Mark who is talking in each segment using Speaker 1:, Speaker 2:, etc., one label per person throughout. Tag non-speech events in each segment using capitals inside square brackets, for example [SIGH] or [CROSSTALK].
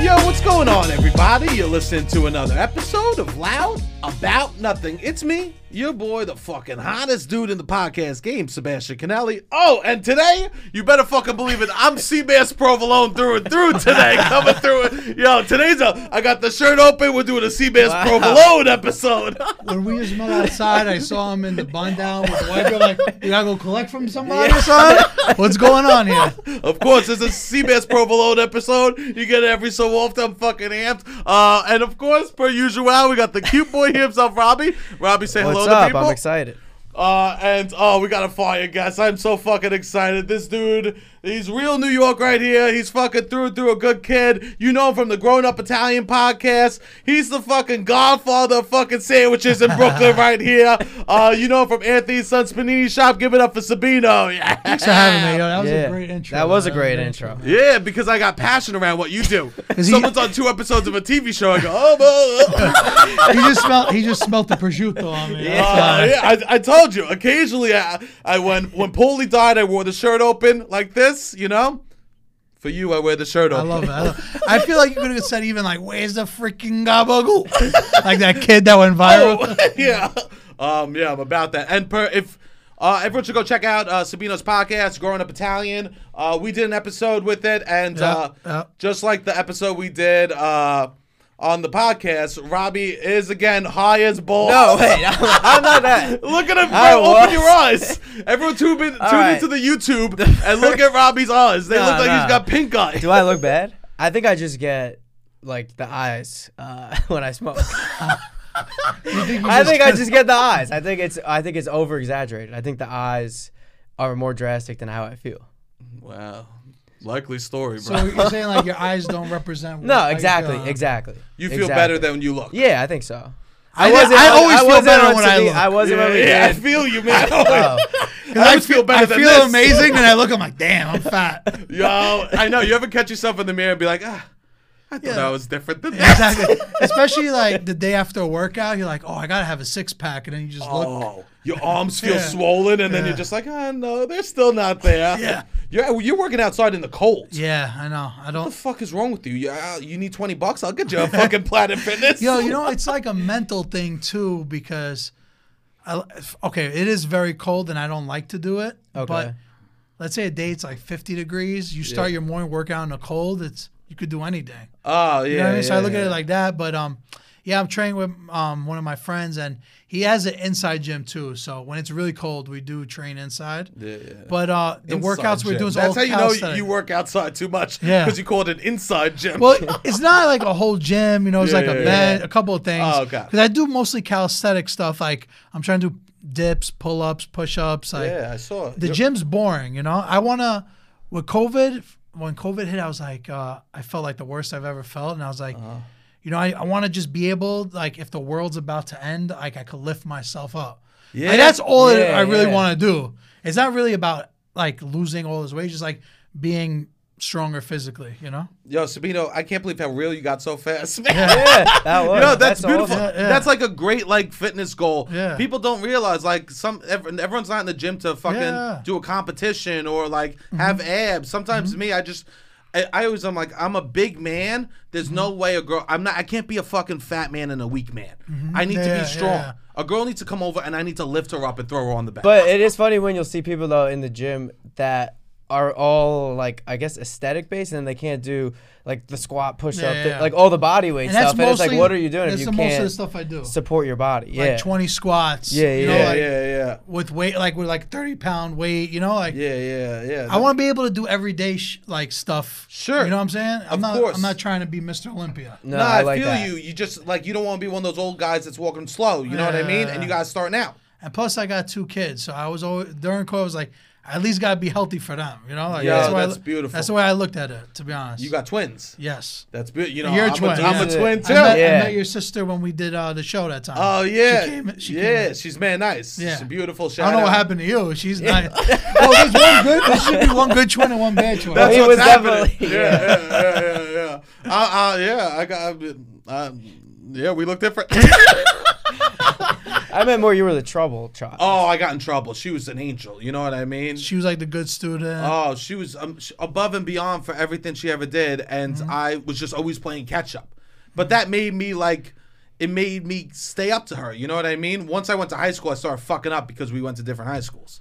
Speaker 1: Yo, what's going on, everybody? You're listening to another episode of Loud About Nothing. It's me, your boy, the fucking hottest dude in the podcast game, Sebastian Canelli. Oh, and today, you better fucking believe it, I'm Seabass Provolone through and through today, coming through it. Yo, today's a, I got the shirt open, we're doing a Seabass Provolone episode.
Speaker 2: When we was met outside, I saw him in the bun down with the wife. You're like, you gotta go collect from somebody or something? What's going on here?
Speaker 1: Of course, it's a Seabass Provolone episode. You get it every so often. I'm fucking amped. Uh, and of course, per usual, we got the cute boy himself, Robbie. Robbie, say
Speaker 3: What's
Speaker 1: hello to
Speaker 3: up?
Speaker 1: people.
Speaker 3: I'm excited.
Speaker 1: Uh, and oh, we got a fire, guys. I'm so fucking excited. This dude, he's real New York right here. He's fucking through and through a good kid. You know him from the Grown Up Italian podcast. He's the fucking godfather of fucking sandwiches in
Speaker 2: [LAUGHS]
Speaker 1: Brooklyn right here. Uh, you know him from Anthony's Son Spinini Shop. Give it up for Sabino. Yeah.
Speaker 2: Thanks for having me. Yo, that was
Speaker 3: yeah.
Speaker 2: a great intro.
Speaker 3: That was a
Speaker 2: man.
Speaker 3: great intro.
Speaker 1: Yeah, because I got passion around what you
Speaker 2: [LAUGHS]
Speaker 1: do.
Speaker 2: he-
Speaker 1: Someone's on two episodes of a TV show. I go, oh, blah, blah, blah."
Speaker 2: [LAUGHS] He just smelled. He just smelled the prosciutto on
Speaker 1: Uh,
Speaker 2: me.
Speaker 1: yeah, I, I told you. Occasionally, I, I when when Paulie died, I wore the shirt open like this. You know, for you, I wear the shirt
Speaker 2: I
Speaker 1: open. [LAUGHS]
Speaker 2: love it. I, love it. I feel like you could have said even like, "Where's the freaking gabagool?" [LAUGHS] like that kid that went viral.
Speaker 1: yeah. Um, yeah, I'm about that. And per, if uh, everyone should go check out uh, Sabino's podcast, Growing Up Italian. Uh, we did an episode with it, and uh,
Speaker 2: yeah.
Speaker 1: just like the episode we did uh, on the podcast, Robbie is again high as balls.
Speaker 3: No, [LAUGHS]
Speaker 1: [LAUGHS]
Speaker 3: wait, I'm,
Speaker 2: [LAUGHS]
Speaker 3: I'm not that.
Speaker 1: Look at him,
Speaker 3: I
Speaker 1: bro. Open
Speaker 3: was.
Speaker 1: your
Speaker 3: [LAUGHS]
Speaker 1: eyes. Everyone tune, in, tune
Speaker 3: right.
Speaker 1: into the YouTube and look at Robbie's eyes. They
Speaker 3: No,
Speaker 1: look like
Speaker 3: no.
Speaker 1: he's got pink eye.
Speaker 3: Do I look bad? I think I just get like the eyes uh, [LAUGHS] when I
Speaker 2: [LAUGHS]
Speaker 3: smoke. I think I just get the eyes. I think it's I think it's over exaggerated. I think the eyes are more drastic than how I feel.
Speaker 1: Wow. Likely story, bro.
Speaker 2: So you're saying like your eyes don't represent?
Speaker 3: No,
Speaker 2: what-
Speaker 3: exactly,
Speaker 2: like, uh,
Speaker 3: exactly.
Speaker 1: you feel
Speaker 3: exactly.
Speaker 1: better than you look.
Speaker 3: Yeah, I think so.
Speaker 2: I, I,
Speaker 3: on-
Speaker 2: always feel
Speaker 3: wasn't
Speaker 2: better
Speaker 3: on
Speaker 2: when I
Speaker 3: TV.
Speaker 2: look.
Speaker 3: I wasn't really
Speaker 1: yeah, I
Speaker 3: good.
Speaker 1: feel you,
Speaker 3: [LAUGHS]
Speaker 1: man. [LAUGHS]
Speaker 3: Oh.
Speaker 1: I always feel better
Speaker 2: I
Speaker 1: than
Speaker 2: feel
Speaker 1: this.
Speaker 2: amazing, and I look. I'm like, damn, I'm fat.
Speaker 1: [LAUGHS] Yo, I know. You ever catch yourself in the mirror and be like, ah, I thought
Speaker 2: Yeah.
Speaker 1: I was different than that.
Speaker 2: Exactly. Especially like the day after a workout, you're like, oh, I gotta have a six pack, and then you just look.
Speaker 1: [LAUGHS] Oh, your arms feel
Speaker 2: Yeah.
Speaker 1: swollen, and then
Speaker 2: Yeah.
Speaker 1: you're just like, ah, no, they're still not there.
Speaker 2: Yeah.
Speaker 1: You're, you're working outside in the cold.
Speaker 2: Yeah, I know. I
Speaker 1: What
Speaker 2: don't.
Speaker 1: the fuck is wrong with you? You, uh, you need 20 bucks? I'll get you a [LAUGHS] fucking Planet Fitness.
Speaker 2: [LAUGHS] Yo, you know, it's like a mental thing too because, I, if- okay, it is very cold, and I don't like to do it. But
Speaker 3: Okay.
Speaker 2: let's say a day it's like 50 degrees. You start your morning workout in the cold. It's you could do any day.
Speaker 1: Oh, yeah.
Speaker 2: You know what I mean? so I
Speaker 1: yeah,
Speaker 2: look at
Speaker 1: yeah.
Speaker 2: it like that. But um, yeah, I'm training with um one of my friends, and he has an inside gym too. So when it's really cold, we do train inside.
Speaker 1: Yeah, yeah.
Speaker 2: But uh, the
Speaker 1: Inside
Speaker 2: workouts we're
Speaker 1: gym.
Speaker 2: doing is all
Speaker 1: That's how you know
Speaker 2: calisthenics.
Speaker 1: you work outside too much.
Speaker 2: Yeah.
Speaker 1: Because you call it an inside gym.
Speaker 2: Well, it's not like a whole gym, you know. It's
Speaker 1: Yeah,
Speaker 2: like
Speaker 1: yeah,
Speaker 2: a
Speaker 1: yeah.
Speaker 2: bed, a couple of things.
Speaker 1: Oh, okay.
Speaker 2: Because I do mostly calisthenic stuff. Like I'm trying to do dips, pull ups, push ups. Like
Speaker 1: yeah, I saw it.
Speaker 2: the gym's boring, you know. I wanna with COVID. When COVID hit, I was like, uh, I felt like the worst I've ever felt, and I was like,
Speaker 1: Uh-huh.
Speaker 2: you know, I, I want to just be able, like, if the world's about to end, like, I could lift myself up. Yeah,
Speaker 1: Yeah.
Speaker 2: that's all
Speaker 3: Yeah,
Speaker 2: I really
Speaker 3: yeah.
Speaker 2: want to do. It's not really about like losing all this weight, it's just like being stronger physically, you know.
Speaker 1: Yo, Sabino, I can't believe how real you got so fast, [LAUGHS] man.
Speaker 3: yeah, that was.
Speaker 1: You know, that's, beautiful.
Speaker 3: awesome.
Speaker 2: Yeah, yeah.
Speaker 1: That's like a great like fitness goal.
Speaker 2: Yeah.
Speaker 1: People don't realize like some ev- everyone's not in the gym to fucking
Speaker 2: Yeah. Mm-hmm.
Speaker 1: do a competition or like have abs. Sometimes me, I just I, I always I'm like I'm a big man. There's no
Speaker 2: Mm-hmm.
Speaker 1: way a girl I'm not I can't be a fucking fat man and a weak man. I need to
Speaker 2: Mm-hmm. Yeah,
Speaker 1: be strong.
Speaker 2: yeah.
Speaker 1: A girl needs to come over and I need to lift her up and throw her on the back.
Speaker 3: But it is funny when you'll see people though in the gym that are all like I guess aesthetic based, and they can't do like the squat, push up,
Speaker 2: Yeah,
Speaker 3: the-
Speaker 2: yeah.
Speaker 3: like all the body weight stuff. and it's like, what are you doing if
Speaker 2: that's
Speaker 3: you
Speaker 2: the most of
Speaker 3: can't
Speaker 2: the stuff I do.
Speaker 3: support your body? Yeah,
Speaker 2: Like 20 squats.
Speaker 3: Yeah,
Speaker 2: you
Speaker 3: yeah,
Speaker 2: know,
Speaker 1: yeah,
Speaker 2: like,
Speaker 1: yeah, yeah,
Speaker 2: With weight, like with like 30 pound weight, you know, like
Speaker 1: yeah, yeah, yeah.
Speaker 2: I want to be able to do everyday sh- like stuff.
Speaker 1: Sure.
Speaker 2: You know what I'm saying? I'm
Speaker 1: Of
Speaker 2: not,
Speaker 1: course.
Speaker 2: I'm not trying to be Mr. Olympia.
Speaker 3: no,
Speaker 1: No, I,
Speaker 3: I, like
Speaker 1: feel
Speaker 3: that.
Speaker 1: you. You just like you don't want to be one of those old guys that's walking slow. You know what I mean? And you guys starting out.
Speaker 2: And plus, I got two kids, so I was always during COVID, I was like, I at least gotta be healthy for them. You know? Like,
Speaker 1: Yeah,
Speaker 2: the way I
Speaker 1: that's
Speaker 2: loo-
Speaker 1: beautiful.
Speaker 2: That's the way I looked at it, to be honest.
Speaker 1: You got twins.
Speaker 2: yes.
Speaker 1: That's beautiful. You know,
Speaker 2: You're a
Speaker 1: I'm,
Speaker 2: twin,
Speaker 1: A, I'm
Speaker 2: yeah.
Speaker 1: a twin
Speaker 2: I
Speaker 1: too.
Speaker 2: met, I
Speaker 3: Yeah.
Speaker 2: met your sister when we did uh, the show that time.
Speaker 1: Oh yeah,
Speaker 2: She came. She
Speaker 1: yeah.
Speaker 2: Came in.
Speaker 1: She's man nice.
Speaker 2: Yeah.
Speaker 1: She's a beautiful. Shout
Speaker 2: I don't know
Speaker 1: out.
Speaker 2: what happened to you. She's not. well, oh, there's one good. [LAUGHS] There should be one good twin and one bad twin.
Speaker 1: That's
Speaker 3: He
Speaker 1: what's
Speaker 3: was
Speaker 1: happening.
Speaker 3: definitely-
Speaker 1: Yeah, yeah, yeah, yeah, yeah. Uh, uh, yeah, I got. I, uh, yeah, we look different.
Speaker 3: [LAUGHS] I meant more you were the trouble child.
Speaker 1: [COUGHS] Oh, I got in trouble. She was an angel. You know what I mean?
Speaker 2: She was like the good student.
Speaker 1: Oh, she was um, sh- above and beyond for everything she ever did, and
Speaker 2: Mm-hmm.
Speaker 1: I was just always playing catch up. But that made me like, it made me stay up to her. You know what I mean? Once I went to high school, I started fucking up because we went to different high schools.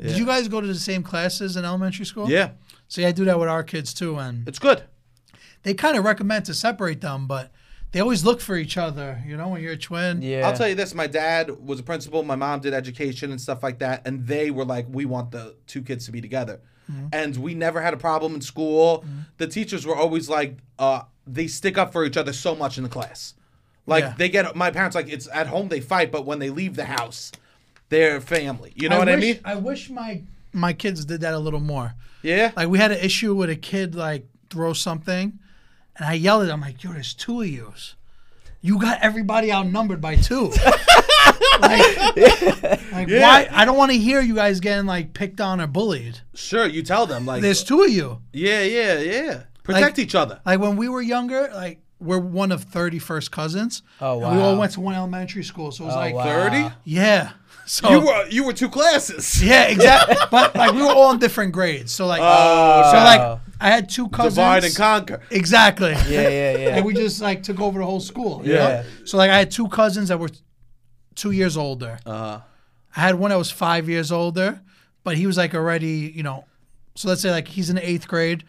Speaker 2: Did you guys go to the same classes in elementary school?
Speaker 1: Yeah,
Speaker 2: See, I do that with our kids too, and
Speaker 1: it's good.
Speaker 2: they kind of recommend to separate them, but they always look for each other. You know, when you're a twin.
Speaker 3: yeah.
Speaker 1: I'll tell you this: my dad was a principal, my mom did education and stuff like that, and they were like, "We want the two kids to be together,"
Speaker 2: Mm-hmm.
Speaker 1: and we never had a problem in school. The teachers were always like, uh, "They stick up for each other so much in the class." Like
Speaker 2: Yeah.
Speaker 1: they get my parents like it's at home they fight, but when they leave the house, they're family. You know what
Speaker 2: wish,
Speaker 1: I mean?
Speaker 2: I wish my my kids did that a little more.
Speaker 1: Yeah.
Speaker 2: Like we had an issue with a kid like throw something, and I yelled at him like, "Yo, there's two of yous. You got everybody outnumbered by two.
Speaker 1: [LAUGHS]
Speaker 2: like, like why? I don't want to hear you guys getting like picked on or bullied.
Speaker 1: sure, you tell them like,
Speaker 2: There's two of you.
Speaker 1: yeah, yeah, yeah. Protect each other.
Speaker 2: Like when we were younger, like we're one of 31st cousins.
Speaker 3: Oh,
Speaker 2: and we all
Speaker 3: wow. Oh,
Speaker 2: went to one elementary school, so it was like
Speaker 3: wow.
Speaker 1: Thirty.
Speaker 2: yeah. [LAUGHS] So
Speaker 1: You were you were two classes.
Speaker 2: yeah, exactly. but like we were all in different grades, so like so like I had two cousins.
Speaker 1: Oh, Divide and conquer.
Speaker 2: Exactly.
Speaker 3: yeah, yeah, yeah.
Speaker 2: And we just like took over the whole school. you
Speaker 1: Yeah.
Speaker 2: know? So like I had two cousins that were two years older.
Speaker 3: Uh-huh.
Speaker 1: Uh,
Speaker 2: I had one that was five years older, but he was like already, you know, so let's say like he's in the eighth grade.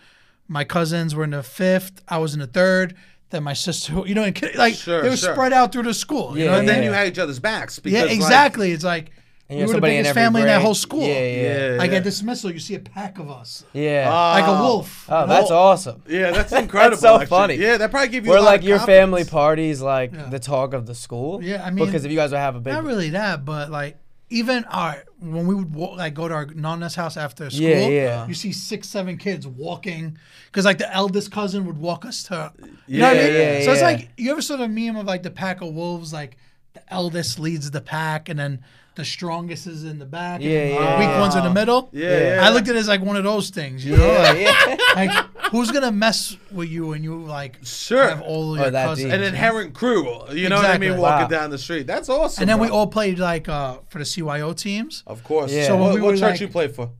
Speaker 2: My cousins were in the fifth. I was in the third. Then my sister, [LAUGHS] you know, and kid, like
Speaker 1: Sure,
Speaker 2: they were
Speaker 1: sure.
Speaker 2: spread out through the school. you know
Speaker 3: Yeah,
Speaker 2: what
Speaker 1: and
Speaker 2: I
Speaker 1: then
Speaker 2: mean?
Speaker 1: you had each other's backs. Because,
Speaker 2: yeah,
Speaker 1: like,
Speaker 2: exactly. it's like we
Speaker 3: And you have
Speaker 2: were the
Speaker 3: somebody in
Speaker 2: biggest
Speaker 3: every
Speaker 2: family in that
Speaker 3: grade.
Speaker 2: whole school.
Speaker 3: Yeah, yeah,
Speaker 1: Yeah,
Speaker 2: Like
Speaker 1: yeah.
Speaker 2: at dismissal, you see a pack of us,
Speaker 3: yeah.
Speaker 2: like a
Speaker 1: Oh.
Speaker 2: wolf.
Speaker 3: oh, that's awesome.
Speaker 1: Yeah, that's incredible.
Speaker 3: so
Speaker 1: actually.
Speaker 3: funny.
Speaker 1: Yeah, that probably give you. a
Speaker 3: Were
Speaker 1: lot
Speaker 3: like
Speaker 1: of
Speaker 3: your
Speaker 1: confidence.
Speaker 3: family parties like
Speaker 2: Yeah.
Speaker 3: the talk of the school?
Speaker 2: Yeah, I mean-
Speaker 3: because if you guys would have a big
Speaker 2: Not really that, but like even our when we would walk, like go to our nonna's house after school,
Speaker 3: Yeah, yeah.
Speaker 2: you see six, seven kids walking because like the eldest cousin would walk us to. You know what I
Speaker 1: Yeah,
Speaker 2: mean?
Speaker 1: yeah,
Speaker 2: so it's
Speaker 3: yeah.
Speaker 2: like you ever saw the meme of like the pack of wolves, like the eldest leads the pack, and then the strongest is in the back,
Speaker 3: Yeah,
Speaker 2: and
Speaker 3: yeah.
Speaker 2: the weak ones in the middle.
Speaker 1: Yeah,
Speaker 3: Yeah.
Speaker 1: yeah.
Speaker 2: I looked at it as like one of those things, [LAUGHS] you know,
Speaker 3: yeah,
Speaker 2: like,
Speaker 3: yeah.
Speaker 2: like, who's gonna mess with you and you like
Speaker 1: Sure.
Speaker 2: have all your
Speaker 3: Oh, that
Speaker 2: cousins,
Speaker 3: deep.
Speaker 1: an inherent crew. You know what I
Speaker 2: Exactly.
Speaker 1: mean? Walking
Speaker 3: Wow.
Speaker 1: down the street. That's awesome.
Speaker 2: and then we
Speaker 1: bro.
Speaker 2: all played like uh for the CYO teams.
Speaker 1: Of course.
Speaker 3: Yeah.
Speaker 1: So
Speaker 3: So
Speaker 2: when
Speaker 1: what,
Speaker 2: we
Speaker 1: what
Speaker 2: were,
Speaker 1: church
Speaker 2: like-
Speaker 1: you play for?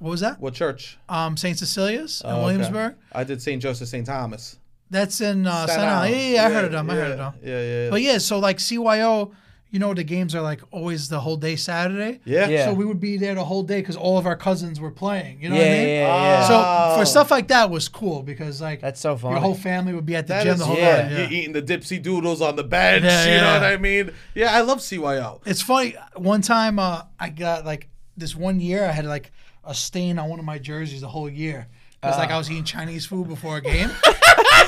Speaker 2: What was that?
Speaker 1: What church?
Speaker 2: um, St. Cecilia's in
Speaker 1: Oh, okay.
Speaker 2: Williamsburg.
Speaker 1: I did St. Joseph, St. Thomas.
Speaker 2: That's in uh, Staten
Speaker 1: Staten
Speaker 2: Island. Yeah,
Speaker 1: Island.
Speaker 2: yeah, I heard of them. I
Speaker 1: yeah,
Speaker 2: heard of them.
Speaker 1: Yeah, yeah, yeah.
Speaker 2: But yeah, so like CYO, you know, the games are like always the whole day Saturday.
Speaker 1: yeah.
Speaker 3: Yeah.
Speaker 2: So we would be there the whole day because all of our cousins were playing. You know
Speaker 3: yeah,
Speaker 2: what I
Speaker 3: yeah,
Speaker 2: mean? Uh,
Speaker 3: yeah.
Speaker 2: So
Speaker 1: Oh.
Speaker 2: for stuff like that was cool because like
Speaker 3: That's so funny.
Speaker 2: your whole family would be at the
Speaker 1: That
Speaker 2: gym
Speaker 1: is-
Speaker 2: the whole
Speaker 3: yeah.
Speaker 2: day. Yeah.
Speaker 1: You're eating the dipsy doodles on the bench.
Speaker 2: Yeah,
Speaker 1: You know
Speaker 2: yeah.
Speaker 1: what I mean? Yeah, I love CYO.
Speaker 2: It's funny. One time, uh, I got like this one year, I had like a stain on one of my jerseys the whole year. It's like I was eating Chinese food before a
Speaker 3: [LAUGHS]
Speaker 2: game.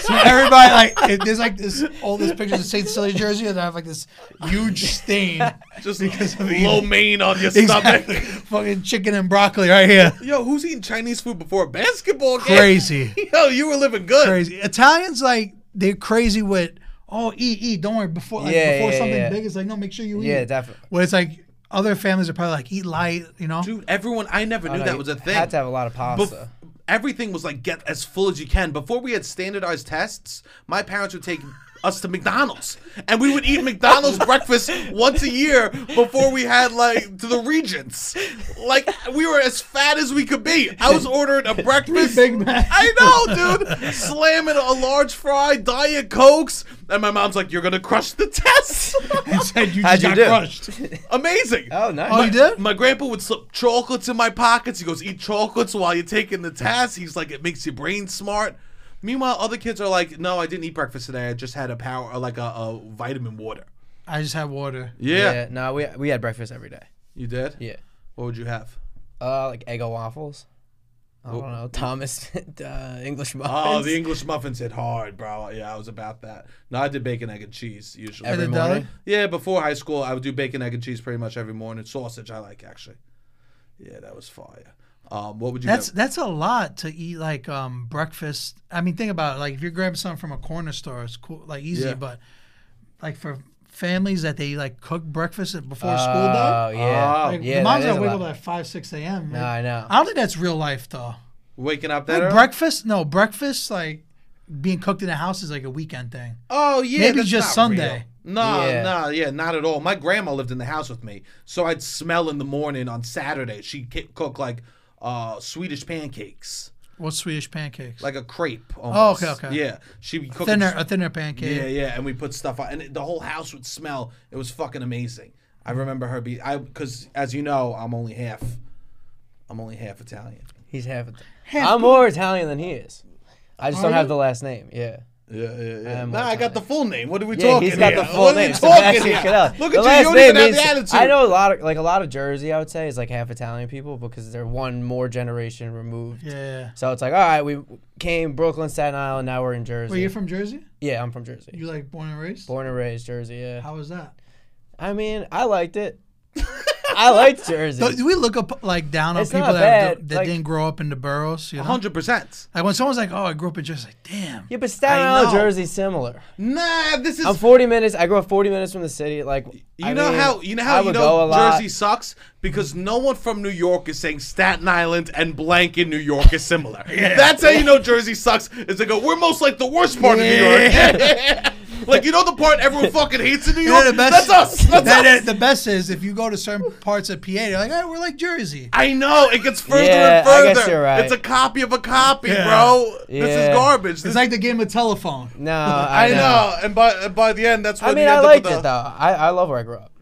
Speaker 2: so everybody like, it, there's like this all these pictures of Saint Cecilia jersey, and I have like this huge
Speaker 3: [LAUGHS]
Speaker 2: stain,
Speaker 1: Just
Speaker 2: Because of
Speaker 1: low main on your
Speaker 2: exactly,
Speaker 1: stomach.
Speaker 2: fucking chicken and broccoli right here.
Speaker 1: Yo, who's eating Chinese food before a basketball game?
Speaker 2: Crazy,
Speaker 1: [LAUGHS] Yo, you were living good.
Speaker 2: crazy. Italians like they're crazy with oh eat eat. Don't worry before like,
Speaker 3: Yeah,
Speaker 2: before
Speaker 3: yeah,
Speaker 2: something
Speaker 3: yeah.
Speaker 2: big. It's like no, make sure you eat.
Speaker 3: yeah, definitely.
Speaker 2: Where it's like other families are probably like eat light, you know.
Speaker 1: Dude, everyone, I never knew
Speaker 3: No,
Speaker 1: that
Speaker 3: you
Speaker 1: was a thing.
Speaker 3: Had to have a lot of
Speaker 1: Bef-
Speaker 3: pasta.
Speaker 1: everything was like get as full as you can. Before we had standardized tests, my parents would take us to McDonald's, and we would eat McDonald's breakfast once a year before we had like to the Regents. Like we were as fat as we could be. I was ordering a breakfast.
Speaker 2: Big Macs.
Speaker 1: I know, dude. Slamming a large fry, diet cokes, and my mom's like, "You're gonna crush the test." [LAUGHS]
Speaker 2: [LAUGHS] and said you
Speaker 3: How'd
Speaker 2: just
Speaker 3: you
Speaker 2: got
Speaker 3: do?
Speaker 2: crushed.
Speaker 1: Amazing.
Speaker 3: oh, nice.
Speaker 2: Oh, you did?
Speaker 1: My grandpa would slip chocolates in my pockets. He goes, eat chocolates while you're taking the test. He's like, it makes your brain smart. Meanwhile, other kids are like, no, I didn't eat breakfast today. I just had a power, or like a, a vitamin water.
Speaker 2: I just had water.
Speaker 1: Yeah.
Speaker 3: No, we we had breakfast every day.
Speaker 1: You did?
Speaker 3: Yeah.
Speaker 1: What would you have?
Speaker 3: Uh, like Eggo waffles. I don't
Speaker 1: Oh.
Speaker 3: know. Thomas uh, English
Speaker 1: Oh,
Speaker 3: muffins.
Speaker 1: the English muffins hit hard, bro. Yeah, I was about that. No, I did bacon, egg, and cheese usually.
Speaker 2: At
Speaker 3: Every
Speaker 2: the
Speaker 3: morning.
Speaker 2: deli?
Speaker 1: yeah, before high school, I would do bacon, egg, and cheese pretty much every morning. Sausage, I like actually. Yeah, that was fire. Um, what would you
Speaker 2: That's
Speaker 1: get?
Speaker 2: that's a lot to eat like um breakfast. I mean, think about it. Like if you're grabbing something from a corner store, it's cool, like easy.
Speaker 1: Yeah.
Speaker 2: But like for families that they like cook breakfast before
Speaker 3: Oh,
Speaker 2: school day,
Speaker 3: yeah.
Speaker 1: Oh,
Speaker 2: like
Speaker 3: yeah,
Speaker 2: the moms
Speaker 3: that is
Speaker 2: that
Speaker 3: a
Speaker 2: wake
Speaker 3: lot.
Speaker 2: up at five six a.m.
Speaker 3: No,
Speaker 2: right?
Speaker 3: I know.
Speaker 2: I don't think that's real life though.
Speaker 1: Waking up that
Speaker 2: Like
Speaker 1: early?
Speaker 2: breakfast, no breakfast like being cooked in the house is like a weekend thing.
Speaker 1: Oh yeah,
Speaker 2: Maybe
Speaker 1: that's
Speaker 2: just
Speaker 1: not
Speaker 2: Sunday.
Speaker 1: real. No,
Speaker 3: Yeah.
Speaker 1: no, yeah, not at all. My grandma lived in the house with me, so I'd smell in the morning on Saturday. She'd ca- cook like uh, Swedish pancakes,
Speaker 2: What's Swedish pancakes?
Speaker 1: like a crepe. Almost.
Speaker 2: Oh, okay.
Speaker 1: Yeah, she would cook
Speaker 2: thinner, uh, a thinner pancake.
Speaker 1: Yeah, yeah, and we put stuff on, and it, the whole house would smell. It was fucking amazing. I remember her be I because as you know, I'm only half. I'm only half Italian.
Speaker 3: He's half. Italian. I'm more Italian than he is. I just don't have
Speaker 2: you?
Speaker 3: the last name. Yeah.
Speaker 1: Yeah, yeah, yeah.
Speaker 3: am
Speaker 1: Nah, I got the full name. What are we
Speaker 3: Yeah,
Speaker 1: talking?
Speaker 3: he's got
Speaker 1: here?
Speaker 3: the full
Speaker 1: what
Speaker 3: name.
Speaker 1: Are we talking
Speaker 3: Sebastian
Speaker 1: here?
Speaker 3: Canale.
Speaker 1: Look
Speaker 3: The
Speaker 1: at you.
Speaker 3: last
Speaker 1: You don't even have
Speaker 3: name
Speaker 1: the
Speaker 3: means-
Speaker 1: attitude.
Speaker 3: I know a lot of like a lot of Jersey. I would say is like half Italian people because they're one more generation removed.
Speaker 2: Yeah.
Speaker 3: So it's like, all right, we came Brooklyn, Staten Island. Now we're in Jersey.
Speaker 2: Wait, you're from Jersey?
Speaker 3: yeah, I'm from Jersey.
Speaker 2: You like born and raised?
Speaker 3: Born and raised Jersey. Yeah.
Speaker 2: How was that?
Speaker 3: I mean, I liked it. I
Speaker 1: [LAUGHS]
Speaker 3: liked Jersey.
Speaker 2: Do, do we look up like down on
Speaker 3: It's
Speaker 2: people
Speaker 3: not
Speaker 2: that,
Speaker 3: bad,
Speaker 2: that
Speaker 3: like-
Speaker 2: didn't grow up in the boroughs? You know,
Speaker 1: Hundred percent.
Speaker 2: like when someone's like, "Oh, I grew up in Jersey," like, damn.
Speaker 3: yeah, but Staten
Speaker 1: I
Speaker 3: Island,
Speaker 1: know.
Speaker 3: Jersey, similar.
Speaker 1: Nah, this is.
Speaker 3: I'm 40 minutes. I grew up 40 minutes from the city. Like,
Speaker 1: you know how you know how you know Jersey sucks because no one from New York is saying Staten Island and blank in New York is
Speaker 2: [LAUGHS]
Speaker 1: similar. That's how you know Jersey sucks. Is they go, we're most like the worst part of New York. [LAUGHS] like you know the part everyone fucking hates in New
Speaker 2: You
Speaker 1: York.
Speaker 2: know, the best,
Speaker 1: That's us. That's
Speaker 2: that-
Speaker 1: us.
Speaker 2: that- the best is if you go to certain parts of PA, they're like, "Hey, we're like Jersey."
Speaker 1: I know it gets further
Speaker 3: Yeah,
Speaker 1: and
Speaker 3: I
Speaker 1: further.
Speaker 3: guess you're right.
Speaker 1: It's a copy of a copy,
Speaker 2: Yeah.
Speaker 1: bro. This is
Speaker 3: Yeah.
Speaker 1: garbage. This,
Speaker 2: It's like the game of telephone.
Speaker 1: [LAUGHS]
Speaker 3: No, I,
Speaker 1: I
Speaker 3: know.
Speaker 1: know. And by and by the end, that's when
Speaker 3: I mean,
Speaker 1: you
Speaker 3: I
Speaker 1: end
Speaker 3: liked
Speaker 1: up with
Speaker 3: it
Speaker 1: a,
Speaker 3: though. I, I love where I grew up.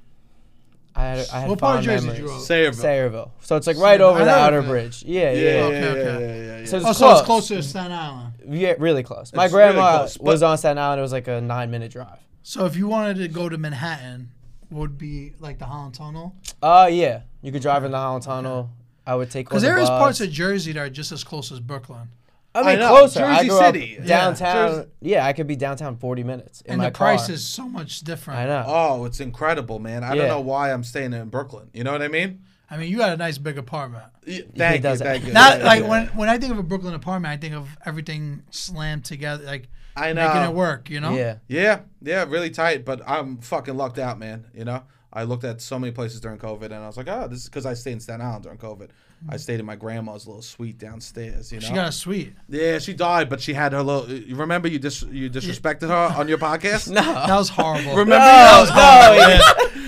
Speaker 3: I had, I had
Speaker 2: What part
Speaker 3: fond
Speaker 2: of Jersey did
Speaker 3: memories.
Speaker 2: you grow up?
Speaker 1: Sayreville.
Speaker 3: Sayreville. So it's like right
Speaker 2: Sayreville.
Speaker 3: over
Speaker 2: I
Speaker 3: the
Speaker 2: heard of
Speaker 3: outer
Speaker 2: it.
Speaker 3: bridge. Yeah,
Speaker 1: Yeah,
Speaker 3: yeah.
Speaker 1: yeah,
Speaker 2: Okay,
Speaker 1: yeah,
Speaker 2: okay.
Speaker 1: yeah, yeah, yeah.
Speaker 3: So it's
Speaker 2: Oh,
Speaker 3: close.
Speaker 2: so it's closer to Staten Island.
Speaker 3: Yeah, really close. My
Speaker 1: It's really
Speaker 3: grandma
Speaker 1: close, but-
Speaker 3: was on Staten Island. It was like a nine-minute drive.
Speaker 2: So if you wanted to go to Manhattan, what would be like the Holland Tunnel?
Speaker 3: Uh, yeah. You could drive in the Holland Tunnel. I would take.
Speaker 2: Because
Speaker 3: the
Speaker 2: there is
Speaker 3: bus.
Speaker 2: parts of Jersey that are just as close as Brooklyn,
Speaker 3: I
Speaker 1: I
Speaker 3: mean,
Speaker 1: know,
Speaker 3: closer. I
Speaker 1: Jersey
Speaker 3: grew up
Speaker 1: City. Yeah.
Speaker 3: downtown.
Speaker 1: Jersey-
Speaker 3: Yeah, I could be downtown 40 minutes. In
Speaker 2: and
Speaker 3: my
Speaker 2: the price
Speaker 3: car.
Speaker 2: is so much different.
Speaker 3: I know.
Speaker 1: Oh, it's incredible, man. I don't
Speaker 3: Yeah.
Speaker 1: know why I'm staying in Brooklyn. You know what I mean?
Speaker 2: I mean, you got a nice big apartment.
Speaker 1: Y- Thank you,
Speaker 3: does it.
Speaker 1: thank you.
Speaker 2: Not
Speaker 1: Yeah,
Speaker 2: like
Speaker 1: yeah.
Speaker 2: when when I think of a Brooklyn apartment, I think of everything slammed together, like
Speaker 1: I
Speaker 2: making
Speaker 1: know.
Speaker 2: it work. You know?
Speaker 3: Yeah.
Speaker 1: Yeah, yeah, really tight. But I'm fucking lucked out, man. You know, I looked at so many places during COVID, and I was like, oh, this is because I stayed in Staten Island during COVID. I stayed in my grandma's little suite downstairs. You know,
Speaker 2: Mm. She got a
Speaker 3: [LAUGHS]
Speaker 2: suite.
Speaker 1: yeah, she died, but she had her little. You remember you dis you disrespected her
Speaker 2: [LAUGHS]
Speaker 1: on your podcast? no,
Speaker 2: That was horrible.
Speaker 1: remember?
Speaker 3: No, no. yeah.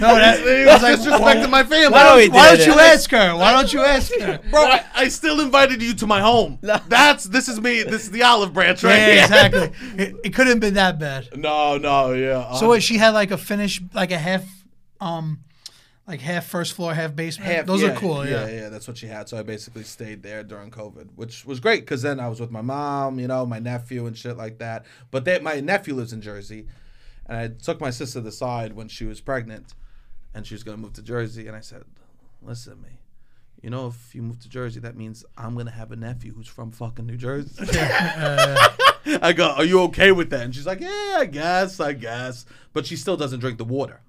Speaker 2: no, [LAUGHS] that,
Speaker 1: you
Speaker 2: it was like,
Speaker 1: disrespected
Speaker 2: well,
Speaker 1: my family.
Speaker 3: why don't we
Speaker 2: [LAUGHS] why
Speaker 3: did
Speaker 2: don't you
Speaker 3: it.
Speaker 2: ask her? Why don't you ask
Speaker 3: [LAUGHS]
Speaker 2: her?
Speaker 1: Bro, I, I still invited you to my
Speaker 2: [LAUGHS]
Speaker 1: home. That's this is me. This is the olive branch, right?
Speaker 2: Yeah,
Speaker 1: here.
Speaker 2: exactly. It, it couldn't have been that bad.
Speaker 1: [LAUGHS] No, no, yeah.
Speaker 2: So what, she had like a finish, like a half, um, like half first floor, half basement.
Speaker 1: Half-
Speaker 2: Those
Speaker 1: yeah,
Speaker 2: are cool. Yeah.
Speaker 1: yeah, That's what she had. So I basically stayed there during COVID, which was great because then I was with my mom, you know, my nephew and shit like that. But they, my nephew lives in Jersey, and I took my sister to the side when she was pregnant, and she was gonna move to Jersey, and I said, "Listen to me." You know, if you move to Jersey, that means I'm gonna have a nephew who's from fucking New Jersey.
Speaker 2: [LAUGHS]
Speaker 1: I go, are you okay with that? And she's like, yeah, I guess, I guess. But she still doesn't drink the water.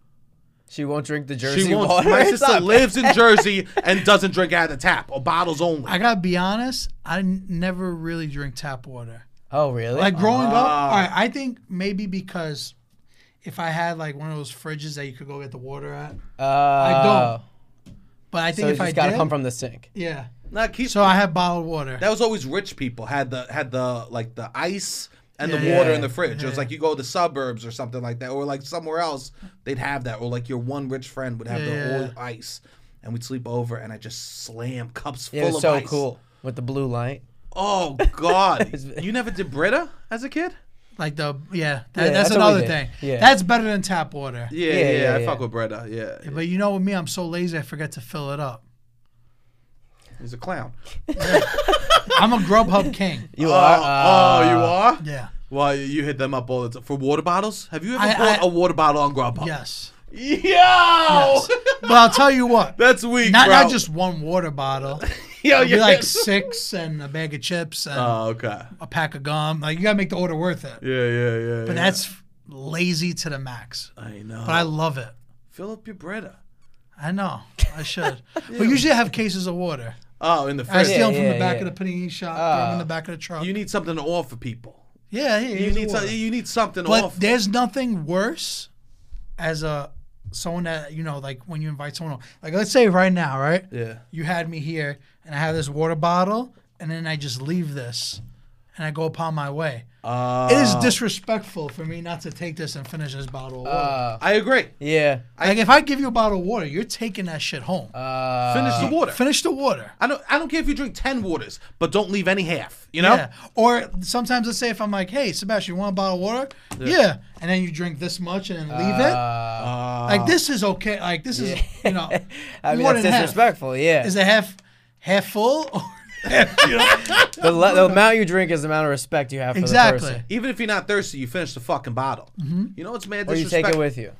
Speaker 3: She won't drink the Jersey
Speaker 1: She won't.
Speaker 3: water.
Speaker 1: My
Speaker 3: It's
Speaker 1: sister
Speaker 3: not
Speaker 1: lives [LAUGHS] in Jersey and doesn't drink out of the tap or bottles only.
Speaker 2: I gotta be honest. I n- never really drink tap water.
Speaker 3: Oh, really?
Speaker 2: Like growing up,
Speaker 1: Ah.
Speaker 2: all right, I think maybe because if I had like one of those fridges that you could go get the water at,
Speaker 3: uh, I
Speaker 2: don't. but I think
Speaker 3: So
Speaker 2: if
Speaker 3: it's
Speaker 2: I
Speaker 3: just gotta
Speaker 2: did,
Speaker 3: come from the sink.
Speaker 2: yeah.
Speaker 1: Nah, keep,
Speaker 2: So I have bottled water.
Speaker 1: that was always rich people had the had the like the ice and the
Speaker 2: Yeah,
Speaker 1: water
Speaker 3: yeah.
Speaker 1: in the fridge. It was
Speaker 2: Yeah.
Speaker 1: like you go to the suburbs or something like that, or like somewhere else they'd have that, or like your one rich friend would have the
Speaker 2: Yeah.
Speaker 1: whole ice. And we'd sleep over, and I just slam cups full
Speaker 3: Yeah, it was
Speaker 1: of
Speaker 3: so
Speaker 1: ice.
Speaker 3: cool with the blue light.
Speaker 1: Oh [LAUGHS] God! you never did Brita as a kid?
Speaker 2: Like the yeah, that, that's,
Speaker 3: Yeah, that's what we
Speaker 2: another
Speaker 3: did.
Speaker 2: thing.
Speaker 3: Yeah.
Speaker 2: That's better than tap water.
Speaker 1: Yeah, yeah,
Speaker 3: Yeah,
Speaker 1: yeah,
Speaker 3: yeah,
Speaker 1: I
Speaker 3: yeah.
Speaker 1: fuck with Brita. Yeah,
Speaker 2: But you know, with me, I'm so lazy, I forget to fill it up.
Speaker 1: he's a clown.
Speaker 2: I'm a
Speaker 3: [LAUGHS]
Speaker 2: Grubhub king.
Speaker 3: You
Speaker 1: oh,
Speaker 3: are.
Speaker 1: oh, you
Speaker 3: uh,
Speaker 1: are.
Speaker 2: Yeah.
Speaker 1: Well, you hit them up all the time for water bottles. Have you ever
Speaker 2: I-
Speaker 1: bought
Speaker 2: I-
Speaker 1: a water bottle on Grubhub?
Speaker 2: Yes.
Speaker 1: Yo, Oh.
Speaker 2: But I'll tell you
Speaker 1: [LAUGHS]
Speaker 2: what.
Speaker 1: that's weak,
Speaker 2: Not,
Speaker 1: bro.
Speaker 2: not just one
Speaker 1: [LAUGHS]
Speaker 2: water bottle.
Speaker 1: yo,
Speaker 2: It'd be
Speaker 1: you're
Speaker 2: like six and a bag of chips and
Speaker 1: Oh, okay.
Speaker 2: a pack of gum. Like you gotta make the order worth it.
Speaker 1: Yeah, yeah, yeah.
Speaker 2: But that's lazy to the max.
Speaker 1: I know.
Speaker 2: But I love it.
Speaker 1: Fill up your Brita.
Speaker 2: I know.
Speaker 1: [LAUGHS]
Speaker 2: I should. But usually I have cases of water.
Speaker 1: Oh, in the
Speaker 2: I
Speaker 1: fridge.
Speaker 2: steal them from the
Speaker 3: yeah,
Speaker 2: back
Speaker 3: yeah. Ah.
Speaker 2: of the panini shop, throw them in the back of the truck.
Speaker 1: You need something to offer people.
Speaker 2: yeah, yeah.
Speaker 1: You need some, you need something to
Speaker 2: But
Speaker 1: offer.
Speaker 2: there's nothing worse as a someone that you know, like when you invite someone. over. Like let's say right now, right?
Speaker 1: yeah.
Speaker 2: You had me here, and I have this water bottle, and then I just leave this, and I go upon my way. it is disrespectful for me not to take this and finish this bottle of water.
Speaker 3: Uh,
Speaker 1: I agree.
Speaker 3: yeah.
Speaker 2: like if I give you a bottle of water, you're taking that shit home.
Speaker 3: Uh,
Speaker 1: Finish the water.
Speaker 2: finish the water.
Speaker 1: I don't. I don't care if you drink ten waters, but don't leave any half. You know.
Speaker 2: Yeah. Or sometimes let's say if I'm like, hey, Sebastian, you want a bottle of water? Yeah. And then you drink this much and then leave it.
Speaker 3: uh,
Speaker 2: Like this is okay. Like this is you know
Speaker 3: I mean,
Speaker 2: more
Speaker 3: that's
Speaker 2: than half.
Speaker 3: disrespectful. Yeah.
Speaker 2: Is it half half full [LAUGHS] or half, you know?
Speaker 3: the, le- the amount you drink is the amount of respect you have for the
Speaker 2: Exactly.
Speaker 3: person.
Speaker 1: Even if you're not thirsty, you finish the fucking bottle.
Speaker 2: Mm-hmm.
Speaker 1: You know it's mad
Speaker 3: Or you take
Speaker 1: disrespect,
Speaker 3: it with you.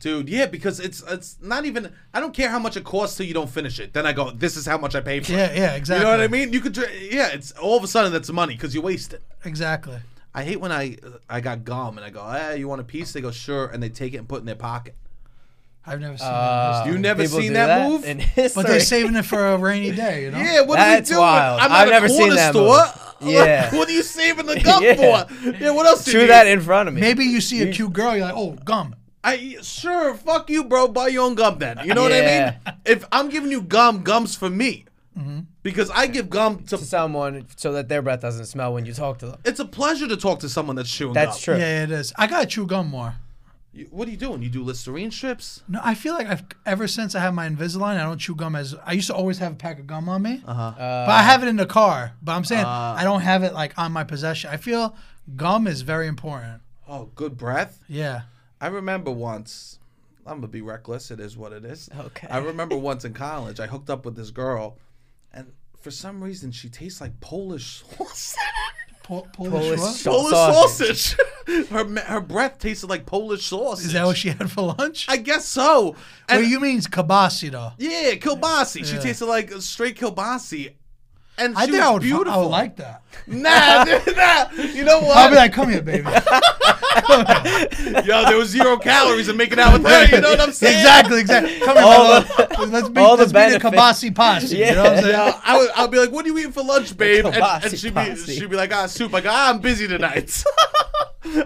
Speaker 1: dude. Yeah, because it's it's not even. I don't care how much it costs till you don't finish it. Then I go, this is how much I pay for
Speaker 2: Yeah,
Speaker 1: it.
Speaker 2: yeah, exactly.
Speaker 1: You know what I mean? You could, dr- yeah. It's all of a sudden that's money because you waste it.
Speaker 2: Exactly.
Speaker 1: I hate when I I got gum and I go, eh, you want a piece? They go, sure, and they take it and put it in their pocket.
Speaker 2: I've never seen that.
Speaker 3: Uh,
Speaker 1: You never
Speaker 3: people
Speaker 1: seen
Speaker 3: do
Speaker 1: that move?
Speaker 3: In
Speaker 2: But
Speaker 3: history.
Speaker 2: they're saving it for a rainy day, you know?
Speaker 1: [LAUGHS] Yeah, what
Speaker 3: That's
Speaker 1: are they doing?
Speaker 3: wild.
Speaker 1: I'm
Speaker 3: I've
Speaker 1: at
Speaker 3: never
Speaker 1: a
Speaker 3: seen
Speaker 1: corner
Speaker 3: that
Speaker 1: store. [LAUGHS]
Speaker 3: move. Yeah.
Speaker 1: what are you saving
Speaker 3: [LAUGHS]
Speaker 1: the gum
Speaker 3: Yeah.
Speaker 1: for? Yeah, what else? do you
Speaker 3: Chew
Speaker 1: need?
Speaker 3: that in front of me.
Speaker 2: Maybe you see a cute girl, you're like, oh, gum.
Speaker 1: I sure fuck you, bro. Buy your own gum then. You know
Speaker 3: Yeah. Mm-hmm.
Speaker 1: what I mean? If I'm giving you gum, gums for me, because I give gum to.
Speaker 3: to someone so that their breath doesn't smell when you talk to them.
Speaker 1: It's a pleasure to talk to someone that's chewing.
Speaker 3: That's
Speaker 1: gum.
Speaker 3: true.
Speaker 2: Yeah, it is. I gotta chew gum more.
Speaker 1: You- What are you doing? You do Listerine strips?
Speaker 2: No, I feel like I've ever since I have my Invisalign, I don't chew gum as I used to always have a pack of gum on me. Uh-huh.
Speaker 1: Uh,
Speaker 2: but I have it in the car. But I'm saying I don't have it like on my possession. I feel gum is very important.
Speaker 1: Oh, good breath.
Speaker 2: Yeah.
Speaker 1: I remember once. I'm gonna be reckless. It is what it is.
Speaker 3: Okay.
Speaker 1: I
Speaker 3: [LAUGHS]
Speaker 1: remember once in college, I hooked up with this girl, and for some reason, she tastes like Polish sauce.
Speaker 2: Po- Polish
Speaker 3: Polish
Speaker 2: what?
Speaker 3: sa-
Speaker 1: Polish
Speaker 3: [LAUGHS] Sausage.
Speaker 1: sausage. [LAUGHS] her ma- her breath tasted like Polish sausage.
Speaker 2: Is that what she had for lunch?
Speaker 1: I guess so.
Speaker 2: Well,
Speaker 1: And
Speaker 2: you mean kabasi though?
Speaker 1: yeah, kielbasi. She
Speaker 2: Yeah.
Speaker 1: tasted like a straight kielbasi. And she
Speaker 2: I think
Speaker 1: was
Speaker 2: I would. fu-
Speaker 1: beautiful.
Speaker 2: I would like that.
Speaker 1: Nah, [LAUGHS] dude,
Speaker 2: [LAUGHS]
Speaker 1: nah. You know what?
Speaker 2: I'll be like, come
Speaker 1: [LAUGHS]
Speaker 2: here, baby.
Speaker 1: Yo, there was zero calories in making out with her. You know what I'm saying?
Speaker 2: [LAUGHS] exactly, exactly. Come here,
Speaker 3: All
Speaker 2: my love. Let's be,
Speaker 3: all the
Speaker 2: let's be the
Speaker 3: benefits.
Speaker 2: kabasi posse. You know what I'm saying?
Speaker 1: Yeah, I would, I'd be like, "What are you eating for lunch, babe?" And,
Speaker 3: Kielbasi
Speaker 1: and she'd be,
Speaker 3: posse.
Speaker 1: she'd be like, "Ah, soup." I go, ah, "I'm busy tonight." [LAUGHS]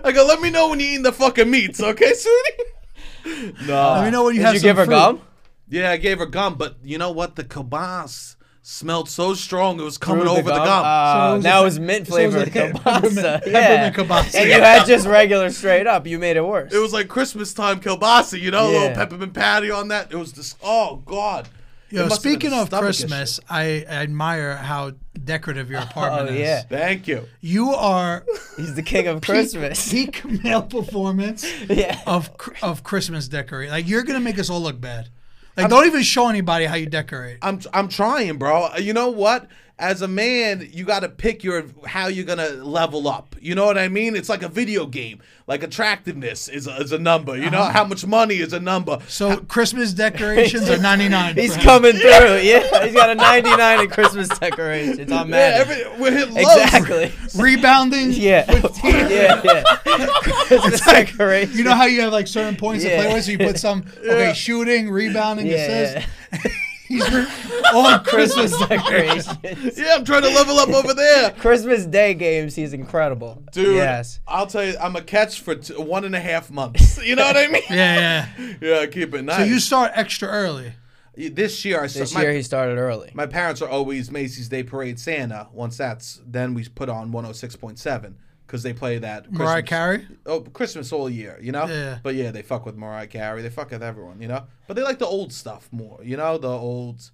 Speaker 1: I go, "Let me know when you're eating the fucking meats, okay, sweetie?" No,
Speaker 2: Let me know when you
Speaker 3: Uh, Did
Speaker 2: have
Speaker 3: you
Speaker 2: some
Speaker 3: give her
Speaker 2: fruit.
Speaker 3: gum?
Speaker 1: Yeah, I gave her gum, but you know what? The kibas smelled so strong it was coming
Speaker 3: Through
Speaker 1: over the gum.
Speaker 3: Uh,
Speaker 2: So it was
Speaker 3: now
Speaker 2: a-
Speaker 3: it's mint
Speaker 2: so it was a
Speaker 3: flavored
Speaker 2: pe-
Speaker 3: kielbasa.
Speaker 2: peppermint-
Speaker 3: Yeah.
Speaker 2: peppermint kielbasa.
Speaker 3: And you had just regular straight up. You made it worse.
Speaker 1: it was like Christmas time kielbasa, you know, a little
Speaker 3: Yeah.
Speaker 1: peppermint patty on that. It was just oh god. It
Speaker 2: Yo,
Speaker 1: must have been
Speaker 2: speaking
Speaker 1: a
Speaker 2: of
Speaker 1: stomach issue.
Speaker 2: Christmas, I, I admire how
Speaker 1: [LAUGHS]
Speaker 2: decorative your apartment
Speaker 3: Oh,
Speaker 2: is.
Speaker 3: yeah.
Speaker 1: Thank you.
Speaker 2: You are
Speaker 3: He's the king
Speaker 1: [LAUGHS]
Speaker 3: of Christmas. [LAUGHS]
Speaker 2: peak male performance
Speaker 3: yeah.
Speaker 1: Oh,
Speaker 2: of cr- of Christmas decorating. Like you're gonna make us all look bad. Like don't even show anybody how you decorate.
Speaker 1: I'm I'm trying, bro. You know what? As a man, you got to pick your how you're gonna level up. You know what I mean? It's like a video game. Like attractiveness is a, is a number. You
Speaker 2: Uh-huh.
Speaker 1: know how much money is a number.
Speaker 2: So
Speaker 3: [LAUGHS]
Speaker 2: Christmas decorations are 99.
Speaker 3: [LAUGHS] He's
Speaker 2: for him.
Speaker 3: coming through. Yeah. He's got a 99 at Christmas decorations on
Speaker 1: Yeah,
Speaker 3: Madden.
Speaker 1: every, we're hit lows.
Speaker 3: exactly.
Speaker 2: rebounding.
Speaker 3: Yeah. [LAUGHS] yeah. Yeah. Christmas decorations.
Speaker 2: You know how you have like certain points to
Speaker 3: Yeah.
Speaker 2: play with, so you put
Speaker 3: [LAUGHS]
Speaker 2: some okay shooting, rebounding,
Speaker 3: Yeah,
Speaker 2: assist. He's re- all Christmas.
Speaker 3: [LAUGHS] Christmas
Speaker 1: [LAUGHS]
Speaker 3: decorations.
Speaker 1: Yeah, I'm trying to level up over there.
Speaker 3: Christmas Day games, he's incredible.
Speaker 1: Dude,
Speaker 3: Yes.
Speaker 1: I'll tell you, I'm a catch for t- one and a half months. [LAUGHS] You know what I mean?
Speaker 2: [LAUGHS] Yeah, yeah.
Speaker 1: yeah, keep it
Speaker 2: So you
Speaker 1: nice.
Speaker 2: start extra early.
Speaker 1: this year, I
Speaker 3: This
Speaker 1: my,
Speaker 3: year he started early.
Speaker 1: my parents are always Macy's Day Parade Santa. Once that's then we put on 106.7 because they play that Christmas,
Speaker 2: Mariah Carey.
Speaker 1: Oh, Christmas all year, you know.
Speaker 2: Yeah.
Speaker 1: But yeah, they fuck with Mariah Carey. They fuck with everyone, you know. But they like the old stuff more, you know, the old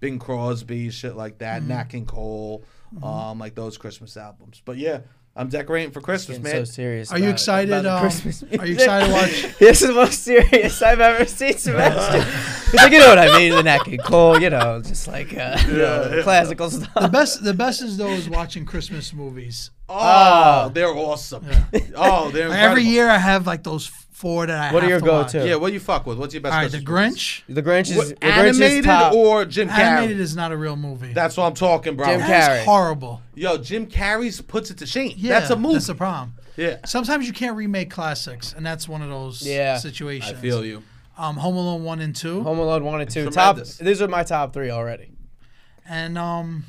Speaker 1: Bing Crosby shit like that,
Speaker 2: Mm-hmm.
Speaker 1: Nat King Cole, um, like those Christmas albums. But yeah, I'm decorating for Christmas,
Speaker 3: Getting
Speaker 1: man.
Speaker 3: so serious.
Speaker 2: Are you
Speaker 3: about-
Speaker 2: excited?
Speaker 3: about
Speaker 2: Um,
Speaker 3: Christmas
Speaker 2: are you
Speaker 3: music.
Speaker 2: excited to watch?
Speaker 3: [LAUGHS] this is the most serious I've
Speaker 2: [LAUGHS]
Speaker 3: ever seen Sebastian. He's like, you know what I mean? The neck and Cole, you know, just like uh, you know,
Speaker 1: yeah.
Speaker 3: [LAUGHS] classical
Speaker 2: The
Speaker 3: stuff.
Speaker 2: best, the best is though is watching Christmas movies.
Speaker 1: Oh, they're awesome. Oh, they're
Speaker 2: Ah. Like, every
Speaker 1: incredible.
Speaker 2: year I have like those four that I.
Speaker 3: What
Speaker 2: have
Speaker 3: are your
Speaker 2: to
Speaker 3: go
Speaker 2: watch.
Speaker 3: to?
Speaker 1: Yeah, what do you fuck with? What's your best?
Speaker 2: All right, The
Speaker 1: Christmas movies?
Speaker 2: Grinch.
Speaker 3: The Grinch is
Speaker 1: What,
Speaker 3: the Grinch is
Speaker 1: animated
Speaker 3: top.
Speaker 1: or Jim Carrey?
Speaker 2: Animated is not a real movie.
Speaker 1: That's what I'm talking, bro.
Speaker 3: Jim
Speaker 2: That
Speaker 3: Carrey.
Speaker 2: is horrible.
Speaker 1: Yo, Jim Carrey's puts it to shame.
Speaker 2: Yeah,
Speaker 1: that's a movie.
Speaker 2: That's a problem.
Speaker 1: yeah,
Speaker 2: Sometimes you can't remake classics, and that's one of those
Speaker 3: Yeah, I
Speaker 1: I
Speaker 2: situations.
Speaker 1: feel you.
Speaker 2: Um, Home Alone one and two,
Speaker 3: Home Alone one and two. Top.
Speaker 1: Tremendous.
Speaker 3: These are my top three already.
Speaker 2: and um,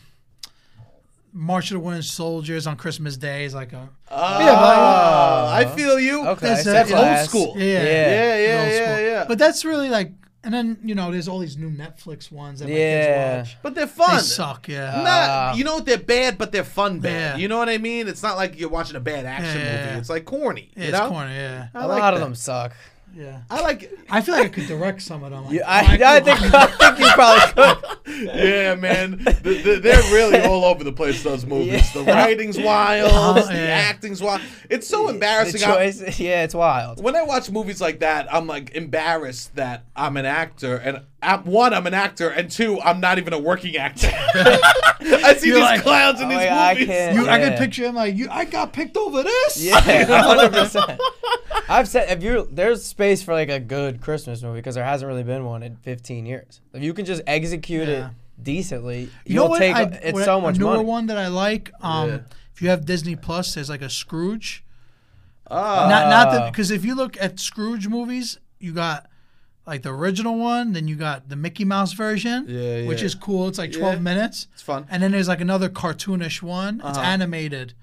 Speaker 2: March of the Winter Soldiers on Christmas Day is like a
Speaker 1: Ah, I feel you.
Speaker 3: Okay,
Speaker 2: That's
Speaker 3: so
Speaker 2: it,
Speaker 1: That's
Speaker 2: yeah.
Speaker 1: old
Speaker 3: class.
Speaker 1: school.
Speaker 2: yeah,
Speaker 1: Yeah, yeah,
Speaker 2: old
Speaker 1: yeah,
Speaker 2: school.
Speaker 1: yeah.
Speaker 2: But that's really like And then you know, there's all these new Netflix ones that
Speaker 3: Yeah.
Speaker 2: my kids watch.
Speaker 1: But they're fun.
Speaker 2: They suck, yeah.
Speaker 1: Nah,
Speaker 3: Uh,
Speaker 1: you know what? They're bad, but they're fun bad.
Speaker 2: Yeah.
Speaker 1: You know what I mean? It's not like you're watching a bad action
Speaker 2: Yeah.
Speaker 1: movie. It's like corny.
Speaker 2: yeah,
Speaker 1: you
Speaker 2: it's
Speaker 1: know? Oh.
Speaker 2: corny. Yeah,
Speaker 1: I
Speaker 3: A
Speaker 1: like
Speaker 3: lot of
Speaker 1: that.
Speaker 3: them suck.
Speaker 2: yeah.
Speaker 1: I like.
Speaker 2: [LAUGHS] I feel like I could direct some of them. Like,
Speaker 3: Yeah, I,
Speaker 2: Michael,
Speaker 3: I think I think you
Speaker 2: [LAUGHS]
Speaker 3: probably could.
Speaker 1: yeah, man. The, the, they're really all over the place. Those movies. The writing's wild.
Speaker 2: Uh-huh,
Speaker 1: The
Speaker 2: yeah.
Speaker 1: acting's wild. It's so
Speaker 3: The
Speaker 1: embarrassing. I-
Speaker 3: choice, yeah, it's wild.
Speaker 1: when I watch movies like that, I'm like embarrassed that I'm an actor, and I'm, one, I'm an actor, and two, I'm not even a working
Speaker 3: [LAUGHS]
Speaker 1: actor. [LAUGHS] I see
Speaker 2: You're
Speaker 1: these
Speaker 2: like,
Speaker 1: clouds in
Speaker 3: "Oh,
Speaker 1: these
Speaker 3: yeah, I
Speaker 1: movies.
Speaker 3: can't."
Speaker 2: you, I could
Speaker 3: Yeah.
Speaker 2: picture him like, you, I got picked over this.
Speaker 3: Yeah, hundred percent. [LAUGHS] I've said if you are there's space for like a good Christmas movie because there hasn't really been one in 15 years. If you can just execute
Speaker 2: Yeah.
Speaker 3: it decently,
Speaker 2: You
Speaker 3: you'll
Speaker 2: know what?
Speaker 3: take
Speaker 2: I,
Speaker 3: it's
Speaker 2: what
Speaker 3: so
Speaker 2: a
Speaker 3: much
Speaker 2: newer
Speaker 3: money.
Speaker 2: one that I like. Um,
Speaker 1: Yeah.
Speaker 2: if you have Disney Plus, there's like a Scrooge.
Speaker 1: Ah,
Speaker 2: not not the
Speaker 3: Ah.
Speaker 2: because if you look at Scrooge movies, you got like the original one, then you got the Mickey Mouse version,
Speaker 1: Yeah,
Speaker 2: which
Speaker 1: yeah.
Speaker 2: is cool. It's like 12
Speaker 1: Yeah.
Speaker 2: minutes.
Speaker 1: it's fun.
Speaker 2: And then there's like another cartoonish one. It's
Speaker 1: Uh-huh.
Speaker 2: animated.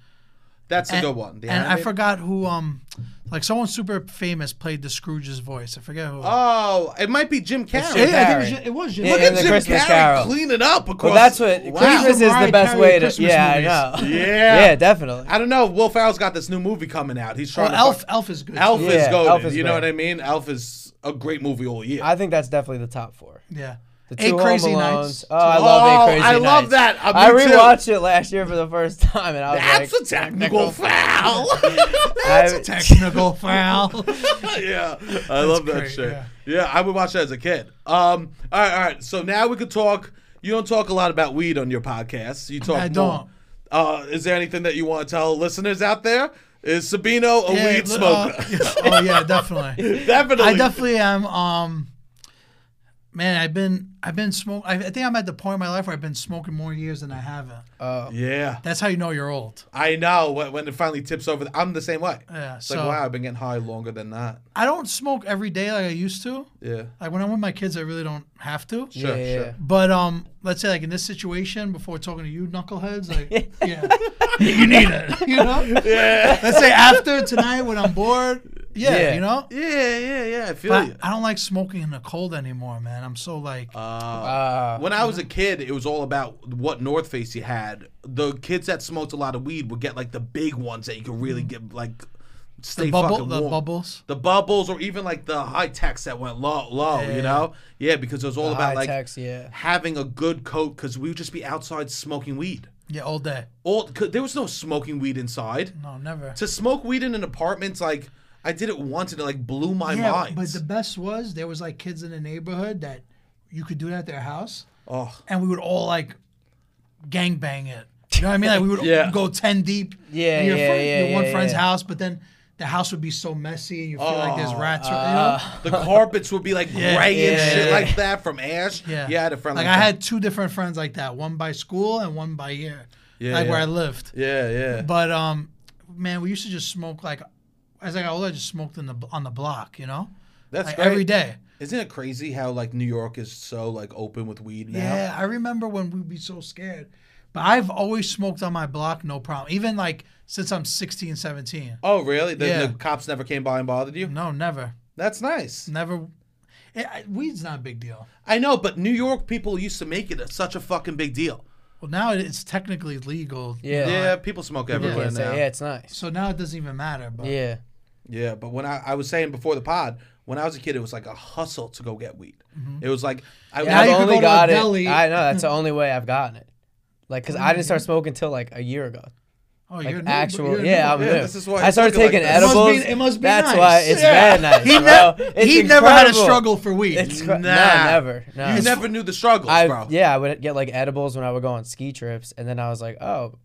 Speaker 1: That's a
Speaker 2: and-
Speaker 1: good one. The
Speaker 2: and I
Speaker 1: animated-
Speaker 2: forgot who um like someone super famous played the Scrooge's voice. I forget who.
Speaker 1: Oh, it might be Jim Carrey.
Speaker 3: Jim
Speaker 2: Hey, I think it was
Speaker 3: Carrey.
Speaker 2: Jim- it was Jim.
Speaker 3: Yeah,
Speaker 1: Look
Speaker 3: and
Speaker 1: at
Speaker 3: the
Speaker 1: Jim
Speaker 3: Christmas
Speaker 1: Carrey
Speaker 3: Carol.
Speaker 1: cleaning up across.
Speaker 3: Well, that's what Christmas is
Speaker 2: Mariah
Speaker 3: the best
Speaker 2: Carey
Speaker 3: way to.
Speaker 2: Christmas
Speaker 3: yeah, I
Speaker 2: movies.
Speaker 3: know.
Speaker 1: Yeah.
Speaker 3: [LAUGHS] yeah, definitely.
Speaker 1: I don't know. Will Ferrell's got this new movie coming out. He's
Speaker 2: Well,
Speaker 1: trying to.
Speaker 2: Oh, Elf
Speaker 1: fuck-
Speaker 2: Elf is good.
Speaker 1: Elf
Speaker 2: too.
Speaker 3: Yeah,
Speaker 1: is golden.
Speaker 3: Elf is
Speaker 1: you know
Speaker 3: bad.
Speaker 1: what I mean? Elf is a great movie all year.
Speaker 3: I think that's definitely the top four.
Speaker 2: Yeah.
Speaker 3: The
Speaker 2: Eight
Speaker 3: two
Speaker 2: Crazy
Speaker 3: Home
Speaker 2: Nights.
Speaker 3: Alones. Oh, I love
Speaker 1: Oh,
Speaker 3: Eight Crazy
Speaker 1: I
Speaker 3: Nights.
Speaker 1: love that. Uh, me
Speaker 3: I
Speaker 1: too.
Speaker 3: rewatched it last year for the first [LAUGHS] time, and I was
Speaker 1: That's
Speaker 3: like,
Speaker 1: a technical foul.
Speaker 3: [LAUGHS] I-
Speaker 1: [LAUGHS]
Speaker 2: Technical foul.
Speaker 1: yeah, I love that
Speaker 2: great,
Speaker 1: shit. Yeah.
Speaker 2: yeah.
Speaker 1: I would watch that as a kid. Um, all right, all right. So now we could talk. You don't talk a lot about weed on your podcast. You talk.
Speaker 2: I
Speaker 1: more.
Speaker 2: don't.
Speaker 1: Uh, is there anything that you want to tell listeners out there? Is Sabino a
Speaker 2: Yeah,
Speaker 1: weed
Speaker 2: li-
Speaker 1: smoker?
Speaker 2: [LAUGHS]
Speaker 1: [LAUGHS]
Speaker 2: uh, yeah. oh yeah, definitely.
Speaker 1: definitely.
Speaker 2: I definitely am. Um, man, I've been I've been smoking. I I think I'm at the point in my life where I've been smoking more years than I haven't.
Speaker 3: oh,
Speaker 1: yeah,
Speaker 2: That's how you know you're old.
Speaker 1: I know. When when it finally tips over, I'm the same way.
Speaker 2: Yeah.
Speaker 1: It's
Speaker 2: Uh, so
Speaker 1: like wow, I've been getting high longer than that.
Speaker 2: I don't smoke every day like I used to.
Speaker 1: Yeah.
Speaker 2: Like when I'm with my kids, I really don't have to.
Speaker 1: Sure,
Speaker 3: yeah,
Speaker 1: sure.
Speaker 3: yeah.
Speaker 2: But um, let's say like in this situation, before talking to you
Speaker 1: [LAUGHS]
Speaker 2: knuckleheads, like yeah, you need it. You know.
Speaker 1: Yeah.
Speaker 2: Let's say after tonight when I'm bored, yeah,
Speaker 3: Yeah.
Speaker 2: you know.
Speaker 1: [LAUGHS] yeah, yeah, yeah. I feel you.
Speaker 2: But I don't like smoking in the cold anymore, man. I'm so like
Speaker 1: Uh,
Speaker 3: Uh,
Speaker 1: When I was
Speaker 2: Mm-hmm.
Speaker 1: a kid, it was all about what North Face you had. The kids that smoked a lot of weed would get like the big ones that you could really get like stay
Speaker 2: Mm-hmm. the bubble,
Speaker 1: fucking
Speaker 2: the
Speaker 1: warm.
Speaker 2: bubbles.
Speaker 1: The bubbles, or even like the high techs that went low, low. You
Speaker 2: Yeah.
Speaker 1: know, yeah, because it was all about
Speaker 3: high
Speaker 1: like
Speaker 3: techs, yeah.
Speaker 1: having a good coat because we would just be outside smoking weed.
Speaker 2: Yeah, all day.
Speaker 1: All 'cause there was no smoking weed inside.
Speaker 2: No, never.
Speaker 1: To smoke weed in an apartment's like I did it once and it like blew my
Speaker 2: Yeah,
Speaker 1: mind.
Speaker 2: but the best was there was like kids in the neighborhood that you could do that at their house, [LAUGHS]
Speaker 1: oh,
Speaker 2: and we would all like gangbang it. You know what I mean? Like we would
Speaker 1: Yeah.
Speaker 2: go ten deep.
Speaker 3: Yeah,
Speaker 2: in your
Speaker 3: yeah,
Speaker 2: friend,
Speaker 3: yeah,
Speaker 2: Your one
Speaker 3: yeah,
Speaker 2: friend's
Speaker 3: yeah.
Speaker 2: house, but then the house would be so messy, and you feel like there's
Speaker 1: Oh,
Speaker 2: rats. you know?
Speaker 1: the carpets would be like
Speaker 2: Yeah,
Speaker 1: gray and
Speaker 3: yeah,
Speaker 1: shit
Speaker 3: yeah.
Speaker 1: like that from ash.
Speaker 2: Yeah.
Speaker 1: yeah, I had a friend
Speaker 2: Like
Speaker 1: like,
Speaker 2: I
Speaker 1: that.
Speaker 2: had two different friends like that, one by school and one by year.
Speaker 1: Yeah,
Speaker 2: like where
Speaker 1: yeah.
Speaker 2: I lived.
Speaker 1: Yeah, yeah.
Speaker 2: But um, man, we used to just smoke like as I got older, I just smoked in the on the block. You know,
Speaker 1: That's
Speaker 2: like
Speaker 1: great.
Speaker 2: every day.
Speaker 1: Isn't it crazy how like New York is so like open with weed now?
Speaker 2: Yeah, I remember when we'd be so scared. But I've always smoked on my block, no problem. Even like since I'm 16, 17.
Speaker 1: Oh, really? The,
Speaker 2: Yeah.
Speaker 1: the cops never came by and bothered you?
Speaker 2: No, never,
Speaker 1: That's nice.
Speaker 2: never. It, I, weed's not a big deal.
Speaker 1: I know, but New York people used to make it a, such a fucking big deal.
Speaker 2: Well, now it- it's technically legal.
Speaker 3: Yeah.
Speaker 1: Yeah, people smoke
Speaker 3: You
Speaker 1: everywhere
Speaker 3: can't
Speaker 1: now.
Speaker 3: say, yeah, it's nice.
Speaker 2: So now it doesn't even matter. But
Speaker 3: Yeah.
Speaker 1: Yeah, but when I, I was saying before the pod, when I was a kid, it was like a hustle to go get weed. It was like I
Speaker 2: Now
Speaker 3: I've
Speaker 2: you can
Speaker 3: only
Speaker 2: go to a
Speaker 3: got it.
Speaker 2: deli.
Speaker 3: I know that's the only way I've gotten it. Like, cause I didn't start smoking till like a year ago.
Speaker 2: oh, you're
Speaker 3: Like
Speaker 2: new, but
Speaker 3: actual,
Speaker 2: you're new.
Speaker 3: yeah, I'm
Speaker 1: Yeah,
Speaker 3: new.
Speaker 1: this is why
Speaker 3: I
Speaker 1: it's
Speaker 3: started
Speaker 1: looking like
Speaker 3: taking
Speaker 1: this. It must
Speaker 2: be-
Speaker 3: edibles.
Speaker 2: it must be
Speaker 3: that's
Speaker 2: nice.
Speaker 3: why it's
Speaker 2: Yeah.
Speaker 3: bad nice.
Speaker 2: He,
Speaker 3: bro.
Speaker 2: ne-
Speaker 3: It's
Speaker 2: he never had a
Speaker 3: incredible.
Speaker 2: struggle for weed.
Speaker 3: It's cr-
Speaker 1: Nah.
Speaker 3: No, never. No.
Speaker 1: you never knew the struggles,
Speaker 3: I,
Speaker 1: bro.
Speaker 3: Yeah, I would get like edibles when I would go on ski trips, and then I was like, oh,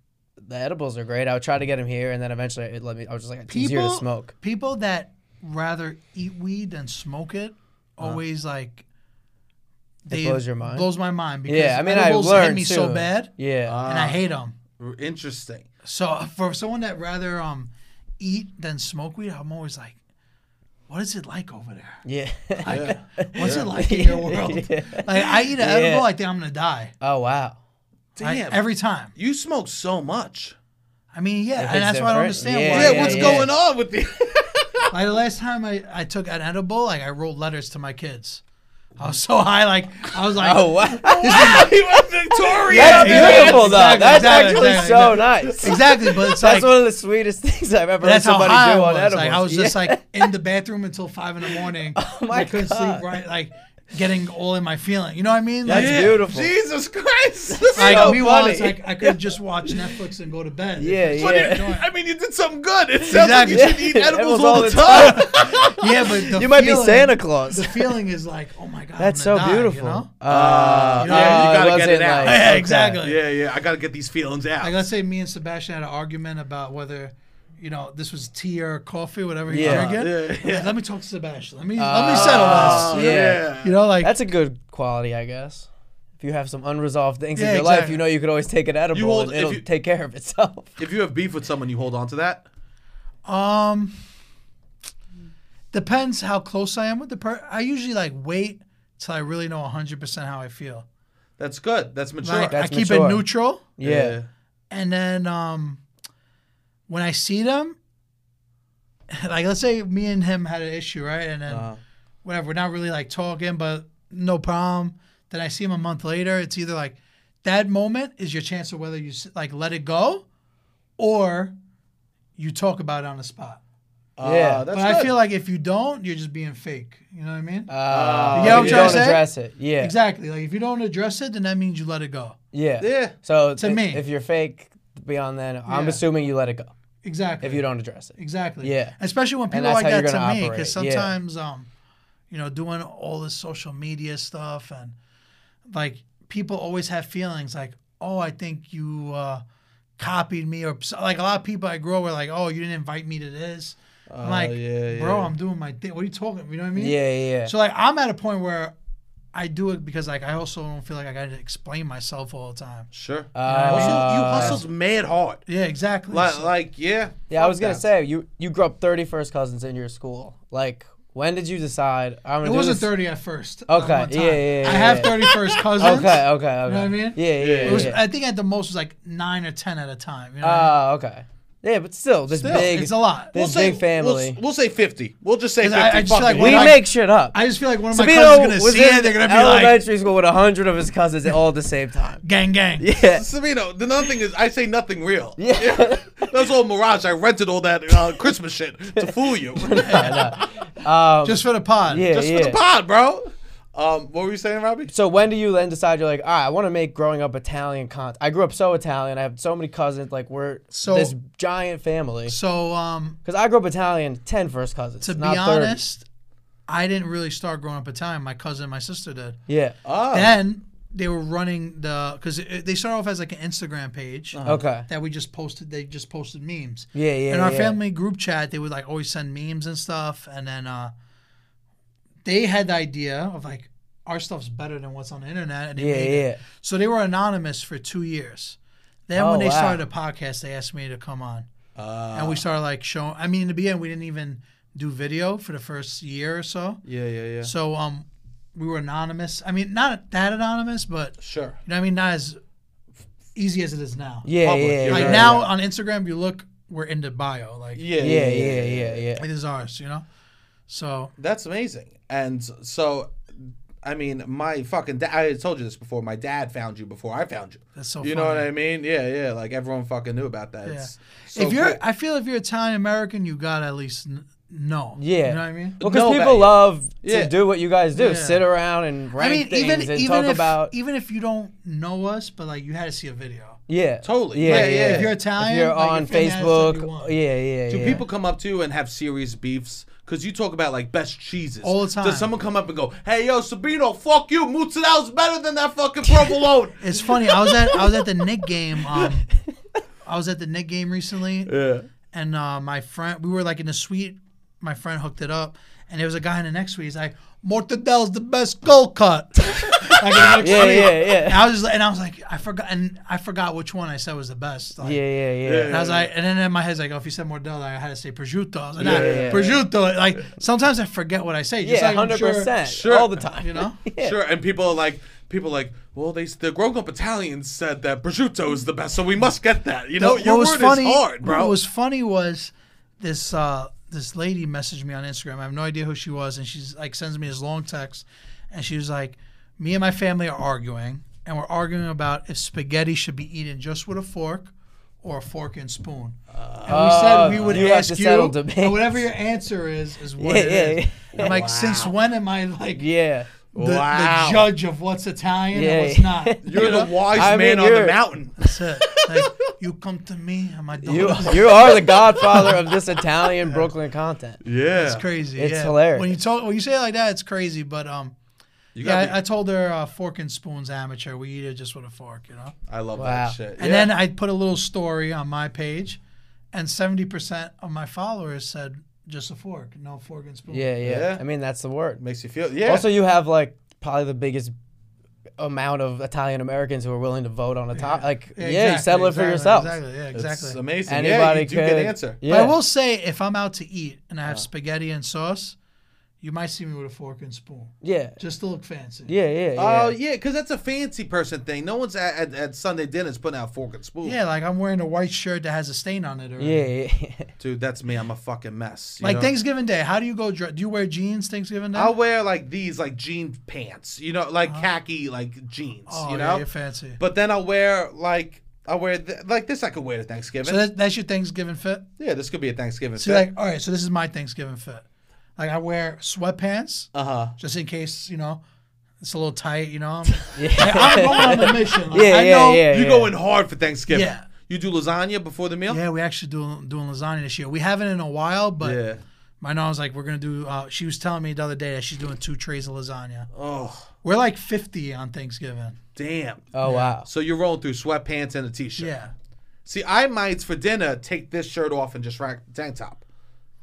Speaker 3: the edibles are great. I would try to get them here, and then eventually it let me. I was just like, it's easier to
Speaker 2: People-
Speaker 3: smoke.
Speaker 2: people that rather eat weed than smoke it always like they
Speaker 3: Uh-huh. blows your mind?
Speaker 2: blows my mind because
Speaker 3: Yeah, I mean, I
Speaker 2: edibles
Speaker 3: learned
Speaker 2: hit me
Speaker 3: too.
Speaker 2: so bad
Speaker 3: Yeah,
Speaker 1: Uh,
Speaker 2: and I hate them.
Speaker 1: Interesting.
Speaker 2: So [LAUGHS] for someone that rather um eat than smoke weed, I'm always like, what is it like over there?
Speaker 3: yeah.
Speaker 1: Yeah.
Speaker 2: What's it like
Speaker 3: [LAUGHS]
Speaker 2: in your world?
Speaker 3: Yeah.
Speaker 2: Like I eat an
Speaker 3: Yeah.
Speaker 2: edible, I think I'm gonna die.
Speaker 3: [LAUGHS]
Speaker 2: [LAUGHS]
Speaker 3: oh wow.
Speaker 2: I-
Speaker 1: Damn.
Speaker 2: every time.
Speaker 1: you smoke so much.
Speaker 2: I mean, yeah,
Speaker 3: If
Speaker 2: and
Speaker 3: it's
Speaker 2: that's why I don't
Speaker 3: different,
Speaker 2: understand
Speaker 3: yeah,
Speaker 2: why.
Speaker 1: Yeah,
Speaker 3: yeah,
Speaker 1: what's
Speaker 3: yeah.
Speaker 1: going on with you?
Speaker 2: Like the last time I, I took an edible, like I wrote letters to my kids. I was so [LAUGHS] high, like I was like,
Speaker 3: Oh, wow.
Speaker 1: he was [LAUGHS] Victoria.
Speaker 3: That's
Speaker 2: yeah,
Speaker 3: beautiful, though.
Speaker 2: exactly,
Speaker 3: That's
Speaker 2: exactly,
Speaker 3: actually
Speaker 2: exactly,
Speaker 3: so
Speaker 2: [LAUGHS]
Speaker 3: nice.
Speaker 2: exactly. But it's
Speaker 3: That's
Speaker 2: like
Speaker 3: one of the sweetest things I've ever heard
Speaker 2: that's how
Speaker 3: somebody
Speaker 2: high
Speaker 3: do
Speaker 2: I
Speaker 3: on
Speaker 2: was.
Speaker 3: edibles.
Speaker 2: Like, I was just
Speaker 3: Yeah. Oh
Speaker 2: like in the bathroom until five in the
Speaker 3: [LAUGHS]
Speaker 2: morning.
Speaker 3: my
Speaker 2: I couldn't
Speaker 3: God.
Speaker 2: sleep right, like getting all in my feeling. You know what I mean?
Speaker 3: That's
Speaker 2: Like,
Speaker 1: Yeah.
Speaker 3: beautiful.
Speaker 1: Jesus Christ. [LAUGHS]
Speaker 2: like
Speaker 3: so
Speaker 2: meanwhile,
Speaker 3: funny.
Speaker 2: it's like I could just watch Netflix and go to bed.
Speaker 3: Yeah,
Speaker 2: It's
Speaker 1: What
Speaker 2: like,
Speaker 1: are you-
Speaker 2: doing?
Speaker 1: I mean, you did something good. It sounds
Speaker 2: Exactly.
Speaker 1: like you
Speaker 3: [LAUGHS]
Speaker 1: should eat
Speaker 3: Yeah.
Speaker 1: edibles
Speaker 3: Edibles
Speaker 1: all
Speaker 3: all
Speaker 1: the
Speaker 3: the
Speaker 1: time. [LAUGHS]
Speaker 2: yeah, but the
Speaker 3: [LAUGHS] You might be
Speaker 2: feeling-
Speaker 3: Santa Claus.
Speaker 2: The feeling is like, oh my god, I'm
Speaker 3: [LAUGHS] That's so
Speaker 2: gonna die, you
Speaker 3: beautiful.
Speaker 2: know?
Speaker 3: Uh,
Speaker 2: You know, you
Speaker 3: uh,
Speaker 1: gotta get
Speaker 3: wasn't
Speaker 1: it out.
Speaker 3: like-
Speaker 2: Yeah,
Speaker 3: okay.
Speaker 2: exactly.
Speaker 1: yeah, yeah. I got to get these feelings out.
Speaker 2: Like let's say me and Sebastian had an argument about whether, you know, this was tea or coffee, whatever he's
Speaker 3: Yeah. Uh,
Speaker 2: drinking.
Speaker 1: Yeah,
Speaker 2: I'm like,
Speaker 1: yeah.
Speaker 2: Let me talk to Sebastian. Let me let me settle
Speaker 1: Oh,
Speaker 2: this.
Speaker 1: yeah.
Speaker 2: You know, like
Speaker 3: That's a good quality, I guess. If you have some unresolved things
Speaker 2: Yeah,
Speaker 3: in your life,
Speaker 2: exactly.
Speaker 3: you know you could always take an edible
Speaker 1: hold-
Speaker 3: and
Speaker 1: if
Speaker 3: it'll
Speaker 1: you-
Speaker 3: take care
Speaker 2: [LAUGHS]
Speaker 3: of itself.
Speaker 1: If you have beef with someone, you hold on to that.
Speaker 2: Um, depends how close I am with the per. I usually like wait till I really know 100% how I feel.
Speaker 1: That's good. That's mature.
Speaker 2: Like
Speaker 3: That's
Speaker 2: I keep
Speaker 3: mature.
Speaker 2: it neutral,
Speaker 3: Yeah. Uh,
Speaker 2: and then um, when I see them, [LAUGHS] like let's say me and him had an issue, right? And then
Speaker 3: Uh,
Speaker 2: whatever, we're not really like talking, but no problem. Then I see him a month later. It's either like that moment is your chance of whether you s- like let it go, or you talk about it on the spot.
Speaker 1: Uh,
Speaker 3: Yeah.
Speaker 1: That's
Speaker 2: but
Speaker 1: good.
Speaker 2: I feel like if you don't, you're just being fake. You know what I mean? You
Speaker 3: uh,
Speaker 2: know what I'm trying
Speaker 3: you don't
Speaker 2: to say?
Speaker 3: address it. Yeah.
Speaker 2: Exactly. Like if you don't address it, then that means you let it go.
Speaker 3: Yeah.
Speaker 1: Yeah.
Speaker 3: So
Speaker 2: To
Speaker 3: i-
Speaker 2: me.
Speaker 3: if you're fake beyond then, I'm
Speaker 2: Yeah.
Speaker 3: assuming you let it go
Speaker 2: Exactly.
Speaker 3: if you don't address it.
Speaker 2: Exactly.
Speaker 3: Yeah.
Speaker 2: Especially when people
Speaker 3: that's
Speaker 2: like
Speaker 3: how you're
Speaker 2: that to
Speaker 3: gonna
Speaker 2: me,
Speaker 3: operate.
Speaker 2: because
Speaker 3: Yeah.
Speaker 2: sometimes, um, you know, doing all this social media stuff and like people always have feelings like, oh, I think you uh, copied me, or so- like a lot of people I grew up with, like, oh, you didn't invite me to this. I'm like,
Speaker 1: yeah,
Speaker 2: bro,
Speaker 1: yeah.
Speaker 2: I'm doing my thing. What are you talking? You know what I mean?
Speaker 3: Uh, Yeah, yeah, yeah.
Speaker 2: So like I'm at a point where I do it because like I also don't feel like I got to explain myself all the time.
Speaker 1: sure.
Speaker 3: Uh,
Speaker 1: also, you hustled mad hard.
Speaker 2: Yeah, exactly.
Speaker 3: [LAUGHS]
Speaker 1: Like,
Speaker 2: So-
Speaker 1: like yeah.
Speaker 3: yeah, I was gonna
Speaker 1: that.
Speaker 3: say you you grew up 30 first cousins in your school. Like, when did you decide I'm gonna
Speaker 2: it
Speaker 3: do
Speaker 2: wasn't
Speaker 3: this?
Speaker 2: 30 at first. at
Speaker 3: Okay,
Speaker 2: one time.
Speaker 3: yeah, yeah, yeah,
Speaker 2: I have
Speaker 3: yeah. [LAUGHS]
Speaker 2: 31st cousins.
Speaker 3: Okay, okay, okay.
Speaker 2: know what I mean?
Speaker 3: Yeah, yeah.
Speaker 1: Yeah.
Speaker 2: It was,
Speaker 3: yeah.
Speaker 2: I think at the most it was like nine or 10 at a time. You know?
Speaker 3: Ah, okay. Yeah, but still, this
Speaker 1: Still,
Speaker 3: big.
Speaker 2: it's a lot.
Speaker 3: This
Speaker 1: say,
Speaker 3: big family.
Speaker 1: We'll, we'll say 50. We'll just say 50.
Speaker 2: 'Cause I- I just feel
Speaker 1: Fuck
Speaker 2: like
Speaker 1: it.
Speaker 2: when
Speaker 3: we
Speaker 2: I-
Speaker 3: make shit up.
Speaker 2: I just feel like one of my
Speaker 3: Sabino
Speaker 2: cousins is going
Speaker 3: was
Speaker 2: to see
Speaker 3: in
Speaker 2: it. They're going to be like,
Speaker 3: elementary school with a hundred of his cousins all at the same time. [LAUGHS]
Speaker 2: gang, gang.
Speaker 3: Yeah.
Speaker 1: Sabino, the another thing is I say nothing real.
Speaker 3: [LAUGHS] Yeah.
Speaker 1: That's all mirage. I rented all that uh, Christmas shit
Speaker 3: [LAUGHS]
Speaker 1: to fool you.
Speaker 3: Um,
Speaker 2: Just for the pod.
Speaker 3: yeah,
Speaker 1: Just
Speaker 3: yeah.
Speaker 1: for the pod, bro. Um, what were you saying, Robbie?
Speaker 3: so when do you then decide you're like, all right, I want to make growing up Italian content? I grew up so Italian. I have so many cousins. Like we're
Speaker 2: So-
Speaker 3: this giant family.
Speaker 2: So, um,
Speaker 3: Because I grew up Italian, ten first cousins.
Speaker 2: to be
Speaker 3: not 30.
Speaker 2: honest, I didn't really start growing up Italian. My cousin and my sister did.
Speaker 3: yeah.
Speaker 1: Oh,
Speaker 2: Then they were running the, because they started off as like an Instagram page.
Speaker 3: Okay.
Speaker 2: that we just posted they just posted memes
Speaker 3: Uh-huh. Yeah, yeah,
Speaker 2: in our
Speaker 3: yeah.
Speaker 2: family group chat they would like always send memes and stuff and then uh they had the idea of like our stuff's better than what's on the internet and they
Speaker 3: Yeah,
Speaker 2: made
Speaker 3: yeah.
Speaker 2: it. so they were anonymous for two years then
Speaker 3: Oh,
Speaker 2: when they
Speaker 3: wow. Ah.
Speaker 2: started a podcast they asked me to come on and we started like showing i mean in the beginning we didn't even do video for the first year or so
Speaker 1: yeah, yeah, yeah.
Speaker 2: so um we were anonymous i mean not that anonymous but
Speaker 1: Sure.
Speaker 2: you know what i mean not as easy as it is now
Speaker 3: Yeah,
Speaker 1: Public,
Speaker 3: yeah,
Speaker 1: you're
Speaker 3: yeah,
Speaker 2: like
Speaker 1: right.
Speaker 3: yeah.
Speaker 2: now on Instagram, you look we're in the bio, like
Speaker 1: Yeah,
Speaker 3: Yeah, yeah, yeah, yeah.
Speaker 2: it is ours, you know. So
Speaker 1: That's amazing. And so, I mean, my fucking dad, I had told you this before. My dad found you before I found you.
Speaker 2: that's so.
Speaker 1: you know
Speaker 2: funny.
Speaker 1: what I mean? Yeah, yeah. Like everyone fucking knew about that.
Speaker 2: Yeah.
Speaker 1: It's so
Speaker 2: if you're,
Speaker 1: cool.
Speaker 2: I feel if you're Italian American, you gotta at least n- know.
Speaker 3: Yeah.
Speaker 2: you know what I mean.
Speaker 3: Because
Speaker 1: No,
Speaker 3: people
Speaker 1: but-
Speaker 3: love
Speaker 1: Yeah.
Speaker 3: to do what you guys do,
Speaker 2: Yeah.
Speaker 3: sit around and
Speaker 2: I
Speaker 3: rank
Speaker 2: mean,
Speaker 3: things
Speaker 2: even
Speaker 3: and
Speaker 2: even
Speaker 3: talk
Speaker 2: if e-,
Speaker 3: about.
Speaker 2: even if you don't know us, but like you had to see a video.
Speaker 3: yeah.
Speaker 1: Totally.
Speaker 3: Yeah,
Speaker 1: Yeah,
Speaker 3: yeah.
Speaker 1: yeah.
Speaker 2: If you're Italian,
Speaker 3: If you're
Speaker 2: like,
Speaker 3: on
Speaker 2: your family has something you
Speaker 3: Facebook,
Speaker 2: want.
Speaker 3: yeah, yeah,
Speaker 1: do
Speaker 3: yeah.
Speaker 1: people come up to you and have serious beefs? Because you talk about like best cheeses
Speaker 2: All the time.
Speaker 1: Does someone come up and go, "Hey, yo, Sabino, fuck you, mozzarella's better than that fucking
Speaker 2: [LAUGHS]
Speaker 1: provolone"?
Speaker 2: It's funny. I was at I was at the Nick game. Um, I was at the Nick game recently.
Speaker 1: yeah.
Speaker 2: and uh, my friend, we were like in the suite. My friend hooked it up, and there was a guy in the next suite. He's like, "Mortadel's the best goal cut." [LAUGHS] like in the next
Speaker 3: Yeah,
Speaker 2: suite.
Speaker 3: yeah, yeah.
Speaker 2: And I was just, and I was like, I forgot, and I forgot which one I said was the best. Like,
Speaker 3: Yeah, yeah, yeah.
Speaker 1: Yeah.
Speaker 2: And I was like, and then in my head's like, oh, if you said Mordell, I had to say prosciutto. I was like, nah,
Speaker 3: Yeah, yeah, yeah.
Speaker 2: prosciutto. Like sometimes I forget what I say. Just
Speaker 3: Yeah,
Speaker 2: like, I'm
Speaker 3: hundred
Speaker 2: sure-
Speaker 3: percent,
Speaker 1: sure.
Speaker 3: all the time.
Speaker 2: You know?
Speaker 3: [LAUGHS] Yeah.
Speaker 1: Sure, and people are like, people are like, well, they the grown up Italians said that prosciutto is the best, so we must get that. You know,
Speaker 2: What
Speaker 1: your
Speaker 2: was
Speaker 1: word
Speaker 2: funny,
Speaker 1: is hard, bro.
Speaker 2: What was funny was this uh, this lady messaged me on Instagram. I have no idea who she was, and she's like sends me this long text, and she was like, "Me and my family are arguing, and we're arguing about if spaghetti should be eaten just with a fork." Or a fork and spoon, and we said we would
Speaker 3: Oh, you have
Speaker 2: ask
Speaker 3: to
Speaker 2: you,
Speaker 3: settle
Speaker 2: and whatever
Speaker 3: debates.
Speaker 2: your answer is, is what
Speaker 3: Yeah,
Speaker 2: it
Speaker 3: yeah,
Speaker 2: is. I'm like, since when am I like
Speaker 3: Yeah.
Speaker 2: the, the
Speaker 1: Wow.
Speaker 2: judge of what's Italian
Speaker 3: Yeah.
Speaker 2: and what's not?
Speaker 1: You're the wise
Speaker 3: I
Speaker 1: man
Speaker 3: mean,
Speaker 1: on the
Speaker 3: you're-
Speaker 2: [LAUGHS]
Speaker 1: mountain.
Speaker 2: That's it.
Speaker 3: [LAUGHS]
Speaker 2: Like, you come to me and my daughter. [LAUGHS]
Speaker 3: You you are the godfather of this Italian Brooklyn content.
Speaker 1: Yeah.
Speaker 2: It's crazy.
Speaker 3: It's
Speaker 2: yeah.
Speaker 3: hilarious.
Speaker 2: When you talk, when you say it like that, it's crazy. But um,
Speaker 1: You
Speaker 2: yeah,
Speaker 1: gotta
Speaker 2: I, I told her uh, fork and spoons amateur. We eat it just with a fork, you know.
Speaker 1: be- I love
Speaker 3: Wow.
Speaker 1: that shit.
Speaker 2: And then I put a little story on my page, and seventy percent of my followers said just a fork, no fork and spoon.
Speaker 3: Yeah, yeah,
Speaker 1: Yeah.
Speaker 3: I mean, that's the word.
Speaker 1: makes you feel yeah.
Speaker 3: Also, you have like probably the biggest amount of Italian Americans who are willing to vote on a top. Like, yeah, you
Speaker 2: exactly,
Speaker 3: settle it for
Speaker 2: exactly,
Speaker 3: yourself.
Speaker 2: Exactly. Yeah.
Speaker 1: it's
Speaker 2: Exactly.
Speaker 1: amazing. yeah,
Speaker 3: Anybody
Speaker 1: you do
Speaker 3: could
Speaker 1: get answer.
Speaker 3: Yeah.
Speaker 2: But I will say, if I'm out to eat and I have spaghetti and sauce, you might see me with a fork and spoon,
Speaker 3: yeah,
Speaker 2: just to look fancy.
Speaker 3: yeah, yeah, yeah.
Speaker 1: Oh yeah, because that's a fancy person thing. No one's at, at, at Sunday dinners putting out fork and spoon.
Speaker 2: Yeah, like I'm wearing a white shirt that has a stain on it. Already.
Speaker 3: yeah, yeah.
Speaker 1: dude, that's me. I'm a fucking mess. you
Speaker 2: Like
Speaker 1: know?
Speaker 2: Thanksgiving Day, how do you go? Dre- do you wear jeans Thanksgiving Day?
Speaker 1: I'll wear like these like jean pants, you know, like khaki like jeans,
Speaker 2: Uh-huh. oh,
Speaker 1: you
Speaker 2: yeah,
Speaker 1: know.
Speaker 2: you're fancy.
Speaker 1: But then I'll wear like I wear th- like this. I could wear to Thanksgiving.
Speaker 2: so that, that's your Thanksgiving fit.
Speaker 1: yeah, this could be a Thanksgiving.
Speaker 2: So you're like, all right, so this is my Thanksgiving fit. Like I wear sweatpants
Speaker 1: uh huh.
Speaker 2: just in case you know it's a little tight.
Speaker 1: [LAUGHS]
Speaker 2: You know, I'm, I'm going on a mission. Like,
Speaker 3: Yeah,
Speaker 2: I
Speaker 3: yeah,
Speaker 2: know-
Speaker 3: yeah.
Speaker 1: you go in hard for Thanksgiving.
Speaker 2: Yeah.
Speaker 1: You do lasagna before the meal.
Speaker 2: Yeah, we actually doing doing lasagna this year. We haven't in a while, but
Speaker 1: Yeah.
Speaker 2: my mom's like, we're gonna do. Uh, she was telling me the other day that she's doing two trays of lasagna.
Speaker 1: Oh
Speaker 2: We're like 50 on Thanksgiving.
Speaker 1: damn.
Speaker 3: Oh wow.
Speaker 1: So you're rolling through sweatpants and a t-shirt.
Speaker 2: Yeah.
Speaker 1: See, I might for dinner take this shirt off and just rack tank top.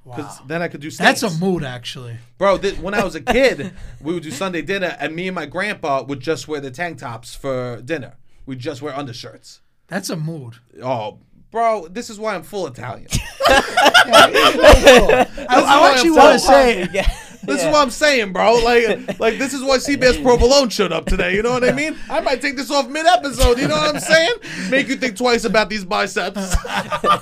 Speaker 1: Because
Speaker 2: Wow.
Speaker 1: then I could do
Speaker 2: That's a
Speaker 1: steaks.
Speaker 2: mood, actually.
Speaker 1: Bro, th- when I was a kid, we would do Sunday dinner, and me and my grandpa would just wear the tank tops for dinner. We'd just wear undershirts.
Speaker 2: That's a mood.
Speaker 1: Oh, bro, this is why I'm full
Speaker 2: [LAUGHS]
Speaker 1: Italian.
Speaker 2: I, I actually
Speaker 1: why I'm
Speaker 2: want to
Speaker 1: so
Speaker 2: say,
Speaker 3: [LAUGHS] Yeah.
Speaker 1: This is what I'm saying, bro. Like, like this is why CBS Provolone showed up today. You know what I
Speaker 2: [LAUGHS]
Speaker 1: mean? I might take this off mid-episode. You know what I'm saying? Make you think twice about these biceps.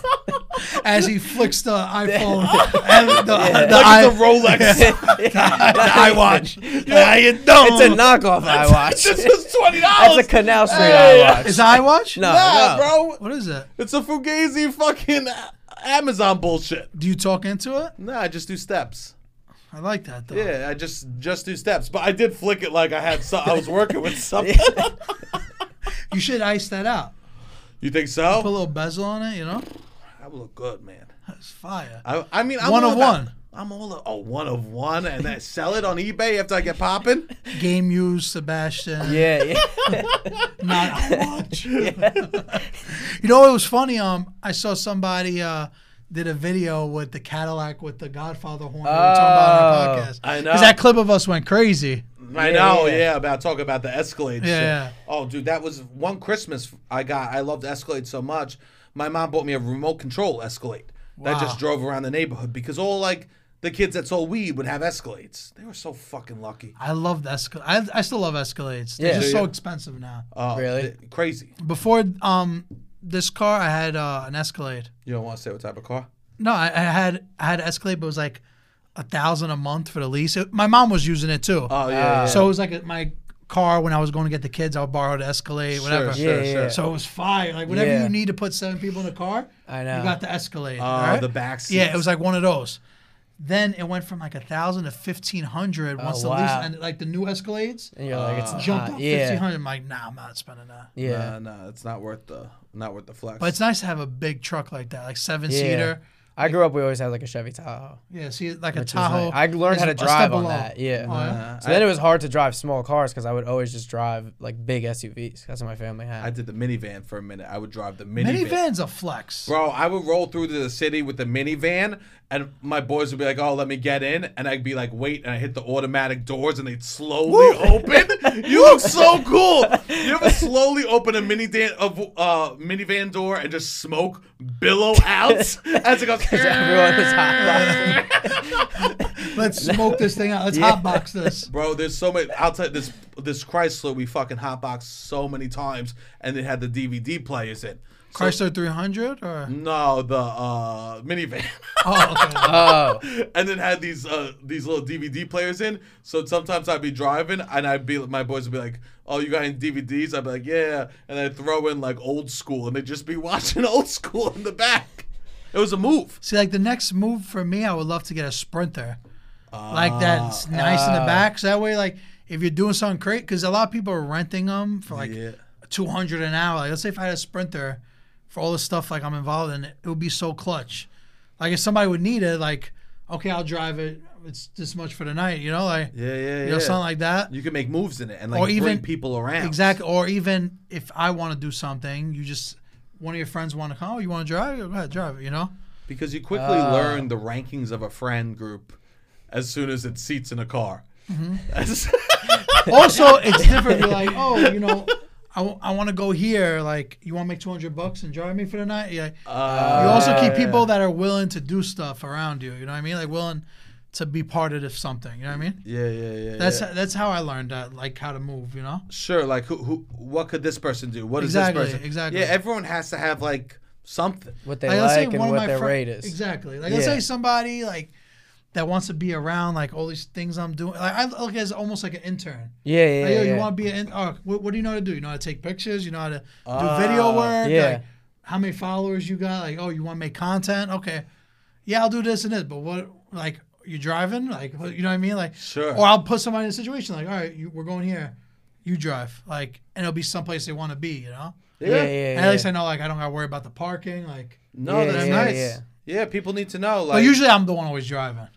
Speaker 2: [LAUGHS] as he flicks
Speaker 1: [LAUGHS]
Speaker 2: the iPhone and the, the,
Speaker 1: Look at
Speaker 2: i-
Speaker 1: the
Speaker 2: [LAUGHS]
Speaker 1: Rolex.
Speaker 3: [LAUGHS]
Speaker 1: [LAUGHS]
Speaker 2: the iWatch. How you
Speaker 3: It's a
Speaker 1: Oh.
Speaker 2: doing?
Speaker 3: knockoff I watch.
Speaker 1: this is twenty
Speaker 3: That's a
Speaker 1: dollars.
Speaker 3: Canal Street
Speaker 1: Hey.
Speaker 3: I watch.
Speaker 2: Is it iWatch?
Speaker 3: No,
Speaker 1: Nah,
Speaker 3: no.
Speaker 1: bro.
Speaker 2: What is it?
Speaker 1: It's a fugazi fucking Amazon bullshit.
Speaker 2: Do you talk into it?
Speaker 1: Nah, I just do steps.
Speaker 2: I like that though.
Speaker 1: Yeah, I just just do steps, but I did flick it like I had. So- I was working with
Speaker 3: [LAUGHS]
Speaker 1: something.
Speaker 2: You should ice that out.
Speaker 1: You think
Speaker 2: Put
Speaker 1: so?
Speaker 2: a little bezel on it, you know?
Speaker 1: I look good, man.
Speaker 2: That's fire.
Speaker 1: I, I mean, I'm
Speaker 2: One
Speaker 1: all
Speaker 2: of
Speaker 1: about-
Speaker 2: one.
Speaker 1: I'm all a oh, one of one, and then sell it on eBay after I get popping.
Speaker 3: [LAUGHS]
Speaker 2: Game use, Sebastian.
Speaker 3: Yeah, yeah.
Speaker 2: Not
Speaker 1: [LAUGHS]
Speaker 2: iWatch. You know, it was funny. Um, I saw somebody uh did a video with the Cadillac with the Godfather horn. that we were talking about on our
Speaker 3: Oh,
Speaker 2: podcast.
Speaker 1: I know.
Speaker 2: that clip of us went crazy.
Speaker 1: I
Speaker 3: Yeah,
Speaker 1: know, yeah.
Speaker 3: yeah.
Speaker 1: About talk about the Escalade.
Speaker 2: Yeah,
Speaker 1: shit.
Speaker 2: yeah.
Speaker 1: Oh, dude, that was one Christmas I got. I loved Escalade so much. My mom bought me a remote control Escalade that
Speaker 2: Wow.
Speaker 1: just drove around the neighborhood because all like the kids that sold weed would have Escalades. They were so fucking lucky.
Speaker 2: I love Escalade. I, I still love Escalades. They're
Speaker 3: Yeah.
Speaker 2: just
Speaker 1: Do
Speaker 2: so
Speaker 1: you?
Speaker 2: expensive now.
Speaker 1: Oh,
Speaker 3: Really?
Speaker 1: th- crazy.
Speaker 2: Before um this car, I had uh, an Escalade.
Speaker 1: You don't want to say what type of car?
Speaker 2: No, I, I had I had Escalade, but it was like a thousand a month for the lease. It- my mom was using it too,
Speaker 1: Oh yeah.
Speaker 2: so it was like a, my car when I was going to get the kids. I would borrow the Escalade, whatever.
Speaker 1: Sure,
Speaker 3: Yeah, yeah,
Speaker 1: sure.
Speaker 3: yeah.
Speaker 2: So it was fire. Like whenever
Speaker 3: Yeah.
Speaker 2: you need to put seven people in a car,
Speaker 3: I know.
Speaker 2: you got the Escalade.
Speaker 1: Oh,
Speaker 2: alright?
Speaker 1: the back seats.
Speaker 2: Yeah, it was like one of those. Then it went from like a thousand to fifteen hundred
Speaker 1: Oh,
Speaker 2: once the
Speaker 3: wow.
Speaker 2: lease and like the new Escalades
Speaker 3: And you're like, it's not.
Speaker 2: jumped up fifteen
Speaker 3: yeah.
Speaker 2: Uh, hundred. I'm like, nah, I'm not spending that.
Speaker 3: Yeah.
Speaker 1: Nah, nah, it's not worth the not worth the flex.
Speaker 2: But it's nice to have a big truck like that, like seven seater.
Speaker 3: I grew up, we always had like a Chevy Tahoe.
Speaker 2: Yeah, see, like a
Speaker 3: which was
Speaker 2: Tahoe.
Speaker 3: nice. I learned
Speaker 2: is
Speaker 3: how
Speaker 2: a step
Speaker 3: to drive on
Speaker 2: below.
Speaker 3: that. Yeah. Uh-huh.
Speaker 2: Oh, yeah?
Speaker 1: Uh,
Speaker 3: So then it was hard to drive small cars because I would always just drive like big SUVs. That's what my family had.
Speaker 1: I did the minivan for a minute. I would drive the
Speaker 2: Many
Speaker 1: minivan.
Speaker 2: vans a flex.
Speaker 1: Bro, I would roll through to the city with the minivan, and my boys would be like, "Oh, let me get in," and I'd be like, "Wait," and I hit the automatic doors, and they'd slowly open. you look so cool. You ever slowly open a minivan of uh, minivan door and just smoke billow out [LAUGHS] as it goes?
Speaker 3: everyone was hot [LAUGHS]
Speaker 2: Let's smoke this thing out. Let's hotbox this.
Speaker 1: [LAUGHS] Bro, there's so many. I'll tell you, there's this Chrysler we fucking hotboxed so many times, and it had the DVD players in. So-
Speaker 2: Chrysler 300 or
Speaker 1: no, the uh, minivan, [LAUGHS]
Speaker 2: oh, okay.
Speaker 3: Oh,
Speaker 1: and then had these uh, these little DVD players in. So sometimes I'd be driving, and I'd be my boys would be like, "Oh, you got any DVDs?" I'd be like, "Yeah," and I'd throw in like old school, and they'd just be [LAUGHS] watching old school in the back. It was a move.
Speaker 2: See, like the next move for me, I would love to get a sprinter,
Speaker 3: Ah,
Speaker 2: like that's nice in
Speaker 3: uh.
Speaker 2: the back. So that way, like if you're doing something great, because a lot of people are renting them for like
Speaker 1: Yeah.
Speaker 2: two hundred an hour. Like, let's say if I had a sprinter for all the stuff like I'm involved in, it would be so clutch. Like if somebody would need it, like okay, I'll drive it. It's this much for the night, you know, like
Speaker 1: Yeah, yeah,
Speaker 2: you
Speaker 1: yeah.
Speaker 2: know, something like that.
Speaker 1: You can make moves in it and like
Speaker 2: Or
Speaker 1: bring
Speaker 2: even-
Speaker 1: people around.
Speaker 2: Exactly. Or even if I want to do something, you just one of your friends want to come. Oh, you want to drive? Go ahead, drive. it, You
Speaker 1: [LAUGHS]
Speaker 2: know.
Speaker 1: Because you quickly learn the rankings of a friend group as soon as it seats in a car.
Speaker 2: Mm-hmm.
Speaker 1: [LAUGHS]
Speaker 2: also, it's different. You're like, oh, you know, I, w- I want to go here. Like, you want to make 200 bucks and drive me for the night? Yeah.
Speaker 1: Uh,
Speaker 2: you also keep people that are willing to do stuff around you. You know what I mean? Like, willing to be part of this something. You know what I mean?
Speaker 1: yeah, yeah, yeah.
Speaker 2: That's
Speaker 1: yeah.
Speaker 2: that's how I learned that, like, how to move, you know?
Speaker 1: sure. Like who, who? What could this person do? What is
Speaker 2: Exactly,
Speaker 1: this person?
Speaker 2: exactly.
Speaker 1: Yeah, everyone has to have like something.
Speaker 3: what they
Speaker 2: Like, let's say
Speaker 3: like and
Speaker 2: one of
Speaker 3: what
Speaker 2: my
Speaker 3: their
Speaker 2: fri-
Speaker 3: rate is.
Speaker 2: Exactly. Like, let's
Speaker 3: Yeah.
Speaker 2: say somebody, like, that wants to be around, like, all these things I'm doing. Like, I look as almost like an intern.
Speaker 3: Yeah, yeah,
Speaker 2: Like, Oh, yo,
Speaker 3: yeah.
Speaker 2: you want to be an? Oh, what, what do you know how to do? You know how to take pictures. You know how to do video work.
Speaker 3: Ah, yeah.
Speaker 2: Like, how many followers you got? Like, oh, you want to make content? Okay, yeah, I'll do this and this. But what? Like, you driving? Like, what- you know what I mean? Like,
Speaker 1: Sure.
Speaker 2: Or I'll put somebody in a situation like, all right, you, we're going here. You drive. Like, and it'll be someplace they want to be. You know.
Speaker 3: yeah, yeah,
Speaker 2: And
Speaker 3: yeah.
Speaker 2: At least I know, like, I don't got to worry about the parking. Like,
Speaker 1: No,
Speaker 3: Yeah,
Speaker 1: that's
Speaker 3: yeah,
Speaker 1: nice. Yeah,
Speaker 3: yeah.
Speaker 1: people need to know. Like
Speaker 2: but usually I'm the one always driving.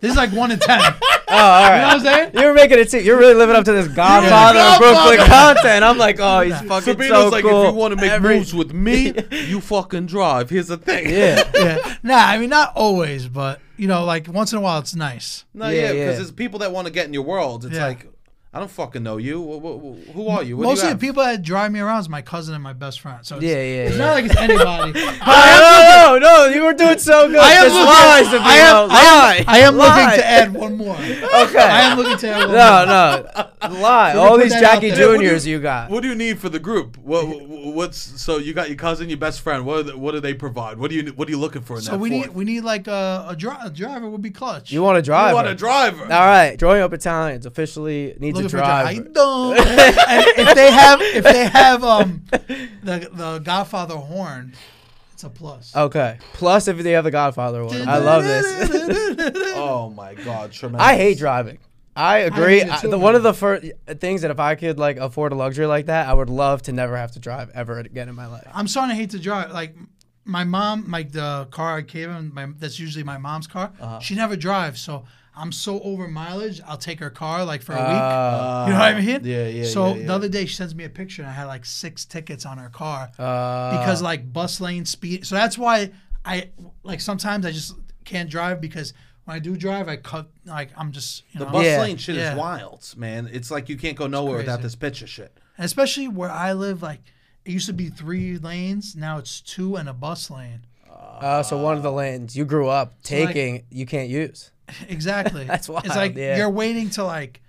Speaker 2: This is like one in
Speaker 3: [LAUGHS]
Speaker 2: ten. you know
Speaker 3: Oh, all
Speaker 2: what
Speaker 3: right.
Speaker 2: I'm saying?
Speaker 3: You were making it seem you're really living
Speaker 2: [LAUGHS]
Speaker 3: up to this Godfather of
Speaker 1: Godfather.
Speaker 3: Brooklyn content. I'm like, oh, he's fucking
Speaker 1: Sabina's
Speaker 3: so
Speaker 1: like,
Speaker 3: cool.
Speaker 1: if you want to make
Speaker 3: Every-
Speaker 1: moves with
Speaker 2: [LAUGHS]
Speaker 1: me, you fucking drive. Here's the thing.
Speaker 3: yeah,
Speaker 2: yeah. Nah, I mean not always, but you know, like once in a while, it's nice.
Speaker 1: [LAUGHS] No,
Speaker 3: Yeah,
Speaker 1: yeah, because
Speaker 3: yeah.
Speaker 1: there's people that want to get in your world. It's
Speaker 2: Yeah.
Speaker 1: like, I don't fucking know you. Wh- wh- wh- Who are you? What do you
Speaker 2: Mostly the
Speaker 1: have?
Speaker 2: people that drive me around is my cousin and my best friend. So it's,
Speaker 3: Yeah, yeah,
Speaker 2: It's
Speaker 3: yeah.
Speaker 2: not like it's
Speaker 3: [LAUGHS]
Speaker 2: anybody. But
Speaker 3: Oh, no, no, no, you were doing so good.
Speaker 2: I am
Speaker 3: Just
Speaker 2: looking-
Speaker 3: lies, Sabino.
Speaker 2: I am-
Speaker 3: lie.
Speaker 2: I am
Speaker 3: Lie.
Speaker 2: looking to add one more.
Speaker 3: Okay.
Speaker 2: I am looking to add one more. [LAUGHS]
Speaker 3: no, no,
Speaker 2: We're
Speaker 3: lie.
Speaker 2: gonna
Speaker 3: All
Speaker 2: put
Speaker 3: these
Speaker 2: that out
Speaker 3: Jackie
Speaker 2: there.
Speaker 1: What do you-
Speaker 3: Juniors you got.
Speaker 1: What do you need for the group? What, wh- what's so you got your cousin, your best friend. What are the, what do they provide? What do you what are you looking for in
Speaker 2: So
Speaker 1: that?
Speaker 2: we need
Speaker 1: fourth?
Speaker 2: we need like a a, dri- a driver would be clutch.
Speaker 3: You want to
Speaker 1: You
Speaker 3: drive?
Speaker 1: want a driver.
Speaker 3: All right, growing up Italians officially needs a
Speaker 2: looking for a driver? I
Speaker 3: driver. [LAUGHS]
Speaker 2: don't. and if they have if they have um the the Godfather horn, it's a plus.
Speaker 3: Okay. Plus, if they have the Godfather one, I love
Speaker 2: [LAUGHS]
Speaker 3: this.
Speaker 1: Oh my god, tremendous.
Speaker 3: I hate driving. I agree.
Speaker 2: hate it
Speaker 3: I-
Speaker 2: too,
Speaker 3: the- one of the first things that if I could like afford a luxury like that, I would love to never have to drive ever again in my life.
Speaker 2: I'm starting to hate to drive. Like my mom, like the car I gave him, my, that's usually my mom's car.
Speaker 1: Uh-huh.
Speaker 2: She never drives, so I'm so over mileage. I'll take her car like for a week.
Speaker 3: Uh,
Speaker 2: You know what I mean?
Speaker 1: Ah, yeah, yeah,
Speaker 2: So
Speaker 1: yeah, yeah.
Speaker 2: the other day she sends me a picture and I had like six tickets on her car
Speaker 3: uh,
Speaker 1: Ah.
Speaker 2: because like bus lane speed. So that's why I like sometimes I just can't drive because when I do drive I cut like I'm just you
Speaker 1: the
Speaker 2: know
Speaker 1: bus
Speaker 3: Yeah.
Speaker 1: lane shit
Speaker 2: Yeah.
Speaker 1: is wild, man. It's like you can't go nowhere without
Speaker 2: crazy.
Speaker 1: this picture shit.
Speaker 2: and especially where I live like it used to be three lanes now it's two and a bus lane.
Speaker 3: uh, so one of the lanes you grew up
Speaker 2: like-
Speaker 3: taking, you can't use.
Speaker 2: Exactly.
Speaker 3: [LAUGHS]
Speaker 2: It's
Speaker 3: That's wild,
Speaker 2: like
Speaker 3: yeah.
Speaker 2: you're waiting to like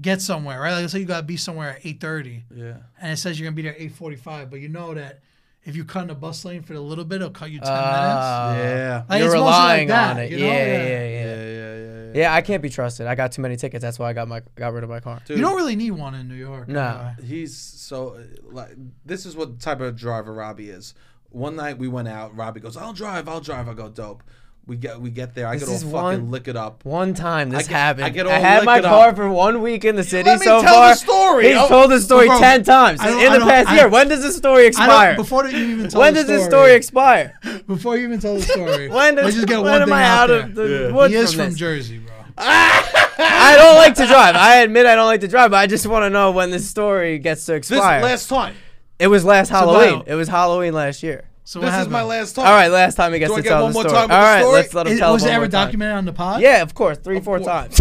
Speaker 2: get somewhere, right? Like, let's say you gotta be somewhere at eight thirty,
Speaker 1: Yeah.
Speaker 2: and it says you're gonna be there at eight forty-five, but you know that if you cut in the bus lane for a little bit, it'll cut you ten
Speaker 3: Uh,
Speaker 2: minutes.
Speaker 1: Yeah.
Speaker 2: Like,
Speaker 3: You're
Speaker 2: it's mostly
Speaker 3: relying
Speaker 2: like that,
Speaker 3: on it.
Speaker 2: you know?
Speaker 3: yeah,
Speaker 2: Yeah.
Speaker 3: yeah, yeah, yeah,
Speaker 1: yeah, yeah, yeah, yeah.
Speaker 3: Yeah, I can't be trusted. I got too many tickets. That's why I got my got rid of my car.
Speaker 1: Dude,
Speaker 2: You don't really need one in New York.
Speaker 3: No.
Speaker 2: anyway.
Speaker 1: he's so uh, like this is what type of driver Robbie is. One night we went out. Robbie goes, "I'll drive. I'll drive. I go dope." We get we get there. I
Speaker 3: This
Speaker 1: get all
Speaker 3: is
Speaker 1: fucking
Speaker 3: one-
Speaker 1: lick it up.
Speaker 3: One time this
Speaker 1: get-
Speaker 3: happened.
Speaker 1: I
Speaker 3: I,
Speaker 1: get all
Speaker 3: had my
Speaker 1: licked up.
Speaker 3: car for one week in the city
Speaker 1: let me
Speaker 3: so
Speaker 1: tell the
Speaker 3: far.
Speaker 1: story.
Speaker 3: He's
Speaker 1: Oh,
Speaker 3: told the story
Speaker 2: bro,
Speaker 3: ten times
Speaker 2: I don't-
Speaker 3: in
Speaker 2: I
Speaker 3: the
Speaker 2: don't-
Speaker 3: past
Speaker 2: I-
Speaker 3: year. When does this story
Speaker 2: I
Speaker 3: expire?
Speaker 2: don't, before you
Speaker 3: [LAUGHS]
Speaker 2: even tell
Speaker 3: When
Speaker 2: the
Speaker 3: does
Speaker 2: story,
Speaker 3: this story expire?
Speaker 2: before you even tell the story,
Speaker 3: [LAUGHS] When does
Speaker 2: let's just get
Speaker 3: when
Speaker 2: one
Speaker 3: am
Speaker 2: thing
Speaker 3: I
Speaker 2: out,
Speaker 3: out,
Speaker 2: there.
Speaker 3: of the
Speaker 1: Yeah.
Speaker 3: woods
Speaker 2: he is
Speaker 3: from,
Speaker 2: from
Speaker 3: this?
Speaker 2: Jersey, bro.
Speaker 3: I don't like to drive. I admit I don't like to drive, but I just want to know when this story gets to
Speaker 1: This
Speaker 3: expire.
Speaker 1: last time.
Speaker 3: it was last Halloween.
Speaker 2: about-
Speaker 3: It was Halloween last year.
Speaker 2: So
Speaker 1: This
Speaker 2: what
Speaker 1: is my
Speaker 2: happened?
Speaker 1: last time.
Speaker 3: All right, last time he gets
Speaker 1: Do I
Speaker 3: to
Speaker 1: get
Speaker 3: tell
Speaker 1: one
Speaker 3: the
Speaker 1: more
Speaker 3: story.
Speaker 1: time with
Speaker 3: All
Speaker 1: the
Speaker 3: right,
Speaker 1: story?
Speaker 3: let's let him
Speaker 2: Is-
Speaker 3: tell
Speaker 2: was
Speaker 3: it
Speaker 2: it ever
Speaker 3: documented?
Speaker 2: documented on the pod?
Speaker 3: Yeah, of course, three, four
Speaker 1: course.
Speaker 3: times.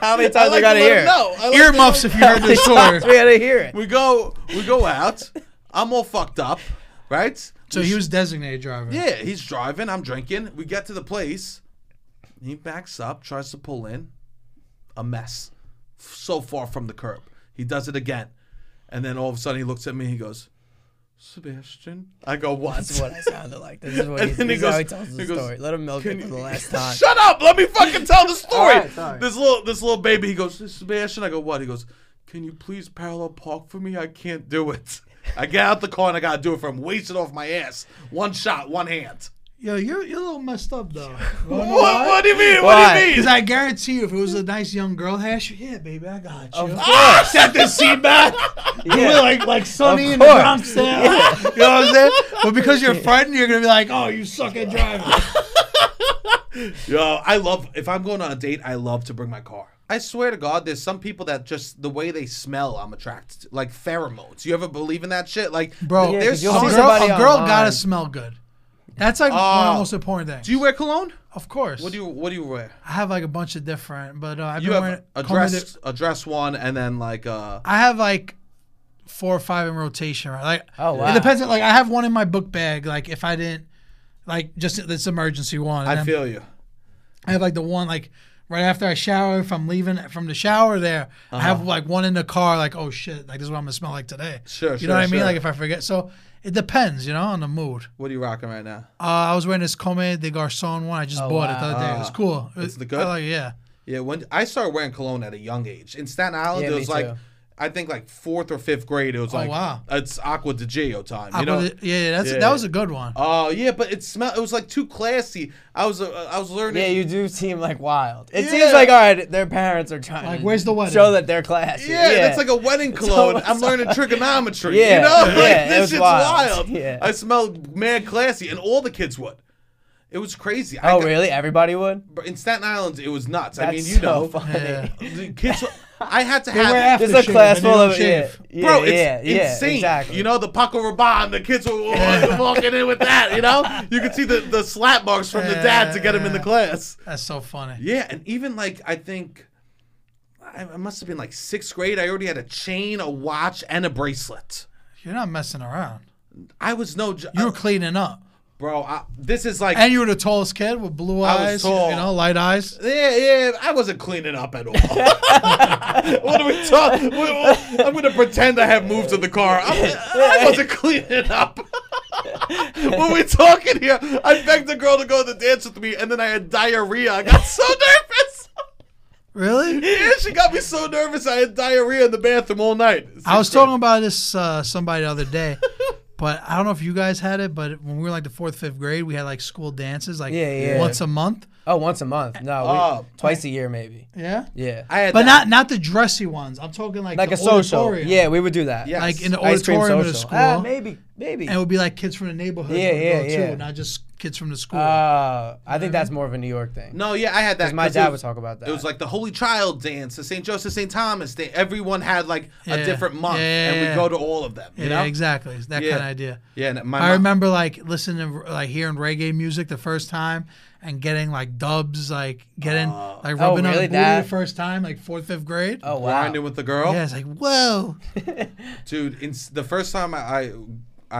Speaker 3: How many
Speaker 1: [LAUGHS]
Speaker 3: times
Speaker 1: I like
Speaker 3: we gotta
Speaker 1: to let
Speaker 3: hear?
Speaker 1: him
Speaker 3: it?
Speaker 1: know. I like to let him
Speaker 2: Earmuffs if you heard
Speaker 3: [LAUGHS] How many
Speaker 2: this
Speaker 3: times
Speaker 2: story.
Speaker 3: [LAUGHS] we gotta hear it.
Speaker 1: We go we go
Speaker 3: [LAUGHS]
Speaker 1: out. I'm all fucked up, right?
Speaker 2: So he was designated driver.
Speaker 1: yeah, he's driving. I'm drinking. We get to the place. He backs up, tries to pull in. A mess. f- so far from the curb. He does it again. And then all of a sudden he looks at me and he goes, Sebastian. I go, what?
Speaker 3: That's what I sounded like. This is what
Speaker 1: And
Speaker 3: he's,
Speaker 1: then he
Speaker 3: this is how he
Speaker 1: goes-
Speaker 3: tells
Speaker 1: he
Speaker 3: the
Speaker 1: goes,
Speaker 3: story. Let him milk
Speaker 1: Can
Speaker 3: it for
Speaker 1: you- [LAUGHS]
Speaker 3: the last time.
Speaker 1: Shut up! Let me fucking tell
Speaker 3: [LAUGHS]
Speaker 1: the story.
Speaker 3: right, sorry.
Speaker 1: this little this little baby, he goes, Sebastian. I go, what? He goes, Can you please parallel park for me? I can't do it. I get out the car and I gotta do it for him. Waste it off my ass. One shot, one hand.
Speaker 2: Yo, you're you're a little messed up though.
Speaker 1: What, what do you mean? What do
Speaker 3: Why?
Speaker 1: you
Speaker 2: Because
Speaker 1: mean?
Speaker 2: I guarantee you, if it was a nice young girl hash, yeah, baby, I got you.
Speaker 1: Ah, set
Speaker 3: [LAUGHS]
Speaker 1: this seat back.
Speaker 3: Yeah.
Speaker 2: like like Sonny
Speaker 3: Of
Speaker 2: and the
Speaker 3: course.
Speaker 2: Bronx style. [LAUGHS] You know what I'm saying? But because you're frightened, you're gonna be like, oh, you suck at driving.
Speaker 1: Yo, I love if I'm going on a date, I love to bring my car. I swear to God, there's some people that just the way they smell, I'm attracted to. Like pheromones. You ever believe in that shit? Like,
Speaker 2: Bro,
Speaker 3: Yeah, 'cause
Speaker 1: there's
Speaker 3: you'll
Speaker 2: a
Speaker 1: some
Speaker 3: see
Speaker 2: girl, a
Speaker 3: somebody
Speaker 2: girl
Speaker 3: online.
Speaker 2: gotta smell good. That's like one of
Speaker 1: Oh.
Speaker 2: the most important things.
Speaker 1: Do you wear cologne?
Speaker 2: of course.
Speaker 1: What do you What do you wear?
Speaker 2: I have like a bunch of different, but uh, I've
Speaker 1: You
Speaker 2: been
Speaker 1: have
Speaker 2: wearing
Speaker 1: a
Speaker 2: Coleman-
Speaker 1: dress, a dress one, and then like uh
Speaker 2: I have like four or five in rotation, right? Like,
Speaker 3: Oh, wow.
Speaker 2: It depends. on- Like, I have one in my book bag. Like, if I didn't, like, just this emergency one. and
Speaker 1: I
Speaker 2: then
Speaker 1: feel you.
Speaker 2: I have like the one like right after I shower. If I'm leaving from the shower, there I
Speaker 1: Uh-huh.
Speaker 2: have like one in the car. Like, oh shit, like this is what I'm gonna smell like today.
Speaker 1: Sure,
Speaker 2: you
Speaker 1: sure,
Speaker 2: know what I mean?
Speaker 1: sure.
Speaker 2: Like if I forget, so it depends, you know, on the mood.
Speaker 1: What are you rocking right now?
Speaker 2: Uh, I was wearing this Comme de Garcon one. I just bought it the other day. It was cool.
Speaker 1: Oh, It's
Speaker 2: It-
Speaker 1: the good?
Speaker 2: I like it, yeah.
Speaker 1: Yeah, when I started wearing cologne at a young age in Staten Island,
Speaker 3: Yeah,
Speaker 1: it
Speaker 3: me
Speaker 1: was like
Speaker 3: too. Oh,
Speaker 1: I think like fourth or fifth grade. It was like
Speaker 2: wow.
Speaker 1: it's Aqua de Gio time. You
Speaker 2: I
Speaker 1: know.
Speaker 2: bought it- yeah, yeah, that's
Speaker 1: Yeah.
Speaker 2: that was a good one.
Speaker 1: Oh yeah, but it smelled. It was like too classy. I was uh, I was learning.
Speaker 3: Yeah, you do seem like wild. It
Speaker 1: Yeah.
Speaker 3: seems like all right, their parents are trying.
Speaker 2: Like,
Speaker 3: to
Speaker 2: where's the wedding?
Speaker 3: Show that they're classy.
Speaker 1: Yeah, that's like a wedding cologne.
Speaker 3: almost-
Speaker 1: I'm
Speaker 3: [LAUGHS]
Speaker 1: learning trigonometry.
Speaker 3: Yeah,
Speaker 1: You know? [LAUGHS] Like,
Speaker 3: yeah, it
Speaker 1: this
Speaker 3: was
Speaker 1: shit's wild.
Speaker 3: wild. Yeah.
Speaker 1: I smelled mad classy, and all the kids would. It was crazy. I
Speaker 3: Oh
Speaker 1: got-
Speaker 3: really? Everybody would.
Speaker 1: In Staten Island, it was nuts. I
Speaker 3: That's
Speaker 1: mean, you
Speaker 3: so
Speaker 1: know,
Speaker 3: funny.
Speaker 2: Yeah.
Speaker 1: [LAUGHS] the kids. I had to
Speaker 2: They
Speaker 1: have.
Speaker 2: wear after
Speaker 3: There's a class full of yeah, yeah,
Speaker 1: [LAUGHS] Bro, it's
Speaker 3: yeah, yeah,
Speaker 1: insane.
Speaker 3: Exactly.
Speaker 1: You know the Paco Rabanne, the kids
Speaker 3: [LAUGHS]
Speaker 1: were wa- walking in with that. You know, you could see the, the slap marks from the dad to get him in the
Speaker 2: Yeah.
Speaker 1: class.
Speaker 2: That's so funny.
Speaker 1: Yeah, and even like I think I, I must have been like sixth grade. I already had a chain, a watch, and a bracelet.
Speaker 2: You're not messing around.
Speaker 1: I was no j- uh,
Speaker 2: You were cleaning up,
Speaker 1: bro. I, this is like
Speaker 2: and you were the tallest kid with blue
Speaker 1: I was
Speaker 2: eyes.
Speaker 1: tall.
Speaker 2: You know, light eyes.
Speaker 1: Yeah, yeah, I wasn't cleaning up at all. [LAUGHS] what are we talking? I'm gonna pretend I have moved to the car. I'm, I wasn't cleaning up. [LAUGHS] when we talking here, I begged the girl to go to the dance with me, and then I had diarrhea. I got so [LAUGHS] nervous.
Speaker 2: Really?
Speaker 1: Yeah, she got me so nervous. I had diarrhea in the bathroom all night.
Speaker 2: I was talking about this uh, somebody the other
Speaker 3: [LAUGHS]
Speaker 2: day, but I don't know if you guys had it. But when we were like the fourth, fifth grade, we had like school dances, like
Speaker 3: Yeah, yeah.
Speaker 2: once a month.
Speaker 3: oh, once a month. No, we,
Speaker 1: Oh.
Speaker 3: twice a year maybe.
Speaker 2: Yeah,
Speaker 3: Yeah,
Speaker 1: I had
Speaker 2: but
Speaker 1: that.
Speaker 2: not not the dressy ones. I'm talking like
Speaker 3: like
Speaker 2: the
Speaker 3: a social.
Speaker 2: auditorium.
Speaker 3: Yeah, we would do that.
Speaker 1: Yeah.
Speaker 2: like in the
Speaker 3: Ice cream
Speaker 2: auditorium
Speaker 3: social.
Speaker 2: of the school,
Speaker 3: Ah, maybe, maybe.
Speaker 2: and it would be like kids from the neighborhood.
Speaker 3: Yeah,
Speaker 2: would
Speaker 3: yeah,
Speaker 2: go
Speaker 3: yeah.
Speaker 2: Too, not just kids from the school.
Speaker 3: Uh, I think that's more of a New York thing.
Speaker 1: No, yeah, I had that.
Speaker 3: 'Cause my
Speaker 1: 'cause it
Speaker 3: dad
Speaker 1: was-
Speaker 3: would talk about that.
Speaker 1: It was like the Holy Child dance, the St. Joseph, St. Thomas. They, everyone had like a
Speaker 2: Yeah.
Speaker 1: different month,
Speaker 2: Yeah,
Speaker 1: and
Speaker 2: yeah,
Speaker 1: we
Speaker 2: yeah.
Speaker 1: go to all of them. You
Speaker 2: yeah,
Speaker 1: know,
Speaker 2: exactly. It's that
Speaker 1: Yeah.
Speaker 2: kind of idea.
Speaker 1: Yeah, and my
Speaker 2: I
Speaker 1: mom-
Speaker 2: remember like listening to like hearing reggae music the first time and getting like dubs, like getting like rubbing on the
Speaker 3: Uh, oh, really?
Speaker 2: booty
Speaker 3: That-
Speaker 2: the first time, like fourth, fifth grade.
Speaker 3: oh wow.
Speaker 1: grinding with the girl,
Speaker 2: Yeah, it's like whoa.
Speaker 1: dude. In, the first time I, I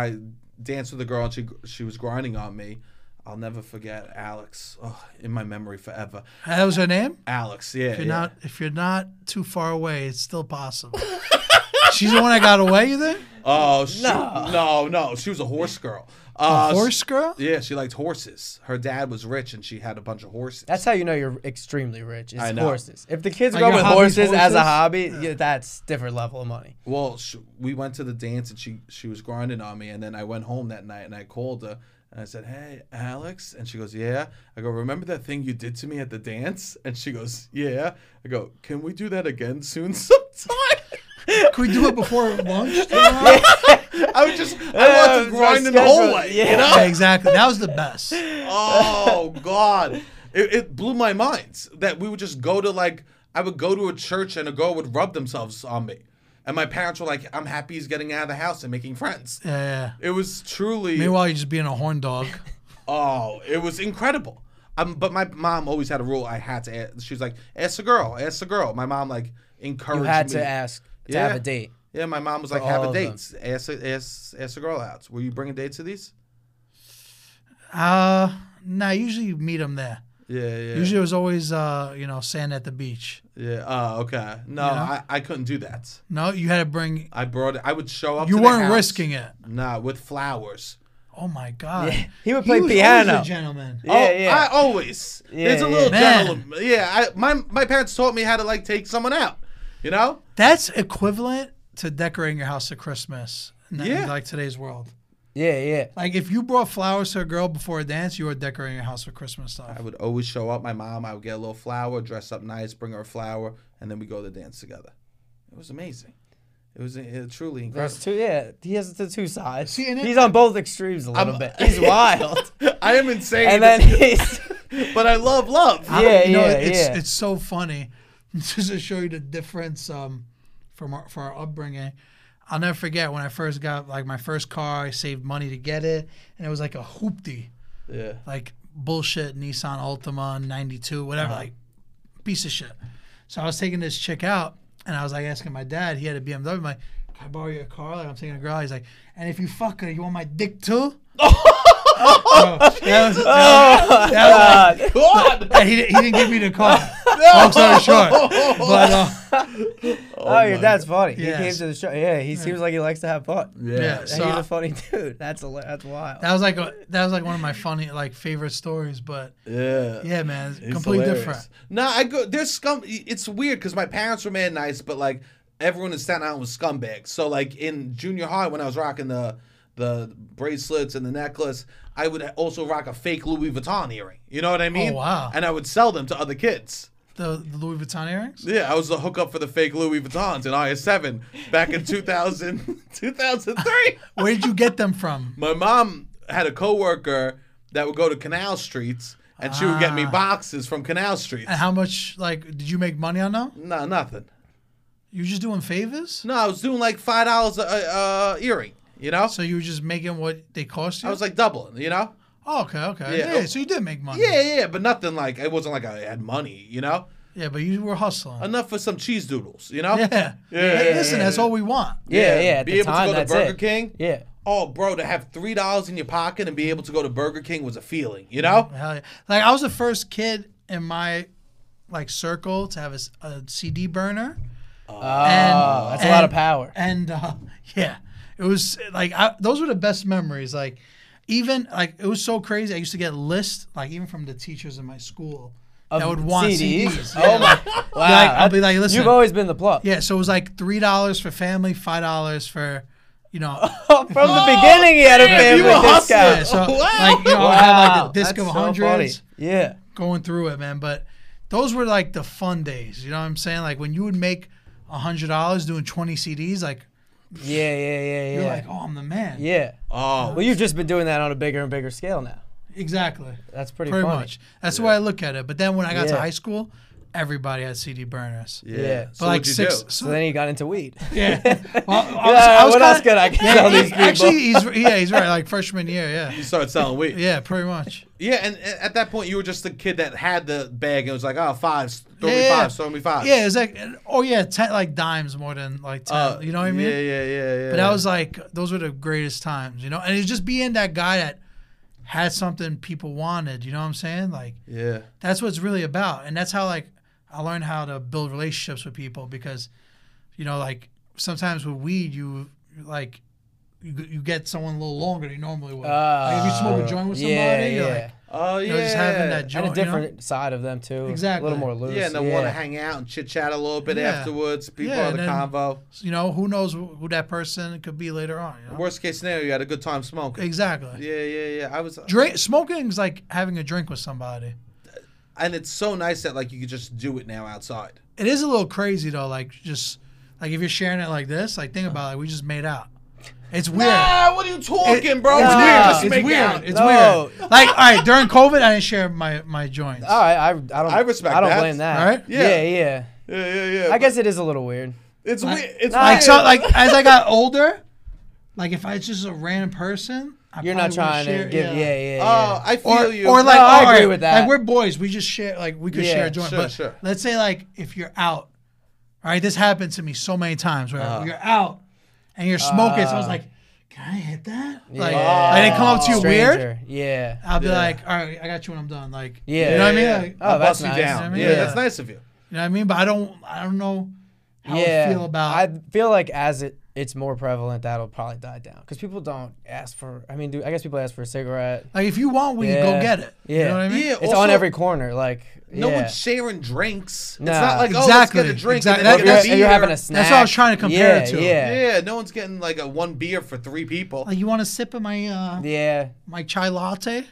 Speaker 1: I danced with a girl, and she she was grinding on me. I'll never forget Alex. Oh, in my memory forever.
Speaker 2: That was her name.
Speaker 1: Alex, yeah,
Speaker 2: If you're
Speaker 1: yeah.
Speaker 2: not if you're not too far away, it's still possible. [LAUGHS] She's the one that got away. You think?
Speaker 1: Oh she, no, no, no. She was a horse girl. Uh,
Speaker 2: Horse girl.
Speaker 1: Yeah, she liked horses. Her dad was rich, and she had a bunch of horses.
Speaker 3: That's how you know you're extremely rich. Is
Speaker 1: I know.
Speaker 3: horses. If the kids
Speaker 2: Like
Speaker 3: grow
Speaker 2: your
Speaker 3: with
Speaker 2: hobby's
Speaker 3: horses, as a
Speaker 2: horses?
Speaker 3: hobby, yeah, that's different level of money.
Speaker 1: Well, sh we went to the dance and she she was grinding on me, and then I went home that night and I called her and I said, "Hey, Alex," and she goes, "Yeah." I go, "Remember that thing you did to me at the dance?" And she goes, "Yeah." I go, "Can we do that again soon [LAUGHS] sometime?"
Speaker 2: Could we do
Speaker 1: [LAUGHS]
Speaker 2: it before lunch? tomorrow?
Speaker 1: I was just I
Speaker 3: it
Speaker 1: wanted
Speaker 3: was
Speaker 1: to
Speaker 3: my
Speaker 1: grind in the whole
Speaker 3: schedule.
Speaker 1: way,
Speaker 3: Yeah.
Speaker 1: you know?
Speaker 2: Yeah, exactly. That was the best.
Speaker 3: [LAUGHS]
Speaker 1: Oh God, it, it blew my mind that we would just go to like I would go to a church and a girl would rub themselves on me, and my parents were like, "I'm happy he's getting out of the house and making friends."
Speaker 2: Yeah, yeah.
Speaker 1: It was truly.
Speaker 2: Meanwhile, you're just being a horn dog.
Speaker 1: Oh, it was incredible. Um, but my mom always had a rule. I had to. Ask, she was like, "Ask the girl, ask the girl." My mom like encouraged
Speaker 3: You had
Speaker 1: me.
Speaker 3: to ask to
Speaker 1: Yeah.
Speaker 3: have a date.
Speaker 1: Yeah, my mom was like,
Speaker 3: for
Speaker 1: "Have
Speaker 3: all
Speaker 1: a
Speaker 3: of them.
Speaker 1: date. Ask, ask, ask the girl out. Were you bringing dates to these?"
Speaker 2: Uh, nah. Usually you meet them there.
Speaker 1: Yeah, yeah.
Speaker 2: Usually it was always, uh, you know, sand at the beach.
Speaker 1: Yeah. Oh, okay. No,
Speaker 2: You know?
Speaker 1: I, I couldn't do that.
Speaker 2: No, you had to bring.
Speaker 1: I brought. it- I would show up.
Speaker 2: You
Speaker 1: to their
Speaker 2: weren't
Speaker 1: house.
Speaker 2: risking it.
Speaker 1: Nah, with flowers.
Speaker 2: Oh my god.
Speaker 3: Yeah, he would play
Speaker 2: was
Speaker 3: piano.
Speaker 2: always a gentleman.
Speaker 3: Yeah,
Speaker 1: oh,
Speaker 3: yeah.
Speaker 1: I always.
Speaker 3: Yeah,
Speaker 1: There's a
Speaker 3: yeah.
Speaker 1: little
Speaker 2: Man.
Speaker 1: gentleman. Yeah. I, my my parents taught me how to like take someone out. You know.
Speaker 2: That's equivalent to decorating your house at Christmas. In
Speaker 1: Yeah.
Speaker 2: Like today's world.
Speaker 3: Yeah, yeah.
Speaker 2: Like if you brought flowers to a girl before a dance, you were decorating your house with Christmas stuff.
Speaker 1: I would always show up. My mom. I would get a little flower, dress up nice, bring her a flower, and then we go to dance together. It was amazing. It was uh, truly incredible.
Speaker 3: There's two. Yeah, he has the two sides.
Speaker 2: See, and it-
Speaker 3: he's on both extremes a little
Speaker 1: I'm-
Speaker 2: [LAUGHS]
Speaker 3: bit. He's wild.
Speaker 1: [LAUGHS] I am insane.
Speaker 3: and then he's [LAUGHS]
Speaker 1: but I love love.
Speaker 2: I-
Speaker 3: Yeah,
Speaker 2: you know,
Speaker 3: yeah,
Speaker 2: it's,
Speaker 3: yeah.
Speaker 2: It's so funny [LAUGHS] just to show you the difference um, from our, for our upbringing. I'll never forget when I first got like my first car. I saved money to get it, and it was like a hoopty,
Speaker 3: [LAUGHS]
Speaker 1: yeah. [LAUGHS]
Speaker 2: like bullshit Nissan Altima '92, whatever, like piece of shit. So I was taking this chick out, and I was like asking my dad. He had a BMW. I'm like, can I borrow your car? Like I'm taking a girl. He's like, and if you fuck her, you want my dick too? oh, bro, that was- that was- that was like-
Speaker 3: God.
Speaker 1: God.
Speaker 2: and he, he didn't give me the car. Long story short. But, uh,
Speaker 3: Oh, your dad's funny. He came
Speaker 2: Yes.
Speaker 3: to the show. Yeah, he seems like he likes to have fun. Yeah.
Speaker 2: yeah, so
Speaker 3: he's
Speaker 2: I-
Speaker 3: a funny [LAUGHS] dude. That's a, that's wild.
Speaker 2: that was like a, that was like one of my funny like favorite stories. But
Speaker 1: Yeah.
Speaker 2: yeah, man, it's
Speaker 1: It's
Speaker 2: completely
Speaker 1: hilarious.
Speaker 2: different.
Speaker 1: No, I go. There's scum. It's weird because my parents were mad nice, but like everyone in Staten Island was scumbags. So like in junior high, when I was rocking the the bracelets and the necklace, I would also rock a fake Louis Vuitton earring. You know what I mean?
Speaker 2: Oh, wow.
Speaker 1: And I would sell them to other kids.
Speaker 2: The, the Louis Vuitton earrings.
Speaker 1: Yeah, I was the hookup for the fake Louis Vuittons in IS7 back in [LAUGHS] 2000, 2003.
Speaker 2: Where did you get them from?
Speaker 1: My mom had a coworker that would go to Canal Streets, and she would get
Speaker 2: Ah.
Speaker 1: me boxes from Canal Streets.
Speaker 2: And how much like did you make money on them?
Speaker 1: No, nothing.
Speaker 2: You just doing favors.
Speaker 1: No, I was doing like five dollars a uh, earring. You know,
Speaker 2: So you were just making what they cost you.
Speaker 1: I was like doubling. You know,
Speaker 2: oh, okay, okay,
Speaker 1: Yeah.
Speaker 2: yeah. So you did make money.
Speaker 1: yeah, yeah, but nothing like it wasn't like I had money. You know,
Speaker 2: yeah, but you were hustling.
Speaker 1: enough for some cheese doodles. You know,
Speaker 2: [LAUGHS] yeah.
Speaker 1: Yeah,
Speaker 2: Hey,
Speaker 1: yeah,
Speaker 2: Listen,
Speaker 1: yeah,
Speaker 2: that's
Speaker 1: yeah.
Speaker 2: all we want.
Speaker 3: yeah, yeah. At
Speaker 1: be
Speaker 3: the
Speaker 1: able to
Speaker 3: time,
Speaker 1: go to
Speaker 3: that's
Speaker 1: Burger
Speaker 3: it.
Speaker 1: King.
Speaker 3: Yeah.
Speaker 1: Oh, bro, to have three dollars in your pocket and be able to go to Burger King was a feeling. You know.
Speaker 2: Hell yeah. Like I was the first kid in my like circle to have a, s- a CD burner.
Speaker 3: Oh, that's a
Speaker 2: and-
Speaker 3: lot of power.
Speaker 2: And uh, [LAUGHS] yeah, it was like I, those were the best memories. Like even like it was so crazy. I used to get lists like even from the teachers in my school that would want CDs. Yeah.
Speaker 3: Oh my! Wow.
Speaker 2: I'll be like, listen.
Speaker 3: You've always been the plug.
Speaker 2: yeah, so it was like three dollars for family, five dollars for you
Speaker 3: [LAUGHS]
Speaker 2: know.
Speaker 3: Oh, From the beginning, he had a
Speaker 1: damn, you
Speaker 3: family
Speaker 1: were
Speaker 2: Yeah,
Speaker 3: discount.
Speaker 2: so
Speaker 1: Wow.
Speaker 2: like you know, I had like the disc
Speaker 3: that's
Speaker 2: of
Speaker 3: so
Speaker 2: hundreds
Speaker 3: funny. Yeah.
Speaker 2: going through it, man. But those were like the fun days. You know what I'm saying? Like when you would make a hundred dollars doing twenty CDs, like
Speaker 3: Yeah, yeah, yeah, yeah.
Speaker 2: you're like, oh, I'm the man.
Speaker 3: yeah.
Speaker 1: Oh,
Speaker 3: Well, you've just been doing that on a bigger and bigger scale now.
Speaker 2: Exactly.
Speaker 3: That's pretty,
Speaker 2: Pretty
Speaker 3: funny.
Speaker 2: much. That's the way I look at it. But then when I got to
Speaker 3: Yeah.
Speaker 2: high school, everybody had CD burners.
Speaker 1: yeah.
Speaker 3: yeah.
Speaker 1: So
Speaker 2: But like
Speaker 1: what'd you
Speaker 2: six.
Speaker 1: do?
Speaker 2: so-
Speaker 3: So [LAUGHS] then he got into weed.
Speaker 2: yeah. Well, I was,
Speaker 3: Yeah,
Speaker 2: I was
Speaker 3: what else
Speaker 2: kinda-
Speaker 3: could I
Speaker 2: [LAUGHS]
Speaker 3: get
Speaker 2: Yeah,
Speaker 3: on
Speaker 2: he-
Speaker 3: these people?
Speaker 2: actually, he's yeah, he's right. Like freshman year, yeah,
Speaker 1: You started selling weed.
Speaker 2: [LAUGHS] yeah, pretty much.
Speaker 1: Yeah, and a- at that point, you were just the kid that had the bag and was like, oh, fives, throw me
Speaker 2: Yeah.
Speaker 1: fives, throw me fives.
Speaker 2: Yeah, it's like oh yeah, ten, like dimes more than like ten.
Speaker 1: Uh,
Speaker 2: you know what I mean?
Speaker 1: Yeah, yeah, yeah, yeah.
Speaker 2: But that was like those were the greatest times, you know. And it's just being that guy that had something people wanted. You know what I'm saying? Like
Speaker 1: yeah.
Speaker 2: that's what it's really about and that's how like i learned how to build relationships with people because you know like sometimes with weed you like you, you get someone a little longer than you normally would like if you smoke a joint with somebody
Speaker 3: Uh, Ah, yeah,
Speaker 2: you're
Speaker 3: yeah.
Speaker 2: like
Speaker 1: Oh, yeah.
Speaker 2: you know just having that joint
Speaker 3: and a
Speaker 2: you know?
Speaker 3: different side of them too. A
Speaker 2: Exactly.
Speaker 3: little more loose.
Speaker 1: Yeah, and they want to hang out and chit chat a little bit
Speaker 2: Yeah.
Speaker 1: afterwards, be
Speaker 2: Yeah,
Speaker 1: part of the
Speaker 2: and then-
Speaker 1: convo.
Speaker 2: you know, who knows wh- who that person could be later on you know?
Speaker 1: Worst case scenario, you had a good time smoking.
Speaker 2: exactly
Speaker 1: Yeah, yeah, yeah. I was,
Speaker 2: drink smoking's like having a drink with somebody
Speaker 1: and it's so nice that like you could just do it now outside.
Speaker 2: it is a little crazy though like just like if you're sharing it like this like
Speaker 3: Uh-huh.
Speaker 2: think about it like we just made out it's weird
Speaker 1: Nah, Ah, what are you talking,
Speaker 2: It-
Speaker 1: bro?
Speaker 2: It's
Speaker 3: Nah.
Speaker 2: weird.
Speaker 1: Just
Speaker 2: It's
Speaker 1: make
Speaker 2: weird.
Speaker 1: out.
Speaker 2: It's
Speaker 3: No.
Speaker 2: weird. Like, all right, during COVID, I didn't share my my joints.
Speaker 3: All right, I, I don't. I
Speaker 1: respect
Speaker 3: I don't
Speaker 1: that.
Speaker 3: blame that.
Speaker 2: All right?
Speaker 1: Yeah.
Speaker 3: Yeah, yeah.
Speaker 1: yeah, yeah, yeah.
Speaker 3: I guess it is a little weird.
Speaker 1: it's weird. It's
Speaker 2: Like,
Speaker 1: weird.
Speaker 2: so, like as I got older, like if I it's just a random person, I
Speaker 3: You're
Speaker 2: probably
Speaker 3: not
Speaker 2: wouldn't
Speaker 3: trying to
Speaker 2: share-
Speaker 3: give. Yeah, yeah, yeah.
Speaker 1: oh, I feel
Speaker 2: Or,
Speaker 1: you.
Speaker 2: or like,
Speaker 3: No, I
Speaker 2: all
Speaker 3: agree
Speaker 2: right,
Speaker 3: with that.
Speaker 2: Like we're boys, we just share. Like we could
Speaker 3: Yeah,
Speaker 2: share a joint.
Speaker 1: sure,
Speaker 2: but
Speaker 1: sure.
Speaker 2: let's say like if you're out,
Speaker 3: Uh-huh.
Speaker 2: all right, this happened to me so many times where you're out and you're smoking. so I was like, can I hit that?
Speaker 3: Yeah.
Speaker 2: Like, like they come
Speaker 1: Oh,
Speaker 2: up to you weird.
Speaker 3: Stranger. Yeah.
Speaker 2: I'll be
Speaker 1: Yeah.
Speaker 2: like, all right, I got you when I'm done. Like,
Speaker 3: Yeah.
Speaker 2: you know what I mean?
Speaker 1: Yeah.
Speaker 2: Like,
Speaker 3: Oh,
Speaker 1: I'll bust
Speaker 3: that's
Speaker 1: you
Speaker 3: nice.
Speaker 1: down.
Speaker 2: I
Speaker 1: Yeah,
Speaker 2: mean,
Speaker 1: that's
Speaker 2: yeah.
Speaker 1: nice of you.
Speaker 2: You know what I mean? But I don't, I don't know how I feel about.
Speaker 3: I feel like as it it's more prevalent, that'll probably die down because people don't ask for. I mean, do I guess people ask for a cigarette?
Speaker 2: like, if you want weed, go
Speaker 3: Yeah.
Speaker 2: get it.
Speaker 3: Yeah.
Speaker 2: You know what I mean?
Speaker 1: Yeah,
Speaker 3: It's on
Speaker 1: also,
Speaker 3: every corner. Like
Speaker 1: No
Speaker 3: yeah.
Speaker 1: one's sharing drinks. It's
Speaker 3: Nah.
Speaker 1: not like oh, let's
Speaker 2: Exactly.
Speaker 1: get a drink.
Speaker 2: Exactly.
Speaker 1: And
Speaker 3: If
Speaker 1: then
Speaker 3: you're,
Speaker 1: get
Speaker 3: if
Speaker 1: a
Speaker 3: you're
Speaker 1: beer.
Speaker 3: having a snack.
Speaker 2: That's what I was trying to compare
Speaker 3: yeah,
Speaker 2: it to.
Speaker 3: Yeah.
Speaker 1: Yeah, no one's getting like a one beer for three people.
Speaker 2: Like, you want a sip of my uh,
Speaker 3: Yeah.
Speaker 2: my chai latte?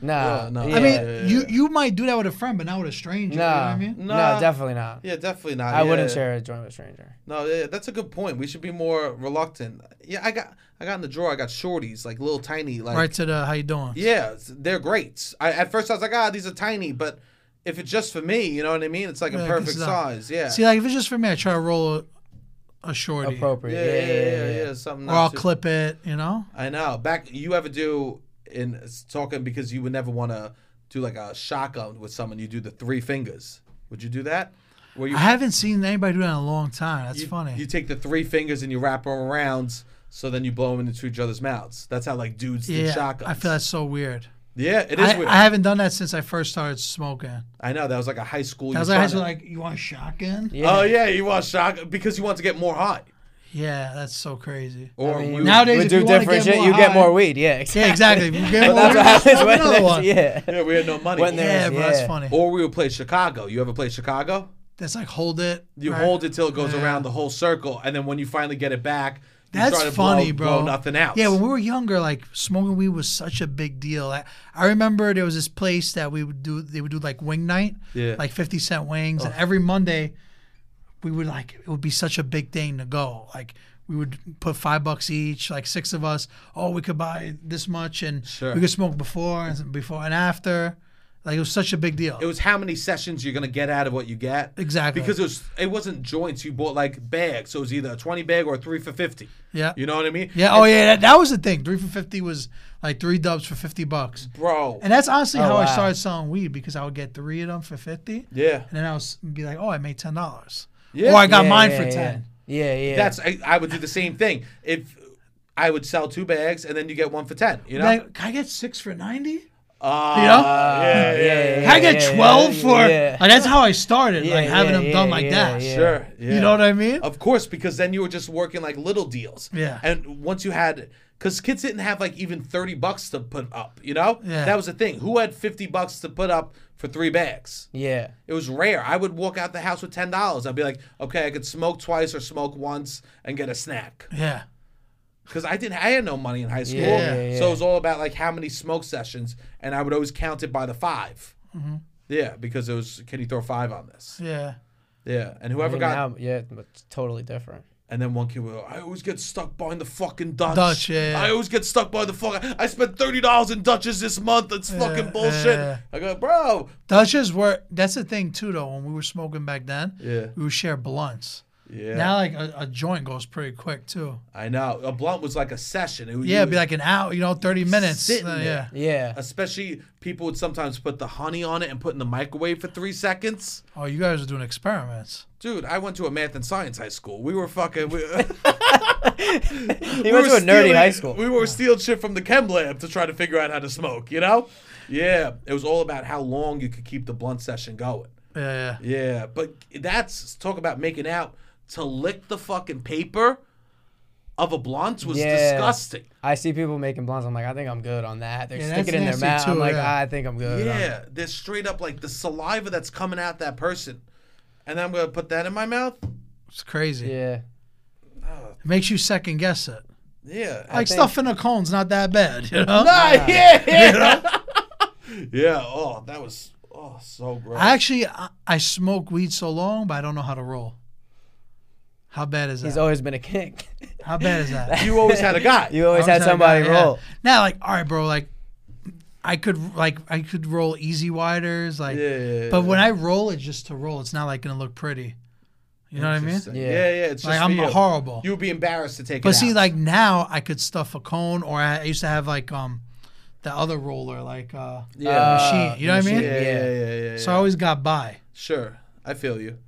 Speaker 3: Nah.
Speaker 1: Yeah, no.
Speaker 2: I mean,
Speaker 1: Yeah.
Speaker 2: you you might do that with a friend, but not with a stranger. You know what I
Speaker 3: Nah.
Speaker 2: mean?
Speaker 1: Nah.
Speaker 3: No, definitely not.
Speaker 1: yeah, definitely not.
Speaker 3: I wouldn't
Speaker 1: Yeah.
Speaker 3: share a joint with a stranger.
Speaker 1: No, yeah, that's a good point. We should be more reluctant. Yeah, I got I got in the drawer. I got shorties, like little tiny, like
Speaker 2: Right to the how you doing?
Speaker 1: yeah, it's- they're greats. I, at first I was like, ah, these are tiny, but if it's just for me, you know what I mean? It's like a
Speaker 2: Yeah,
Speaker 1: perfect
Speaker 2: this is a-
Speaker 1: size. Yeah.
Speaker 2: See, like if it's just for me, I try to roll a, a shorty, or
Speaker 3: Appropriate.
Speaker 1: yeah, yeah, yeah, yeah, yeah, Something. not
Speaker 2: I'll
Speaker 1: too-
Speaker 2: clip it. You know?
Speaker 1: I know. Back, you ever do in talking because you would never want to do like a shotgun with someone. You do the three fingers. Would you do that? Where you
Speaker 2: I haven't seen anybody do that in a long time. That's
Speaker 1: you,
Speaker 2: funny.
Speaker 1: You take the three fingers and you wrap them around, so then you blow them into each other's mouths. That's how like dudes do
Speaker 2: yeah,
Speaker 1: shotguns.
Speaker 2: I feel that's so weird.
Speaker 1: Yeah, it is
Speaker 2: I,
Speaker 1: weird.
Speaker 2: I haven't done that since I first started smoking.
Speaker 1: I know that was like a high school.
Speaker 2: I
Speaker 1: you
Speaker 2: was like, I
Speaker 1: tried
Speaker 2: was
Speaker 1: it.
Speaker 2: like, you want a shotgun? Yeah,
Speaker 1: oh yeah, you want shotgun because you want to get more high.
Speaker 2: that's so crazy.
Speaker 1: Or we-
Speaker 2: Nowadays,
Speaker 3: We
Speaker 2: if
Speaker 3: do
Speaker 2: you wanna
Speaker 3: different
Speaker 2: get
Speaker 3: shit.
Speaker 2: more
Speaker 3: You get
Speaker 2: high-
Speaker 3: more weed. Yeah. Exactly.
Speaker 2: Yeah, exactly. If you get
Speaker 3: [LAUGHS] That's
Speaker 2: more,
Speaker 3: what happens
Speaker 2: smoke
Speaker 3: when
Speaker 2: another
Speaker 3: there's-
Speaker 2: one.
Speaker 3: [LAUGHS] Yeah.
Speaker 1: yeah, we had no money.
Speaker 3: When there-
Speaker 2: Yeah, bro, that's
Speaker 3: Yeah.
Speaker 2: funny.
Speaker 1: or we would play Chicago. You ever play Chicago?
Speaker 2: That's like hold it.
Speaker 1: You
Speaker 2: right?
Speaker 1: hold it till it goes
Speaker 2: Yeah.
Speaker 1: around the whole circle, and then when you finally get it back, you
Speaker 2: That's
Speaker 1: try to
Speaker 2: funny,
Speaker 1: blow,
Speaker 2: bro.
Speaker 1: blow nothing out.
Speaker 2: Yeah, when we were younger, like smoking weed was such a big deal. I, I remember there was this place that we would do. They would do like wing night,
Speaker 1: Yeah. Oh.
Speaker 2: like fifty cent wings, and every Monday, we would like it would be such a big thing to go. Like we would put five bucks each, like six of us. Oh, we could buy this much, and
Speaker 1: Sure.
Speaker 2: we could smoke before and before and after. Like it was such a big deal.
Speaker 1: it was how many sessions you're gonna get out of what you get.
Speaker 2: Exactly.
Speaker 1: Because it was it wasn't joints. You bought like bags, so it was either a twenty bag or a three for fifty.
Speaker 2: Yeah.
Speaker 1: You know what I mean?
Speaker 2: yeah. Oh yeah, that, that was the thing. Three for fifty was like three dubs for fifty bucks.
Speaker 1: Bro.
Speaker 2: And that's honestly how I
Speaker 3: Oh, wow.
Speaker 2: started selling weed because I would get three of them for fifty.
Speaker 1: yeah.
Speaker 2: And then I was be like, oh, I made ten dollars.
Speaker 1: Yeah.
Speaker 2: Or I got
Speaker 3: Yeah,
Speaker 2: mine
Speaker 3: yeah,
Speaker 2: for
Speaker 3: yeah.
Speaker 2: ten.
Speaker 3: Yeah. Yeah.
Speaker 1: That's I, I would do the same thing. If I would sell two bags and then you get one for ten. You know?
Speaker 2: Like, can I get six for ninety?
Speaker 1: Uh,
Speaker 2: You know?
Speaker 1: Yeah, yeah, yeah,
Speaker 2: can I get
Speaker 3: yeah,
Speaker 2: twelve
Speaker 3: yeah,
Speaker 2: for?
Speaker 3: yeah.
Speaker 2: Like, that's how I started, like
Speaker 3: Yeah,
Speaker 2: having
Speaker 3: yeah,
Speaker 2: them
Speaker 3: yeah,
Speaker 2: done like
Speaker 3: yeah,
Speaker 2: that.
Speaker 3: yeah.
Speaker 1: Sure. Yeah.
Speaker 2: You know what I mean?
Speaker 1: Of course, because then you were just working like little deals.
Speaker 2: Yeah.
Speaker 1: And once you had, because kids didn't have like even thirty bucks to put up. You know?
Speaker 2: Yeah.
Speaker 1: That was the thing. Who had fifty bucks to put up for three bags?
Speaker 3: yeah.
Speaker 1: It was rare. I would walk out the house with ten dollars. I'd be like, okay, I could smoke twice or smoke once and get a snack.
Speaker 2: Yeah.
Speaker 1: Because I didn't, I had no money in high school,
Speaker 3: Yeah, yeah,
Speaker 1: so
Speaker 3: yeah.
Speaker 1: it was all about like how many smoke sessions, and I would always count it by the 5
Speaker 2: Mm-hmm.
Speaker 1: Yeah, because it was can you throw five on this?
Speaker 2: Yeah.
Speaker 1: Yeah, and whoever
Speaker 3: And
Speaker 1: got,
Speaker 3: now- yeah, but it's totally different.
Speaker 1: and then one kid would, go, I always get stuck buying the fucking Dutch.
Speaker 2: Dutch, yeah, yeah.
Speaker 1: I always get stuck by the fuck. I spent thirty dollars in Dutches this month. It's fucking
Speaker 2: yeah,
Speaker 1: bullshit.
Speaker 2: yeah.
Speaker 1: I go, bro.
Speaker 2: Dutches were. That's the thing too, though. When we were smoking back then,
Speaker 1: Yeah.
Speaker 2: we would share blunts.
Speaker 1: Yeah,
Speaker 2: Now, like a, a joint goes pretty quick too.
Speaker 1: I know. A blunt was like a session. It,
Speaker 2: Yeah,
Speaker 1: you-
Speaker 2: it'd be like an hour, you know, thirty minutes.
Speaker 1: Sitting
Speaker 2: Uh,
Speaker 1: there.
Speaker 2: yeah.
Speaker 3: Yeah.
Speaker 1: Especially people would sometimes put the honey on it and put it in the microwave for three seconds.
Speaker 2: Oh, you guys are doing experiments.
Speaker 1: Dude, I went to a math and science high school. We were fucking. We, [LAUGHS]
Speaker 3: He went to a nerdy high school.
Speaker 1: We were stealing shit from the chem lab to try to figure out how to smoke. You know? Yeah, it was all about how long you could keep the blunt session going.
Speaker 2: Yeah, yeah.
Speaker 1: Yeah, but that's talk about making out to lick the fucking paper of a blunt was
Speaker 3: Yeah.
Speaker 1: disgusting.
Speaker 3: I see people making blunts. I'm like, I think I'm good on that. They
Speaker 2: Yeah,
Speaker 3: stick
Speaker 2: that's
Speaker 3: it in their
Speaker 2: nasty
Speaker 3: mouth. I'm
Speaker 2: too,
Speaker 3: like,
Speaker 2: yeah.
Speaker 3: I think I'm good. on
Speaker 1: Yeah, there's straight up like the saliva that's coming out that person, and I'm gonna put that in my mouth.
Speaker 2: It's crazy.
Speaker 3: Yeah.
Speaker 2: It makes you second guess it.
Speaker 1: Yeah,
Speaker 2: like
Speaker 3: think-
Speaker 2: stuff in a cone's not that bad, you know.
Speaker 1: Ah, yeah, yeah. yeah. Oh, that was oh so gross.
Speaker 2: I actually I, I smoke weed so long, but I don't know how to roll. How bad is
Speaker 3: He's
Speaker 2: that?
Speaker 3: always been a kick.
Speaker 2: How bad
Speaker 1: [LAUGHS]
Speaker 2: is
Speaker 1: [LAUGHS]
Speaker 2: that?
Speaker 1: you always had a
Speaker 2: [LAUGHS]
Speaker 1: guy.
Speaker 3: [LAUGHS] you always
Speaker 2: I
Speaker 3: had
Speaker 2: was that
Speaker 3: somebody
Speaker 2: guy, yeah.
Speaker 3: roll.
Speaker 2: Now, like, all right, bro, like. I could like I could roll easy widers like,
Speaker 1: Yeah, yeah, yeah,
Speaker 2: but when I roll, it's just to roll. It's not like gonna look pretty. You know what I mean?
Speaker 1: Interesting.
Speaker 3: mean?
Speaker 1: Yeah,
Speaker 3: Yeah.
Speaker 1: yeah. It's just
Speaker 2: Like I'm
Speaker 1: for you.
Speaker 2: horrible.
Speaker 1: You would be embarrassed to take.
Speaker 2: But
Speaker 1: it
Speaker 2: see,
Speaker 1: out.
Speaker 2: like now I could stuff a cone, or I I used to have like um, the other roller, like uh,
Speaker 1: yeah,
Speaker 2: machine. You know what I
Speaker 1: yeah,
Speaker 3: Uh,
Speaker 2: mean?
Speaker 1: yeah, yeah, yeah, yeah, yeah.
Speaker 2: So I always got by.
Speaker 1: sure, I feel you.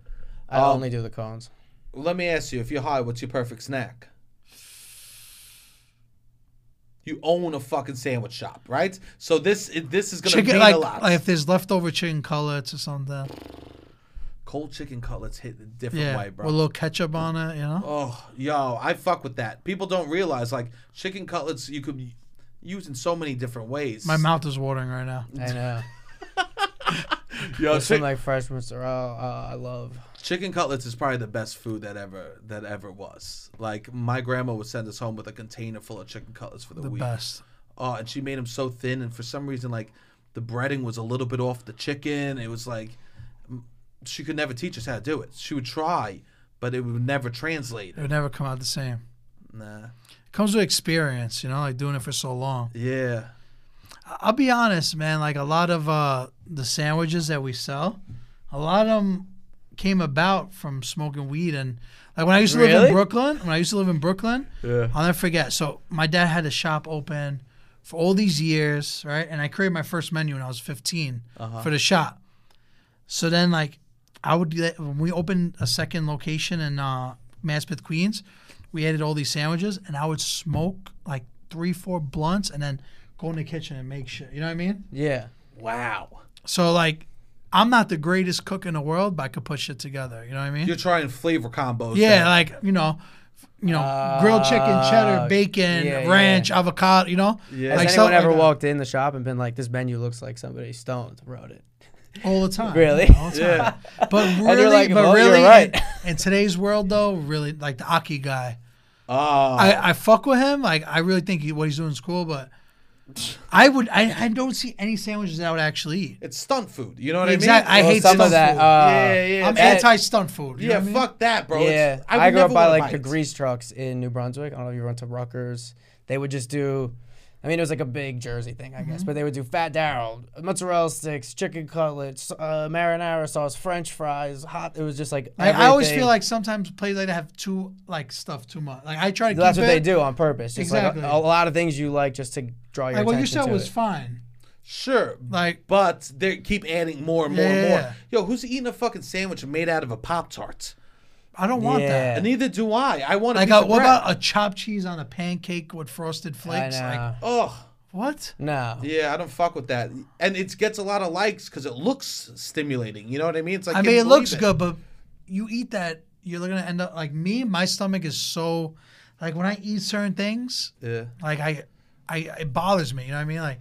Speaker 3: I
Speaker 1: Um,
Speaker 3: only do the cones.
Speaker 1: Let me ask you: If you're high, what's your perfect snack? you own a fucking sandwich shop, right? So this it, this is gonna
Speaker 2: Chicken,
Speaker 1: mean
Speaker 2: like,
Speaker 1: a lot.
Speaker 2: like if there's leftover chicken cutlets or something.
Speaker 1: Cold chicken cutlets hit a different
Speaker 2: Yeah,
Speaker 1: way, bro.
Speaker 2: with a little ketchup on it, you know.
Speaker 1: Oh, yo, I fuck with that. People don't realize like chicken cutlets you could use in so many different ways.
Speaker 2: My mouth is watering right now.
Speaker 1: [LAUGHS]
Speaker 3: I know.
Speaker 1: yo,
Speaker 3: There's some
Speaker 1: chick-
Speaker 3: like fresh mozzarella. uh, I love.
Speaker 1: chicken cutlets is probably the best food that ever that ever was. Like my grandma would send us home with a container full of chicken cutlets for the,
Speaker 2: The
Speaker 1: week.
Speaker 2: best.
Speaker 1: Oh, and she made them so thin, and for some reason, like the breading was a little bit off the chicken. It was like m- she could never teach us how to do it. She would try, but it would never translate.
Speaker 2: It would never come out the same.
Speaker 1: Nah.
Speaker 2: It comes with experience, you know, like doing it for so long.
Speaker 1: Yeah.
Speaker 2: I- I'll be honest, man. Like a lot of uh, the sandwiches that we sell, a lot of them came about from smoking weed and like when I used to live
Speaker 3: Really?
Speaker 2: in Brooklyn. When I used to live in Brooklyn,
Speaker 1: Yeah.
Speaker 2: I'll never forget. So my dad had a shop open for all these years, right? And I created my first menu when I was 15 for the shop. So then, like, I would get, when we opened a second location in uh, Maspeth, Queens, we added all these sandwiches, and I would smoke like three, four blunts, and then go in the kitchen and make shit. You know what I mean?
Speaker 3: Yeah.
Speaker 1: Wow.
Speaker 2: So like, I'm not the greatest cook in the world, but I could put shit together. You know what I mean?
Speaker 1: You're trying flavor combos.
Speaker 2: Yeah,
Speaker 1: then.
Speaker 2: like you know, you know, grilled chicken, cheddar,
Speaker 3: Uh,
Speaker 2: bacon,
Speaker 3: yeah,
Speaker 2: ranch, avocado. You know,
Speaker 1: Yeah.
Speaker 3: Has
Speaker 1: Like,
Speaker 3: anyone
Speaker 2: stuff
Speaker 3: ever
Speaker 2: that.
Speaker 3: walked in the shop and been like, "This menu looks like somebody stoned wrote it"?
Speaker 2: all the time?
Speaker 3: Really? [LAUGHS]
Speaker 2: all the [LAUGHS] time. But
Speaker 3: you're
Speaker 2: really,
Speaker 3: like,
Speaker 2: but
Speaker 3: well, you're
Speaker 2: really,
Speaker 3: right.
Speaker 2: in, in today's world though, really like the Aki guy.
Speaker 1: Oh.
Speaker 2: I, I fuck with him. Like I really think he, what he's doing is cool, but I would I, I don't see any sandwiches that I would actually eat.
Speaker 1: it's stunt food. You know what
Speaker 2: Exactly.
Speaker 1: I
Speaker 2: I
Speaker 1: mean?
Speaker 3: Well,
Speaker 2: hate
Speaker 3: some
Speaker 2: stunt
Speaker 3: of that,
Speaker 2: food.
Speaker 3: uh,
Speaker 1: yeah, yeah.
Speaker 2: I'm
Speaker 1: that-
Speaker 2: anti stunt food. you know
Speaker 1: yeah,
Speaker 2: what I mean?
Speaker 1: fuck that, bro.
Speaker 3: yeah,
Speaker 1: It's-
Speaker 3: I,
Speaker 1: would
Speaker 3: grew up
Speaker 1: never
Speaker 3: by
Speaker 1: wanna
Speaker 3: like
Speaker 1: buy
Speaker 3: the
Speaker 1: it.
Speaker 3: grease trucks in New Brunswick. I don't know if you went to Rutgers. They would just do. I mean, it was like a big Jersey thing, I
Speaker 2: Mm-hmm.
Speaker 3: guess. But they would do Fat Daryl, mozzarella sticks, chicken cutlets, uh, marinara sauce, French fries, hot. It was just like
Speaker 2: Like, I always feel
Speaker 3: everything.
Speaker 2: like sometimes plays like that have too like stuff too much. Like I try to.
Speaker 3: that's
Speaker 2: keep
Speaker 3: what
Speaker 2: it,
Speaker 3: they do on purpose. Just
Speaker 2: Exactly.
Speaker 3: like a, a lot of things you like just to draw your
Speaker 2: Like what
Speaker 3: attention
Speaker 2: you said
Speaker 3: to
Speaker 2: was
Speaker 3: it.
Speaker 2: fine.
Speaker 1: Sure.
Speaker 2: Like
Speaker 1: But they keep adding more and more and more.
Speaker 2: Yeah.
Speaker 1: Yo, who's eating a fucking sandwich made out of a Pop Tart?
Speaker 2: I don't want
Speaker 3: Yeah.
Speaker 2: that.
Speaker 1: And neither do I. I want to
Speaker 2: Like,
Speaker 1: piece
Speaker 2: a,
Speaker 1: of
Speaker 2: what
Speaker 1: bread.
Speaker 2: about a chopped cheese on a pancake with frosted
Speaker 3: I
Speaker 2: flakes? Like,
Speaker 3: know.
Speaker 1: Oh,
Speaker 2: what?
Speaker 3: No.
Speaker 1: yeah, I don't fuck with that. And it gets a lot of likes because it looks stimulating. You know what I mean? It's like
Speaker 2: I
Speaker 1: can
Speaker 2: mean,
Speaker 1: you
Speaker 2: it looks
Speaker 1: believe
Speaker 2: good, but you eat that, you're gonna end up like me. My stomach is so, like, when I eat certain things,
Speaker 1: Yeah.
Speaker 2: like I, I it bothers me. You know what I mean? Like,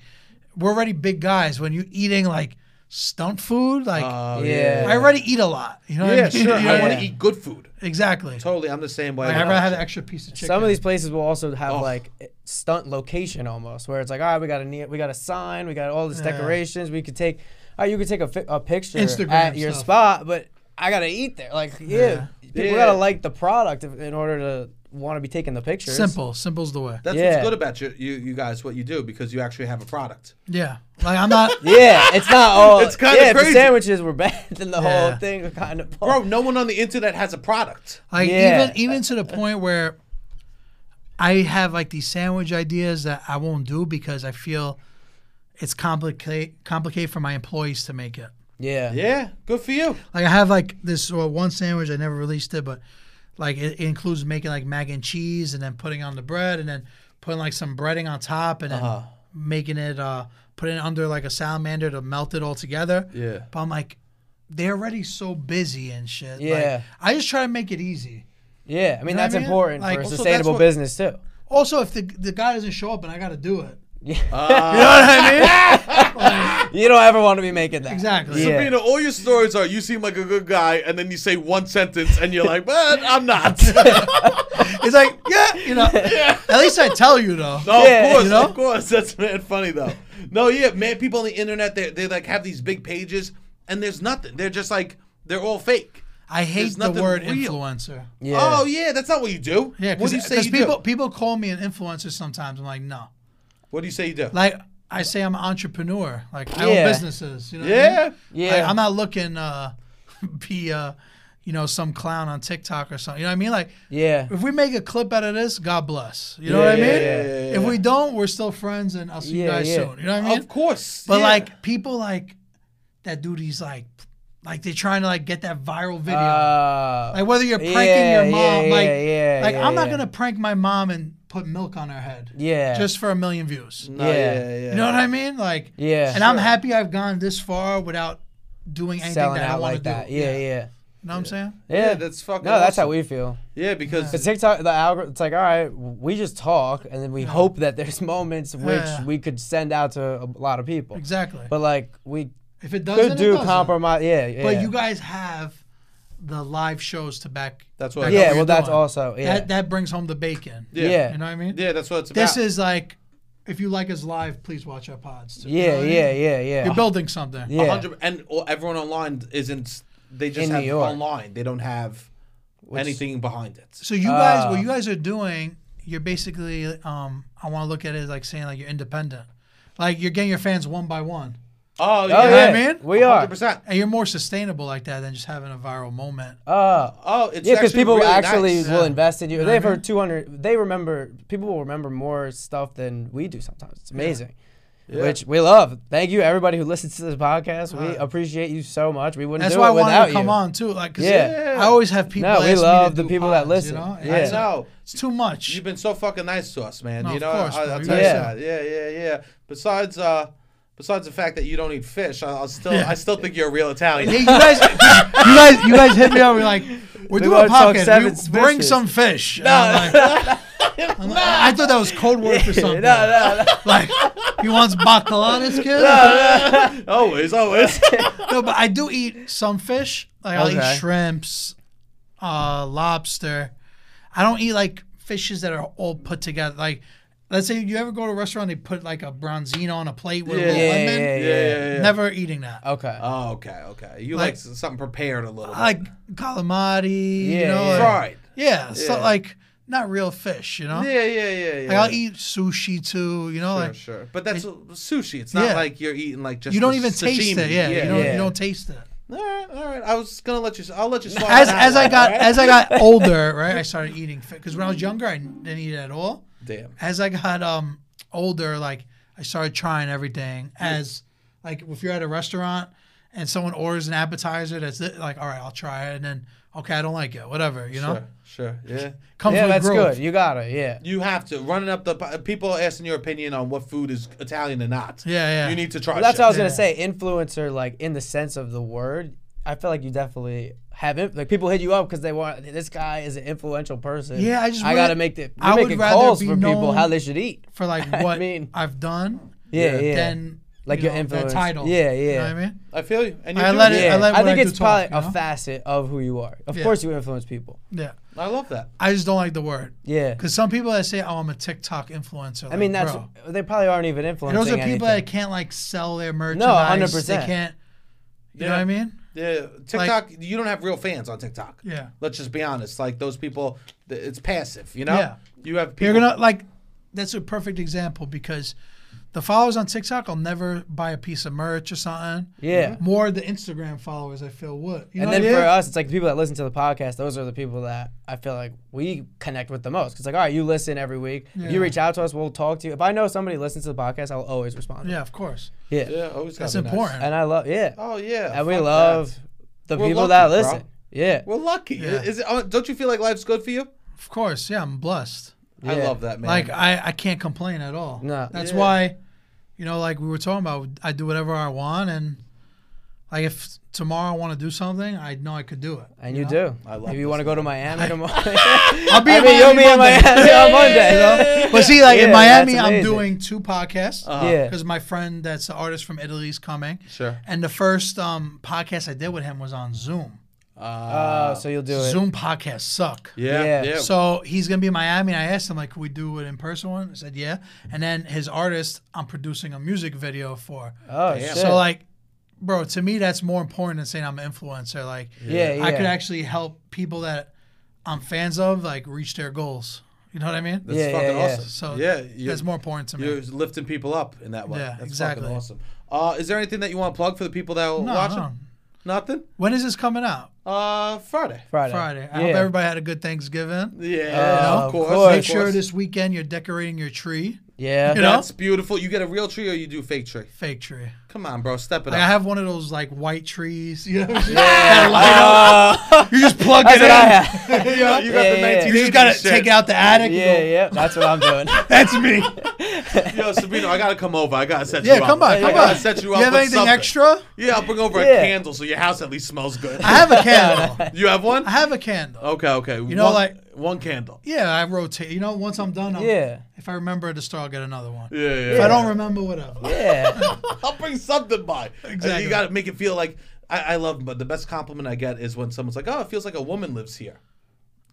Speaker 2: we're already big guys. When you're eating like stunt food, like
Speaker 1: Oh,
Speaker 3: Yeah.
Speaker 2: I already eat a lot. You know? what I
Speaker 1: Yeah,
Speaker 2: mean? [LAUGHS]
Speaker 1: sure. I
Speaker 2: Yeah.
Speaker 1: want to eat good food.
Speaker 2: exactly.
Speaker 1: Totally, I'm the same way.
Speaker 2: Like, I'd rather have an extra piece of chicken.
Speaker 3: Some of these places will also have
Speaker 1: Oh.
Speaker 3: like stunt location almost, where it's like, all right, we got a ne- we got a sign, we got all these
Speaker 2: Yeah.
Speaker 3: decorations. We could take, oh, you could take a, fi- a picture
Speaker 2: Instagram
Speaker 3: at your
Speaker 2: stuff.
Speaker 3: spot, but I gotta eat there. Like, yeah, people
Speaker 1: Yeah.
Speaker 3: gotta like the product if, in order to want to be taking the pictures.
Speaker 2: simple, simple's the way.
Speaker 1: That's what's
Speaker 3: Yeah.
Speaker 1: good about you, you, you guys, what you do, because you actually have a product.
Speaker 2: Yeah, like I'm
Speaker 3: [LAUGHS]
Speaker 2: not.
Speaker 3: Yeah, it's not
Speaker 2: [LAUGHS]
Speaker 3: all.
Speaker 1: It's kinda
Speaker 3: yeah, if the
Speaker 1: crazy.
Speaker 3: sandwiches were [LAUGHS] bad, then the
Speaker 2: Yeah.
Speaker 3: whole thing kind of.
Speaker 2: Oh.
Speaker 1: Bro, no one on the internet has a product.
Speaker 2: Like
Speaker 3: Yeah.
Speaker 2: even even to the point where I have like these sandwich ideas that I won't do because I feel it's complicate complicated for my employees to make it.
Speaker 3: Yeah.
Speaker 1: Yeah, good for you.
Speaker 2: Like I have like this well, one sandwich I never released it, but like it, it includes making like mac and cheese and then putting on the bread and then putting like some breading on top and then
Speaker 1: Uh-huh.
Speaker 2: making it uh putting it under like a salamander to melt it all together.
Speaker 1: Yeah.
Speaker 2: But I'm like they're already so busy and shit. Like,
Speaker 3: Yeah.
Speaker 2: I just try to make it easy.
Speaker 3: Yeah, I mean
Speaker 2: know what I
Speaker 3: that's
Speaker 2: mean?
Speaker 3: important
Speaker 2: Like,
Speaker 3: for
Speaker 2: also,
Speaker 1: that's
Speaker 3: sustainable
Speaker 1: what-
Speaker 3: business too.
Speaker 2: Also, if the the guy doesn't show up and I got to do it,
Speaker 1: Uh,
Speaker 3: you know what I mean? you don't ever want to be making that.
Speaker 2: Exactly.
Speaker 3: Yeah.
Speaker 1: Sabrina, all your stories are you seem like a good guy, and then you say one sentence, and you're like, but I'm not.
Speaker 2: [LAUGHS] it's like, yeah, you know. At least I tell you though.
Speaker 1: No,
Speaker 3: Yeah.
Speaker 1: of course,
Speaker 2: You know?
Speaker 1: of course. That's man funny though. No, yeah, man. People on the internet, they they like have these big pages, and there's nothing. They're just like they're all fake.
Speaker 2: I hate
Speaker 1: There's
Speaker 2: the
Speaker 1: nothing
Speaker 2: word
Speaker 1: real.
Speaker 2: influencer.
Speaker 3: Yeah.
Speaker 1: Oh yeah, that's not what you do.
Speaker 2: Yeah,
Speaker 1: What
Speaker 2: because
Speaker 1: do you say you
Speaker 2: people
Speaker 1: do?
Speaker 2: people call me an influencer sometimes. I'm like, no.
Speaker 1: What do you say you do?
Speaker 2: Like I say, I'm an entrepreneur. Like I
Speaker 3: Yeah.
Speaker 2: own businesses. You know. what I
Speaker 1: yeah.
Speaker 2: mean?
Speaker 3: Yeah.
Speaker 2: Like, I'm not looking uh, [LAUGHS] be uh, you know, some clown on TikTok or something. You know what I mean? Like. [LAUGHS]
Speaker 3: yeah.
Speaker 2: If we make a clip out of this, God bless. You know what I
Speaker 3: Yeah,
Speaker 2: mean?
Speaker 3: yeah,
Speaker 1: yeah,
Speaker 2: If we don't, we're still friends, and I'll see you
Speaker 3: Yeah,
Speaker 2: guys
Speaker 3: yeah.
Speaker 2: soon. You know what I mean?
Speaker 1: Of course.
Speaker 2: But
Speaker 1: yeah.
Speaker 2: like people like that do these like like they're trying to like get that viral video.
Speaker 3: Uh,
Speaker 2: like whether you're pranking
Speaker 3: yeah,
Speaker 2: your mom,
Speaker 3: yeah,
Speaker 2: like
Speaker 3: yeah, yeah,
Speaker 2: like
Speaker 3: yeah,
Speaker 2: I'm not
Speaker 3: yeah.
Speaker 2: gonna prank my mom and put milk on her head
Speaker 3: Yeah.
Speaker 2: just for a million views.
Speaker 1: No,
Speaker 3: Yeah.
Speaker 2: You know what I mean? Like,
Speaker 3: Yeah.
Speaker 2: And I'm happy I've gone this far without doing anything
Speaker 3: selling
Speaker 2: that I
Speaker 3: out
Speaker 2: want to
Speaker 3: like
Speaker 2: do.
Speaker 3: that. Yeah, yeah.
Speaker 2: You
Speaker 3: yeah.
Speaker 2: know what I'm saying?
Speaker 1: Yeah, that's fucking
Speaker 3: No, that's how
Speaker 1: awesome.
Speaker 3: we feel.
Speaker 1: Yeah, because
Speaker 3: But TikTok, the algorithm, it's like, all right, we just talk, and then we hope that there's [LAUGHS] moments which
Speaker 2: Yeah.
Speaker 3: we could send out to a lot of people.
Speaker 2: Exactly.
Speaker 3: But like, we
Speaker 2: if it doesn't,
Speaker 3: could
Speaker 2: it
Speaker 3: do
Speaker 2: doesn't.
Speaker 3: compromise. Yeah, yeah.
Speaker 2: But you guys have the live shows to back.
Speaker 1: That's what-
Speaker 2: back
Speaker 1: know
Speaker 3: yeah.
Speaker 2: what
Speaker 3: Well,
Speaker 2: you're
Speaker 3: that's
Speaker 2: doing.
Speaker 3: also yeah.
Speaker 2: That that brings home the bacon.
Speaker 1: yeah,
Speaker 3: yeah.
Speaker 2: You know what I mean?
Speaker 1: Yeah, that's what it's about.
Speaker 2: This is like, if you like us live, please watch our pods. Too. You know
Speaker 3: yeah,
Speaker 2: what I
Speaker 3: yeah,
Speaker 2: mean?
Speaker 3: yeah, yeah, Oh,
Speaker 2: You're building something.
Speaker 1: A
Speaker 3: yeah.
Speaker 1: hundred- and all- everyone online isn't. They just
Speaker 3: In
Speaker 1: have
Speaker 3: New York.
Speaker 1: online. They don't have anything behind it.
Speaker 2: So you guys,
Speaker 3: Uh,
Speaker 2: what you guys are doing, you're basically, um, I want to look at it like saying like you're independent, like you're getting your fans one by one,
Speaker 1: Oh,
Speaker 3: Oh
Speaker 1: yeah,
Speaker 3: yeah,
Speaker 2: I mean?
Speaker 3: we are.
Speaker 1: 100%.
Speaker 2: and you're more sustainable like that than just having a viral moment.
Speaker 3: Uh,
Speaker 1: Oh, it's
Speaker 3: yeah, because people
Speaker 1: really
Speaker 3: actually
Speaker 1: nice. Mm-hmm.
Speaker 3: will invest in you.
Speaker 2: know what I
Speaker 3: They've
Speaker 2: mean?
Speaker 3: heard 200. They remember. People will remember more stuff than we do sometimes. It's amazing. Which we love. Thank you, everybody who listens to this podcast.
Speaker 1: Uh-huh.
Speaker 3: We appreciate you so much. We wouldn't
Speaker 2: That's
Speaker 3: do
Speaker 2: why I
Speaker 3: it without
Speaker 2: wanted to
Speaker 3: you.
Speaker 2: come on too, like 'cause
Speaker 3: Yeah.
Speaker 2: I always have people.
Speaker 3: No, we
Speaker 2: ask me to
Speaker 3: love the
Speaker 2: do
Speaker 3: people that
Speaker 2: pods,
Speaker 3: listen.
Speaker 2: You know?
Speaker 3: Yeah.
Speaker 2: It's- uh,
Speaker 1: No,
Speaker 2: It's too much.
Speaker 1: You've been so fucking nice to us, man.
Speaker 2: No,
Speaker 1: you
Speaker 2: of
Speaker 1: know,
Speaker 2: course,
Speaker 1: I,
Speaker 2: bro.
Speaker 1: will
Speaker 2: You
Speaker 1: tell you that.
Speaker 3: guys-
Speaker 1: Yeah, yeah, yeah. Besides, uh, besides the fact that you don't eat fish, I, I'll still, I still think you're a real Italian. [LAUGHS]
Speaker 2: Hey, [LAUGHS] you
Speaker 3: [LAUGHS]
Speaker 2: guys, you guys, you guys hit me up. We're like, we're doing a
Speaker 3: wanna talk
Speaker 2: podcast.
Speaker 3: seven
Speaker 2: You bring
Speaker 3: fishes.
Speaker 2: some fish. And I'm
Speaker 3: [LAUGHS]
Speaker 2: like- I'm like, I thought that was code word for something.
Speaker 3: no, no.
Speaker 2: Like, he wants bacala, this kid.
Speaker 1: always,
Speaker 3: [LAUGHS]
Speaker 1: always.
Speaker 2: No, but I do eat some fish. Like I'll
Speaker 3: Okay.
Speaker 2: eat shrimps, uh, lobster. I don't eat like fishes that are all put together. Like, let's say you ever go to a restaurant, they put like a bronzino on a plate with a
Speaker 1: Yeah,
Speaker 2: little
Speaker 3: Yeah,
Speaker 2: lemon.
Speaker 3: yeah, yeah.
Speaker 2: Never eating that.
Speaker 3: Okay.
Speaker 1: Oh, okay, okay. You like,
Speaker 2: Like-
Speaker 1: s- something prepared a little bit.
Speaker 2: I like calamari. you
Speaker 3: Yeah,
Speaker 2: know,
Speaker 3: yeah.
Speaker 2: like-
Speaker 1: fried.
Speaker 2: Yeah, so
Speaker 1: Yeah.
Speaker 2: like not real fish, you know.
Speaker 1: Yeah, yeah, yeah, yeah.
Speaker 2: Like I'll eat sushi too, you know.
Speaker 1: Sure,
Speaker 2: like
Speaker 1: sure. But that's sushi. It's not
Speaker 2: Yeah.
Speaker 1: like you're eating like just
Speaker 2: you don't
Speaker 1: the
Speaker 2: even taste it.
Speaker 1: sashimi.
Speaker 2: Yeah, you, don't,
Speaker 3: yeah.
Speaker 2: you don't taste it.
Speaker 1: All right, all right. I was gonna let you. s- I'll let
Speaker 2: [LAUGHS]
Speaker 1: you. swallow
Speaker 2: As
Speaker 1: Oh, that
Speaker 2: as
Speaker 1: one,
Speaker 2: I got
Speaker 1: all right?
Speaker 2: as I got older, right, I started eating fish because when I was younger, I didn't eat it at all.
Speaker 1: damn.
Speaker 2: As I got um older, like I started trying everything. As like if you're at a restaurant and someone orders an appetizer, that's it, like all right, I'll try it, and then okay, I don't like it, whatever, you know.
Speaker 1: Sure, sure. Yeah.
Speaker 2: Comes
Speaker 3: Yeah,
Speaker 2: with
Speaker 3: that's
Speaker 2: growth.
Speaker 3: good. You got it. Yeah.
Speaker 1: You have to running up the po- people are asking your opinion on what food is Italian or not.
Speaker 2: Yeah, yeah.
Speaker 1: You need to try.
Speaker 3: Well, that's
Speaker 1: shit.
Speaker 3: what I was gonna
Speaker 2: Yeah.
Speaker 3: say. Influencer, like in the sense of the word, I feel like you definitely have it. Like people hit you up because they want this guy is an influential person.
Speaker 2: Yeah, I just
Speaker 3: I
Speaker 2: would-
Speaker 3: gotta make the
Speaker 2: I
Speaker 3: I
Speaker 2: would
Speaker 3: making
Speaker 2: rather
Speaker 3: calls
Speaker 2: be
Speaker 3: for people
Speaker 2: known-
Speaker 3: how they should eat.
Speaker 2: for like
Speaker 3: [LAUGHS] I
Speaker 2: what I
Speaker 3: mean-
Speaker 2: have done.
Speaker 3: Yeah, yeah.
Speaker 2: Then
Speaker 3: Like
Speaker 2: you
Speaker 3: your
Speaker 2: know, that
Speaker 3: influence.
Speaker 2: title.
Speaker 3: Yeah,
Speaker 2: You know
Speaker 3: yeah.
Speaker 2: what I mean?
Speaker 1: I feel you. And you
Speaker 2: I
Speaker 1: do
Speaker 2: let
Speaker 1: it.
Speaker 2: it-
Speaker 3: Yeah, I,
Speaker 2: like when
Speaker 3: think
Speaker 2: I do
Speaker 3: it's probably
Speaker 2: talk, you
Speaker 3: a
Speaker 2: know?
Speaker 3: facet of who you are. Of
Speaker 2: Yeah.
Speaker 3: course, you influence people.
Speaker 2: Yeah.
Speaker 1: I love that.
Speaker 2: I just don't like the word.
Speaker 3: Yeah,
Speaker 2: Because some people that say, "Oh, I'm a TikTok influencer,"
Speaker 3: I mean that's
Speaker 2: bro.
Speaker 3: they probably aren't even
Speaker 2: And
Speaker 3: influencing.
Speaker 2: those are people
Speaker 3: anything.
Speaker 2: that can't like sell their merchandise.
Speaker 3: No, 100%.
Speaker 2: They can't. You know
Speaker 1: Yeah.
Speaker 2: what I mean?
Speaker 1: Yeah, TikTok. you don't have real fans on TikTok.
Speaker 2: Yeah.
Speaker 1: Let's just be honest. Like those people, th- it's passive. You know.
Speaker 2: Yeah.
Speaker 1: You have people.
Speaker 2: You're gonna like. That's a perfect example because the followers on TikTok will never buy a piece of merch or something.
Speaker 3: Yeah.
Speaker 2: More the Instagram followers, I feel, would. You know
Speaker 3: And then
Speaker 2: what I mean?
Speaker 3: for us, it's like the people that listen to the podcast. Those are the people that I feel like we connect with the most. 'Cause like, all right, you listen every week. You reach out to us, we'll talk to you. If I know somebody listens to the podcast, I'll always respond.
Speaker 2: yeah, of course.
Speaker 3: Yeah.
Speaker 1: Yeah. Always.
Speaker 2: That's
Speaker 1: gotta be nice.
Speaker 2: important.
Speaker 3: And I love, yeah.
Speaker 1: Oh yeah.
Speaker 3: and we
Speaker 1: fuck
Speaker 3: love
Speaker 1: that.
Speaker 3: the
Speaker 1: We're
Speaker 3: people that
Speaker 1: lucky, bro.
Speaker 3: listen. Yeah.
Speaker 1: We're lucky.
Speaker 2: Yeah.
Speaker 1: Is it, oh, don't you feel like life's good for you?
Speaker 2: Of course. Yeah, I'm blessed.
Speaker 1: I
Speaker 3: Yeah.
Speaker 1: love that man.
Speaker 2: Like I, I can't complain at all.
Speaker 3: No.
Speaker 2: That's
Speaker 1: Yeah.
Speaker 2: why, you know, like we were talking about, I do whatever I want, and like if tomorrow I want to do something, I know I could do it.
Speaker 3: And you do.
Speaker 1: I love
Speaker 3: if
Speaker 1: this
Speaker 3: you want to go to Miami tomorrow.
Speaker 2: [LAUGHS]
Speaker 3: [LAUGHS]
Speaker 2: I'll be
Speaker 3: I
Speaker 2: in
Speaker 3: mean, you'll
Speaker 2: Miami
Speaker 3: be in
Speaker 2: Monday.
Speaker 3: Miami on Monday.
Speaker 2: [LAUGHS] But see, like in
Speaker 3: Yeah, that's
Speaker 2: Miami, I'm
Speaker 3: amazing. Uh-huh.
Speaker 2: doing two podcasts
Speaker 3: Yeah.
Speaker 2: because my friend, that's the artist from Italy, is coming.
Speaker 1: Sure.
Speaker 2: And the first um, podcast I did with him was on Zoom. uh,
Speaker 3: Oh, so you'll do it.
Speaker 2: Zoom podcasts suck.
Speaker 1: yeah. Yeah.
Speaker 3: yeah.
Speaker 2: So he's gonna be in Miami, and I asked him like, "Could we do it in person?" One, I said, "Yeah." And then his artist, I'm producing a music video for.
Speaker 3: Oh,
Speaker 1: Damn.
Speaker 3: shit.
Speaker 2: So like, bro, to me that's more important than saying I'm an influencer. Like,
Speaker 3: Yeah, yeah.
Speaker 2: I could actually help people that I'm fans of like reach their goals. You know what I mean?
Speaker 1: That's
Speaker 3: Yeah,
Speaker 1: fucking
Speaker 3: yeah, yeah.
Speaker 1: awesome.
Speaker 2: so
Speaker 1: yeah. You're,
Speaker 2: that's more important to me.
Speaker 1: you're lifting people up in that way.
Speaker 2: Yeah,
Speaker 1: That's
Speaker 2: exactly.
Speaker 1: fucking awesome. Uh, is there anything that you want to plug for the people that are
Speaker 2: No,
Speaker 1: watching?
Speaker 2: no.
Speaker 1: Nothing.
Speaker 2: When is this coming out?
Speaker 1: Uh, Friday.
Speaker 3: Friday.
Speaker 2: Friday. I
Speaker 3: yeah.
Speaker 2: hope everybody had a good Thanksgiving.
Speaker 1: Yeah,
Speaker 3: Uh,
Speaker 1: of course.
Speaker 3: of course.
Speaker 2: Make
Speaker 1: of
Speaker 2: sure
Speaker 1: course.
Speaker 2: this weekend you're decorating your tree,
Speaker 3: Yeah.
Speaker 2: You know?
Speaker 1: That's beautiful. You get a real tree or you do fake tree?
Speaker 2: fake tree.
Speaker 3: Uh,
Speaker 2: [LAUGHS]
Speaker 1: Come on, bro. Step it
Speaker 2: Like I
Speaker 1: up.
Speaker 2: [LAUGHS] have one of those like white trees, you know, that light up.
Speaker 1: You just plug
Speaker 3: Uh, That's
Speaker 1: it in.
Speaker 3: what I had.
Speaker 1: you
Speaker 3: [LAUGHS]
Speaker 1: know, you got
Speaker 3: [LAUGHS] Yeah,
Speaker 1: the
Speaker 3: yeah, yeah.
Speaker 1: 1980s
Speaker 2: You just gotta
Speaker 1: shit.
Speaker 2: take it out the attic. and
Speaker 3: Yeah,
Speaker 2: go,
Speaker 3: yeah, that's what I'm doing.
Speaker 2: That's
Speaker 3: [LAUGHS]
Speaker 2: me. [LAUGHS]
Speaker 1: Yo, Sabino, I gotta come over. I gotta set
Speaker 2: Yeah,
Speaker 1: you up.
Speaker 2: come by,
Speaker 1: I
Speaker 2: come
Speaker 1: gotta
Speaker 2: by.
Speaker 1: set you
Speaker 2: You
Speaker 1: up.
Speaker 2: have
Speaker 1: with
Speaker 2: anything
Speaker 1: something.
Speaker 2: extra?
Speaker 1: Yeah, I'll bring over a
Speaker 3: Yeah.
Speaker 1: candle so your house at least smells good.
Speaker 2: I have a candle.
Speaker 1: you have one?
Speaker 2: I have a candle.
Speaker 1: Okay, okay. You
Speaker 2: know,
Speaker 1: one,
Speaker 2: like-
Speaker 1: one candle.
Speaker 2: Yeah, I rotate. You know, once I'm done, I'll,
Speaker 3: Yeah.
Speaker 2: If I remember at a store, I'll get another one.
Speaker 1: Yeah, yeah.
Speaker 2: If
Speaker 1: yeah.
Speaker 2: I don't remember, whatever.
Speaker 3: Yeah.
Speaker 1: I'll bring something by. And you
Speaker 2: Exactly.
Speaker 1: gotta make it feel like I, I love, but the best compliment I get is when someone's like, "Oh, it feels like a woman lives here."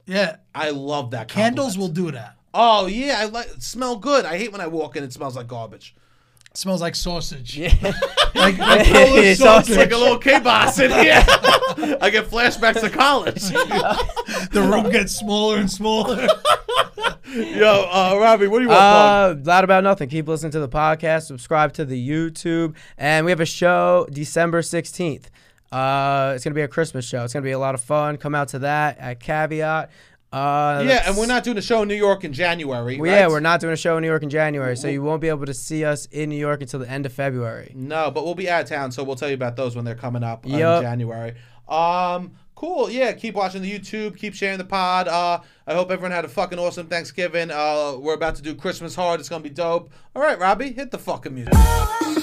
Speaker 2: Yeah,
Speaker 1: I love that.
Speaker 2: candles
Speaker 1: compliment.
Speaker 2: will do that.
Speaker 1: Oh yeah, I like smell good. I hate when I walk in it smells like
Speaker 2: [LAUGHS]
Speaker 1: garbage. Oh,
Speaker 2: It smells like sausage.
Speaker 3: Yeah.
Speaker 2: [LAUGHS] Like, like
Speaker 3: Yeah,
Speaker 2: roller
Speaker 1: It's
Speaker 3: it's
Speaker 2: sausage.
Speaker 1: like a little K-boss in here. [LAUGHS] I get flashbacks to college.
Speaker 2: the room gets smaller and smaller.
Speaker 1: Yo, uh, Robbie, what do you want? plug?
Speaker 3: Uh, loud about nothing. Keep listening to the podcast. Subscribe to the YouTube, and we have a show December sixteenth. Uh, it's gonna be a Christmas show. It's gonna be a lot of fun. Come out to that at Caveat. Uh,
Speaker 1: yeah,
Speaker 3: that's-
Speaker 1: and we're not doing a show in New York in January.
Speaker 3: Well,
Speaker 1: right?
Speaker 3: Yeah, we're not doing a show in New York in January, so you won't be able to see us in New York until the end of February.
Speaker 1: No, but we'll be out of town, so we'll tell you about those when they're coming up uh,
Speaker 3: Yup.
Speaker 1: in January. Um, cool. Yeah, keep watching the YouTube, keep sharing the pod. Uh, I hope everyone had a fucking awesome Thanksgiving. Uh, we're about to do Christmas hard. It's gonna be dope. All right, Robbie, hit the fucking music.
Speaker 4: Thank